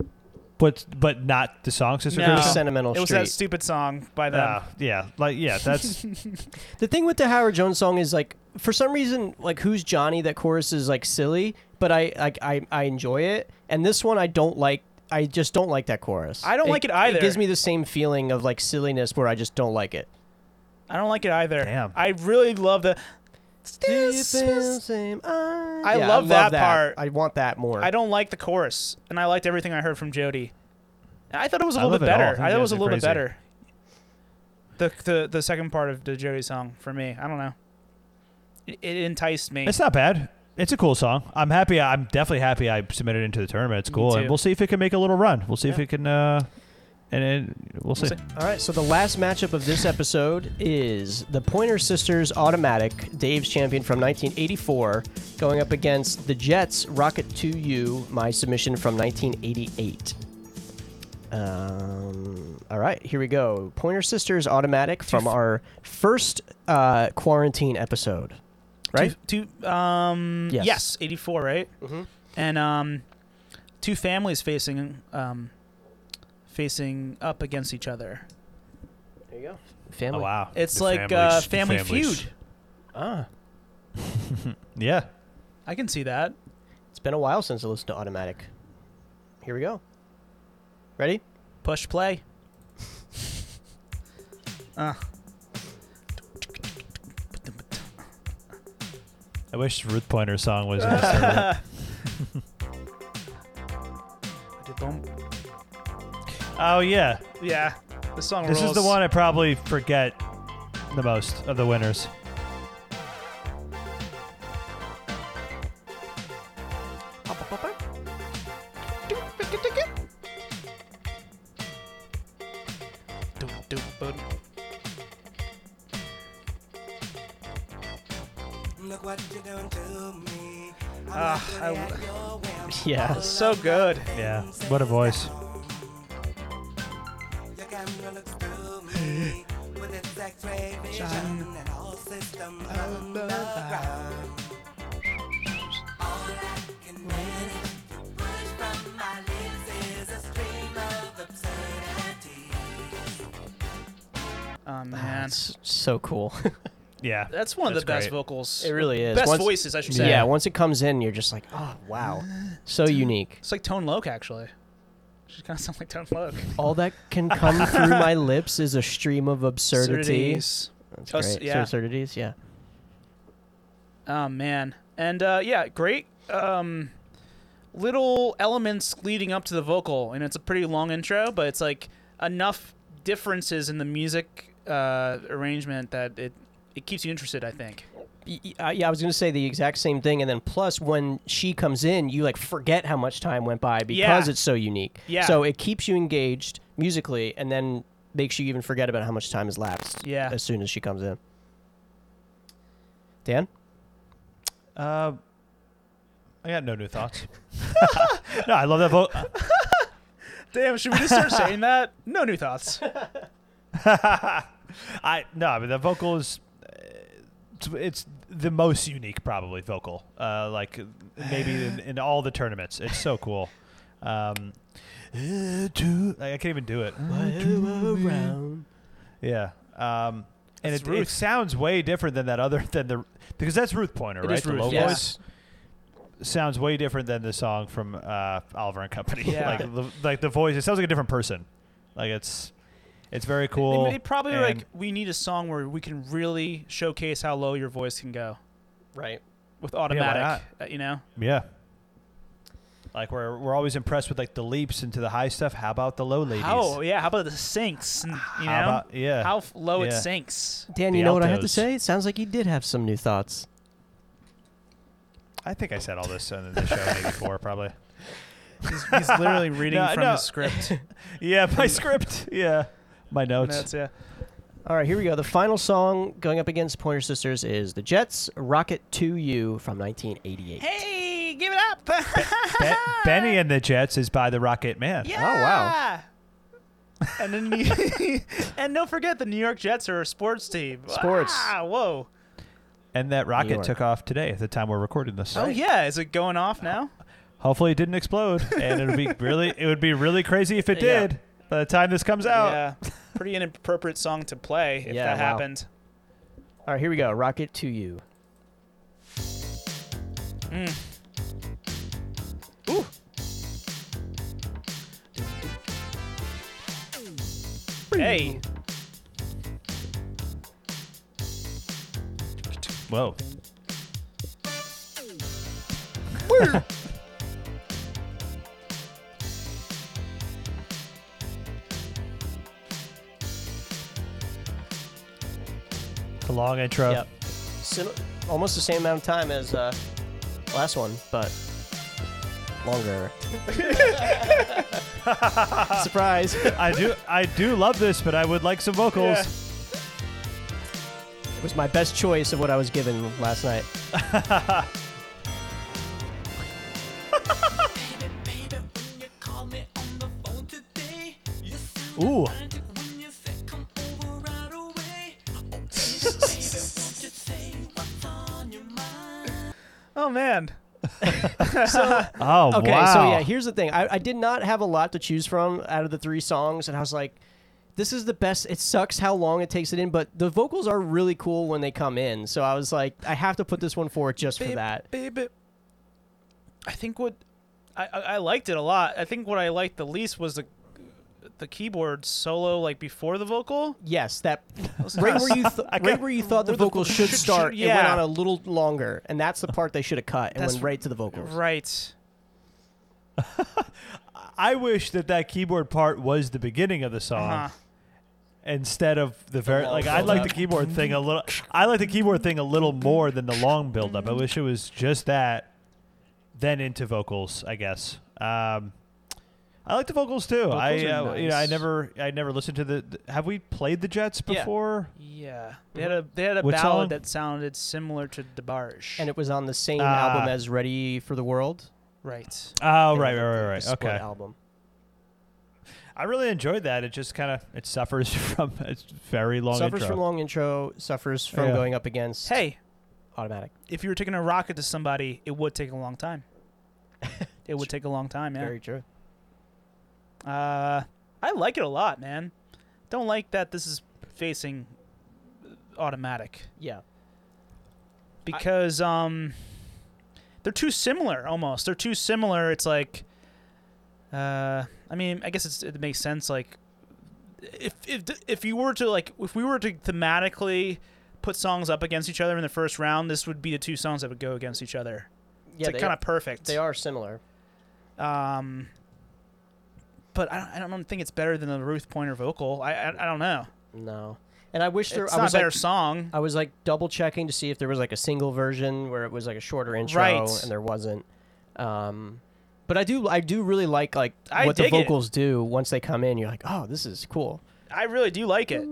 But but not the song Sister No. Christian. Sentimental It was Street. that stupid song by them. Uh, yeah, like [LAUGHS] yeah, that's The thing with the Howard Jones song is like for some reason like who's Johnny that chorus is like silly, but I like I I enjoy it. And this one I don't like I just don't like that chorus. I don't like it either. It gives me the same feeling of like silliness where I just don't like it. I don't like it either. Damn. I really love the. This is- I I love that part. I want that more. I don't like the chorus, and I liked everything I heard from Jody. And I thought it was a I little bit love it all. better. You I thought it guys was a are little bit crazy. better. The, the the second part of the Jody song for me, I don't know. It, it enticed me. It's not bad. It's a cool song. I'm happy. I'm definitely happy I submitted into the tournament. It's cool, too. and we'll see if it can make a little run. We'll see if it can. uh And it, we'll, see. see. All right, so the last matchup of this episode is the Pointer Sisters Automatic, Dave's champion from 1984, going up against the Jets Rocket to You, my submission from 1988. Um, all right, here we go. Pointer Sisters Automatic from our first uh, quarantine episode. Right? Two, two um Yes. yes, 84, right? Mhm. And um two families facing um facing up against each other. There you go. Oh Family. wow! It's The like families- uh, the Family families. Feud. Ah, Yeah. I can see that. it's been a while since I listened to Automatic. Here we go. Ready? [LAUGHS] Push play. uh. I wish Ruth Pointer's song was. in the [LAUGHS] server. oh yeah, Yeah, the song this is rules. the one I probably forget the most of the winners. Look what you done to me. Ah, I w- Yeah. so good. Yeah, what a voice. Your camera looks through me with its X-ray vision and all systems underground. All I can manage to push from my lips is a stream of absurdity. Oh man, That's so cool. Yeah, that's one of That's the best great. vocals. It really is. Best Once- voices, I [LAUGHS] should say. Yeah. once it comes in, you're just like, oh wow, so unique. It's like Tone Loc actually. She kind of sounds like Tone Loc. All that can come [LAUGHS] through my lips is a stream of absurdity. Absurdities. That's Oh, s- great. yeah. Absurdities, yeah. Oh man, and uh, yeah, great um, little elements leading up to the vocal, and it's a pretty long intro, but it's like enough differences in the music uh, arrangement that it it keeps you interested. I think. Y- y- uh, yeah, I was gonna say the exact same thing, and then plus when she comes in, you like forget how much time went by because Yeah. it's so unique. Yeah. So it keeps you engaged musically, and then makes you even forget about how much time has lapsed. Yeah. As soon as she comes in. Dan, Uh, I got no [LAUGHS] new thoughts. [LAUGHS] no, I love that vote. Damn, should we just start [LAUGHS] saying that? No new thoughts. I no, I mean the vocal is uh, it's, it's the most unique probably vocal. Uh, like maybe in, in all the tournaments, it's so cool. Um, uh, do- like, I can't even do it. Yeah. Um, and That's it, Ruth. it sounds way different than that other than the because that's Ruth Pointer, It right? is The Ruth, low yeah. voice sounds way different than the song from uh, Oliver and Company. Yeah. [LAUGHS] like the, like the voice, it sounds like a different person. Like it's it's very cool. It, it probably and- like we need a song where we can really showcase how low your voice can go Right. with why automatic. uh, you know. yeah. Like we're we're always impressed with like the leaps into the high stuff. How about the low ladies? How? Yeah. How about the sinks? and, You know. How about- yeah. How f- low it Yeah. sinks. Dan, The you know what I have to altos. say? It sounds like you did have some new thoughts. I think I said all this in the show maybe before, probably. He's, he's [LAUGHS] literally reading No, from no. the [LAUGHS] script. [LAUGHS] Yeah, my script. Yeah, my notes. That's yeah. All right, here we go. The final song going up against Pointer Sisters is The Jets' Rocket to You from 1988. Hey, give it up. Be- Benny [LAUGHS] and the Jets is by the Rocket Man. yeah. wow. Oh, And then you- [LAUGHS] and don't forget the New York Jets are a sports team. Sports. Ah, whoa. And that New rocket York. took off today at the time we're recording this. Oh yeah, is it going off now? Hopefully it didn't explode, and it would be really it would be really crazy if it [LAUGHS] Yeah. did. By the time this comes out, Yeah. [LAUGHS] Pretty inappropriate song to play if Yeah, that wow. happened. All right, here we go. Rocket to You. Hey. whoa. [LAUGHS] It's a long intro. Yep. Sim- almost the same amount of time as uh, last one, but longer. Surprise. it I do I do love this, but I would like some vocals. was my best choice of what I was given last night. Ooh. Oh man. Oh Okay, wow. so yeah, here's the thing. I, I did not have a lot to choose from out of the three songs, and I was like, this is the best. It sucks how long it takes it in, but the vocals are really cool when they come in. So I was like, I have to put this one forward just for Babe- that. babe, I think what I, I I liked it a lot. I think what I liked the least was the the keyboard solo like before the vocal. Yes, that right where you th- right where you thought the where the vocals vo- should should- should- start. It went yeah. on a little longer, and that's the part they should have cut. It That's went right to the vocals. Right. I wish that that keyboard part was the beginning of the song Uh-huh. instead of the very long like I like the build-up. keyboard thing a little I like the keyboard thing a little more than the long build up. I wish it was just that then into vocals, I guess. Um I like the vocals too. I Vocals are uh, you know I nice. never I never listened to the th- Have we played the Jets Yeah. before? Yeah. They had a they had a What ballad song? that sounded similar to DeBarge. And it was on the same Ah. album as Ready for the World. right. Oh It was right, right, the- right, the right. split Okay. Album. I really enjoyed that. It just kind of it suffers [LAUGHS] from its very long suffers intro. from long intro. Suffers from Yeah. going up against Hey, automatic. if you were taking a rocket to somebody, it would take a long [LAUGHS] time. it would take a long time, yeah. Very true. Uh, I like it a lot, man. Don't like that this is facing automatic Yeah. because um, they're too similar almost. They're too similar. It's like, uh, I mean, I guess it's, it makes sense. Like, if if if you were to like if we were to thematically put songs up against each other in the first round, this would be the two songs that would go against each other. Yeah. it's they, like kind of perfect. they are similar. Um, but I don't, I don't think it's better than the Ruth Pointer vocal. I I, I don't know. No. And I wish there. it's I not was a better like, song. I was like double checking to see if there was like a single version where it was like a shorter intro, Right. and there wasn't. Um, but I do, I do really like like I what the dig it. vocals do once they come in. You're like, oh, this is cool. I really do like it.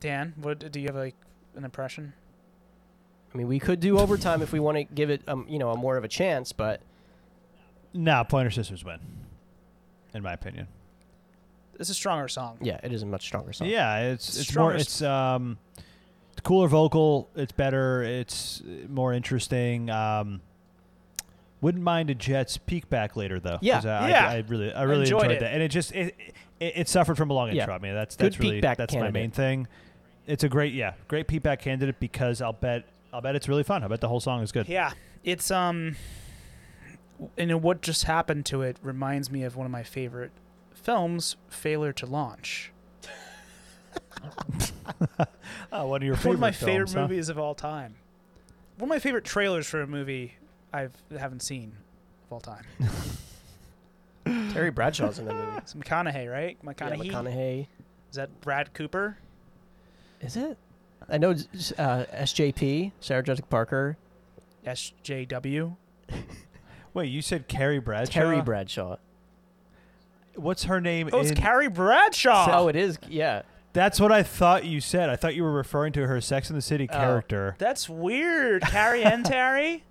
Dan, what do you have like an impression? I mean, we could do overtime if we want to give it, um, you know, a more of a chance. But Nah, Pointer Sisters win, in my opinion. It's a stronger song. yeah, it is a much stronger song. Yeah, it's it's more Stronger s- it's um it's cooler vocal. It's better. It's uh, more interesting. Um, wouldn't mind a Jets peek back later though. 'cause Yeah, I, yeah. I, I really I really Enjoyed enjoyed, it. that, and it just it it, it suffered from a long Yeah. intro. I mean, that's Good that's really peek back that's candidate. my main thing. It's a great yeah great peek back candidate because I'll bet I'll bet it's really fun. I bet the whole song is good. Yeah, it's um, and what just happened to it reminds me of one of my favorite films, Failure to Launch. Oh, one of your one of my films, favorite huh? movies of all time. One of my favorite trailers for a movie I've haven't seen of all time. Terry Bradshaw's in [LAUGHS] the movie. It's McConaughey, right? Yeah, McConaughey. McConaughey. Is that Brad Cooper? Is it? I know it's, uh, SJP, Sarah Jessica Parker, SJW. Wait, you said Carrie Bradshaw? Terry Bradshaw. What's her name? Oh, it's in- Carrie Bradshaw. Oh, it is. Yeah. That's what I thought you said. I thought you were referring to her Sex and the City Oh. character. That's weird. Carrie and Terry.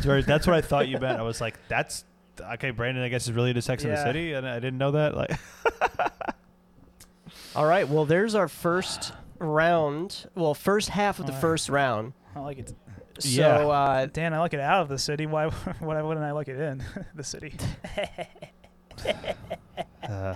Sorry, That's what I thought you meant. I was like, that's okay. Brandon, I guess is really into Sex and the Yeah. City, and I didn't know that. [LAUGHS] Like, All right. Well, there's our first round. Well, first half of the All right. first round. I like it. So, Yeah. uh, Dan, I like it out of the city. Why? [LAUGHS] Why wouldn't I like it in [LAUGHS] the city? uh,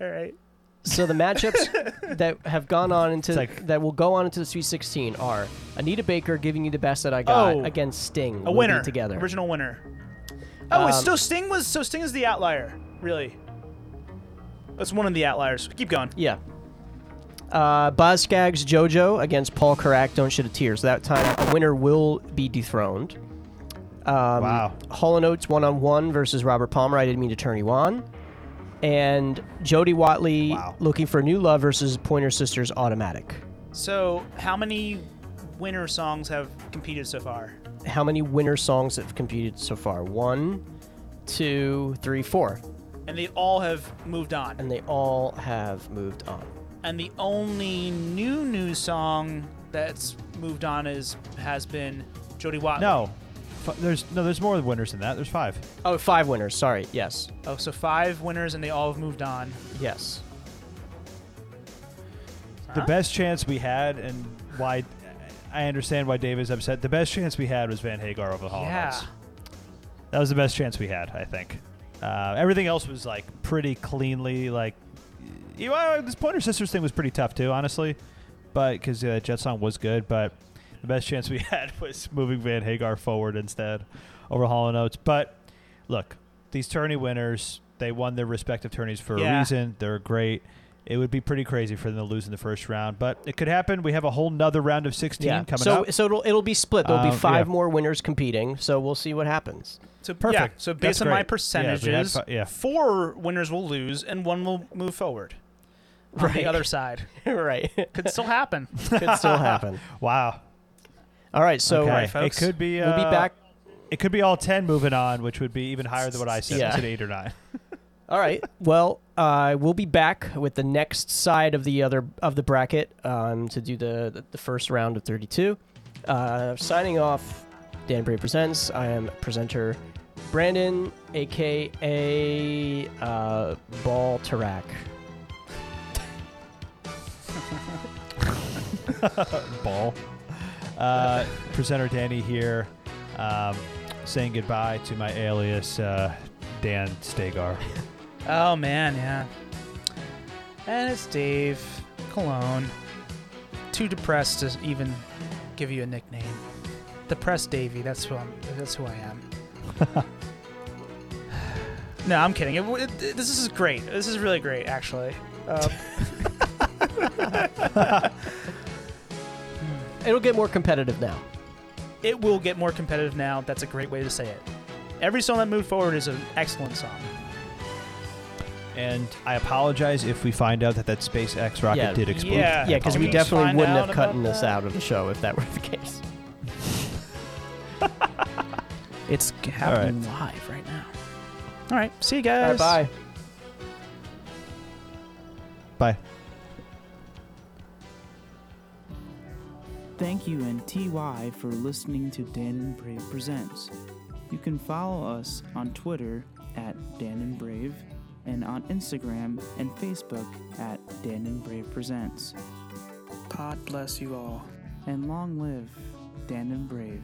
All right. so [LAUGHS] the matchups that have gone on into It's like- that will go on into the Sweet 16 are Anita Baker giving you the best that I got Oh. against Sting. A We'll be winner. together. Original winner. Oh, it's Um, so Sting was so Sting is the outlier, really. That's one of the outliers. Keep going. Yeah. Uh, Boz Skaggs JoJo against Paul Karak. Don't shed a tear. So that time a winner will be dethroned. Um, Wow. Hall and Oates one on one versus Robert Palmer. I didn't mean to turn you on. And Jody Watley Wow. looking for new love versus Pointer Sisters Automatic. So, how many winner songs have competed so far? How many winner songs have competed so far? One, two, three, four. And they all have moved on. And they all have moved on. And the only new new song that's moved on is has been Jody Watt. no, F- there's no, there's more winners than that. There's five. Oh, five winners. Sorry. Yes. Oh, so five winners and they all have moved on. Yes. The best chance we had, and why I understand why Dave is upset. The best chance we had was Van Hagar over the Hall. and yeah. Oates. that was the best chance we had. I think. Uh, everything else was like pretty cleanly. Like, you know, uh, this Pointer Sisters thing was pretty tough too, honestly. But because uh, Jet Song was good, but the best chance we [LAUGHS] had was moving Van Hagar forward instead over Hall and Oates. But look, these tourney winners, they won their respective tourneys for a Yeah. reason. They're great. It would be pretty crazy for them to lose in the first round, but it could happen. We have a whole nother round of 16 coming so, up. So it'll, it'll be split. There'll Um, be five yeah. more winners competing. So we'll see what happens. [LAUGHS] So perfect. Perfect. so based That's on my great. Yeah, if we had percentages, fi- yeah. four winners will lose and one will move forward. On Right. the other side. [LAUGHS] right. Could still happen. Could still happen. Wow. All right. So Okay. right, folks. It could be. Uh, we'll be back. It could be all 10 moving on, which would be even higher than what I said. Yeah. Yeah. 8 or 9. All [LAUGHS] right. Well, uh, we'll be back with the next side of the other of the bracket um, to do the, the the first round of 32. Uh, signing off. Dan Bray presents. I am presenter Brandon, aka uh, Ball Tarak. [LAUGHS] Ball. Uh, presenter Danny here um, saying goodbye to my alias, uh, Dan Stagar. Oh man, yeah. And it's Dave Cologne. Too depressed to even give you a nickname. Depressed Davy. That's who I'm. That's who I am. no, I'm kidding. It, w- it, this is great. This is really great, actually. Um, It'll get more competitive now. it will get more competitive now. That's a great way to say it. Every song that moved forward is an excellent song. And I apologize if we find out that that SpaceX rocket Yeah. did explode. Yeah. I Yeah, because we def- apologize. definitely Find wouldn't out have cut about this that. out of the show if that were the case. It's happening live right now. All right. See you guys. bye. Bye. Thank you and TY for listening to Dan and Brave Presents. You can follow us on Twitter at Dan and Brave and on Instagram and Facebook at Dan and Brave Presents. God bless you all. And long live Dan and Brave.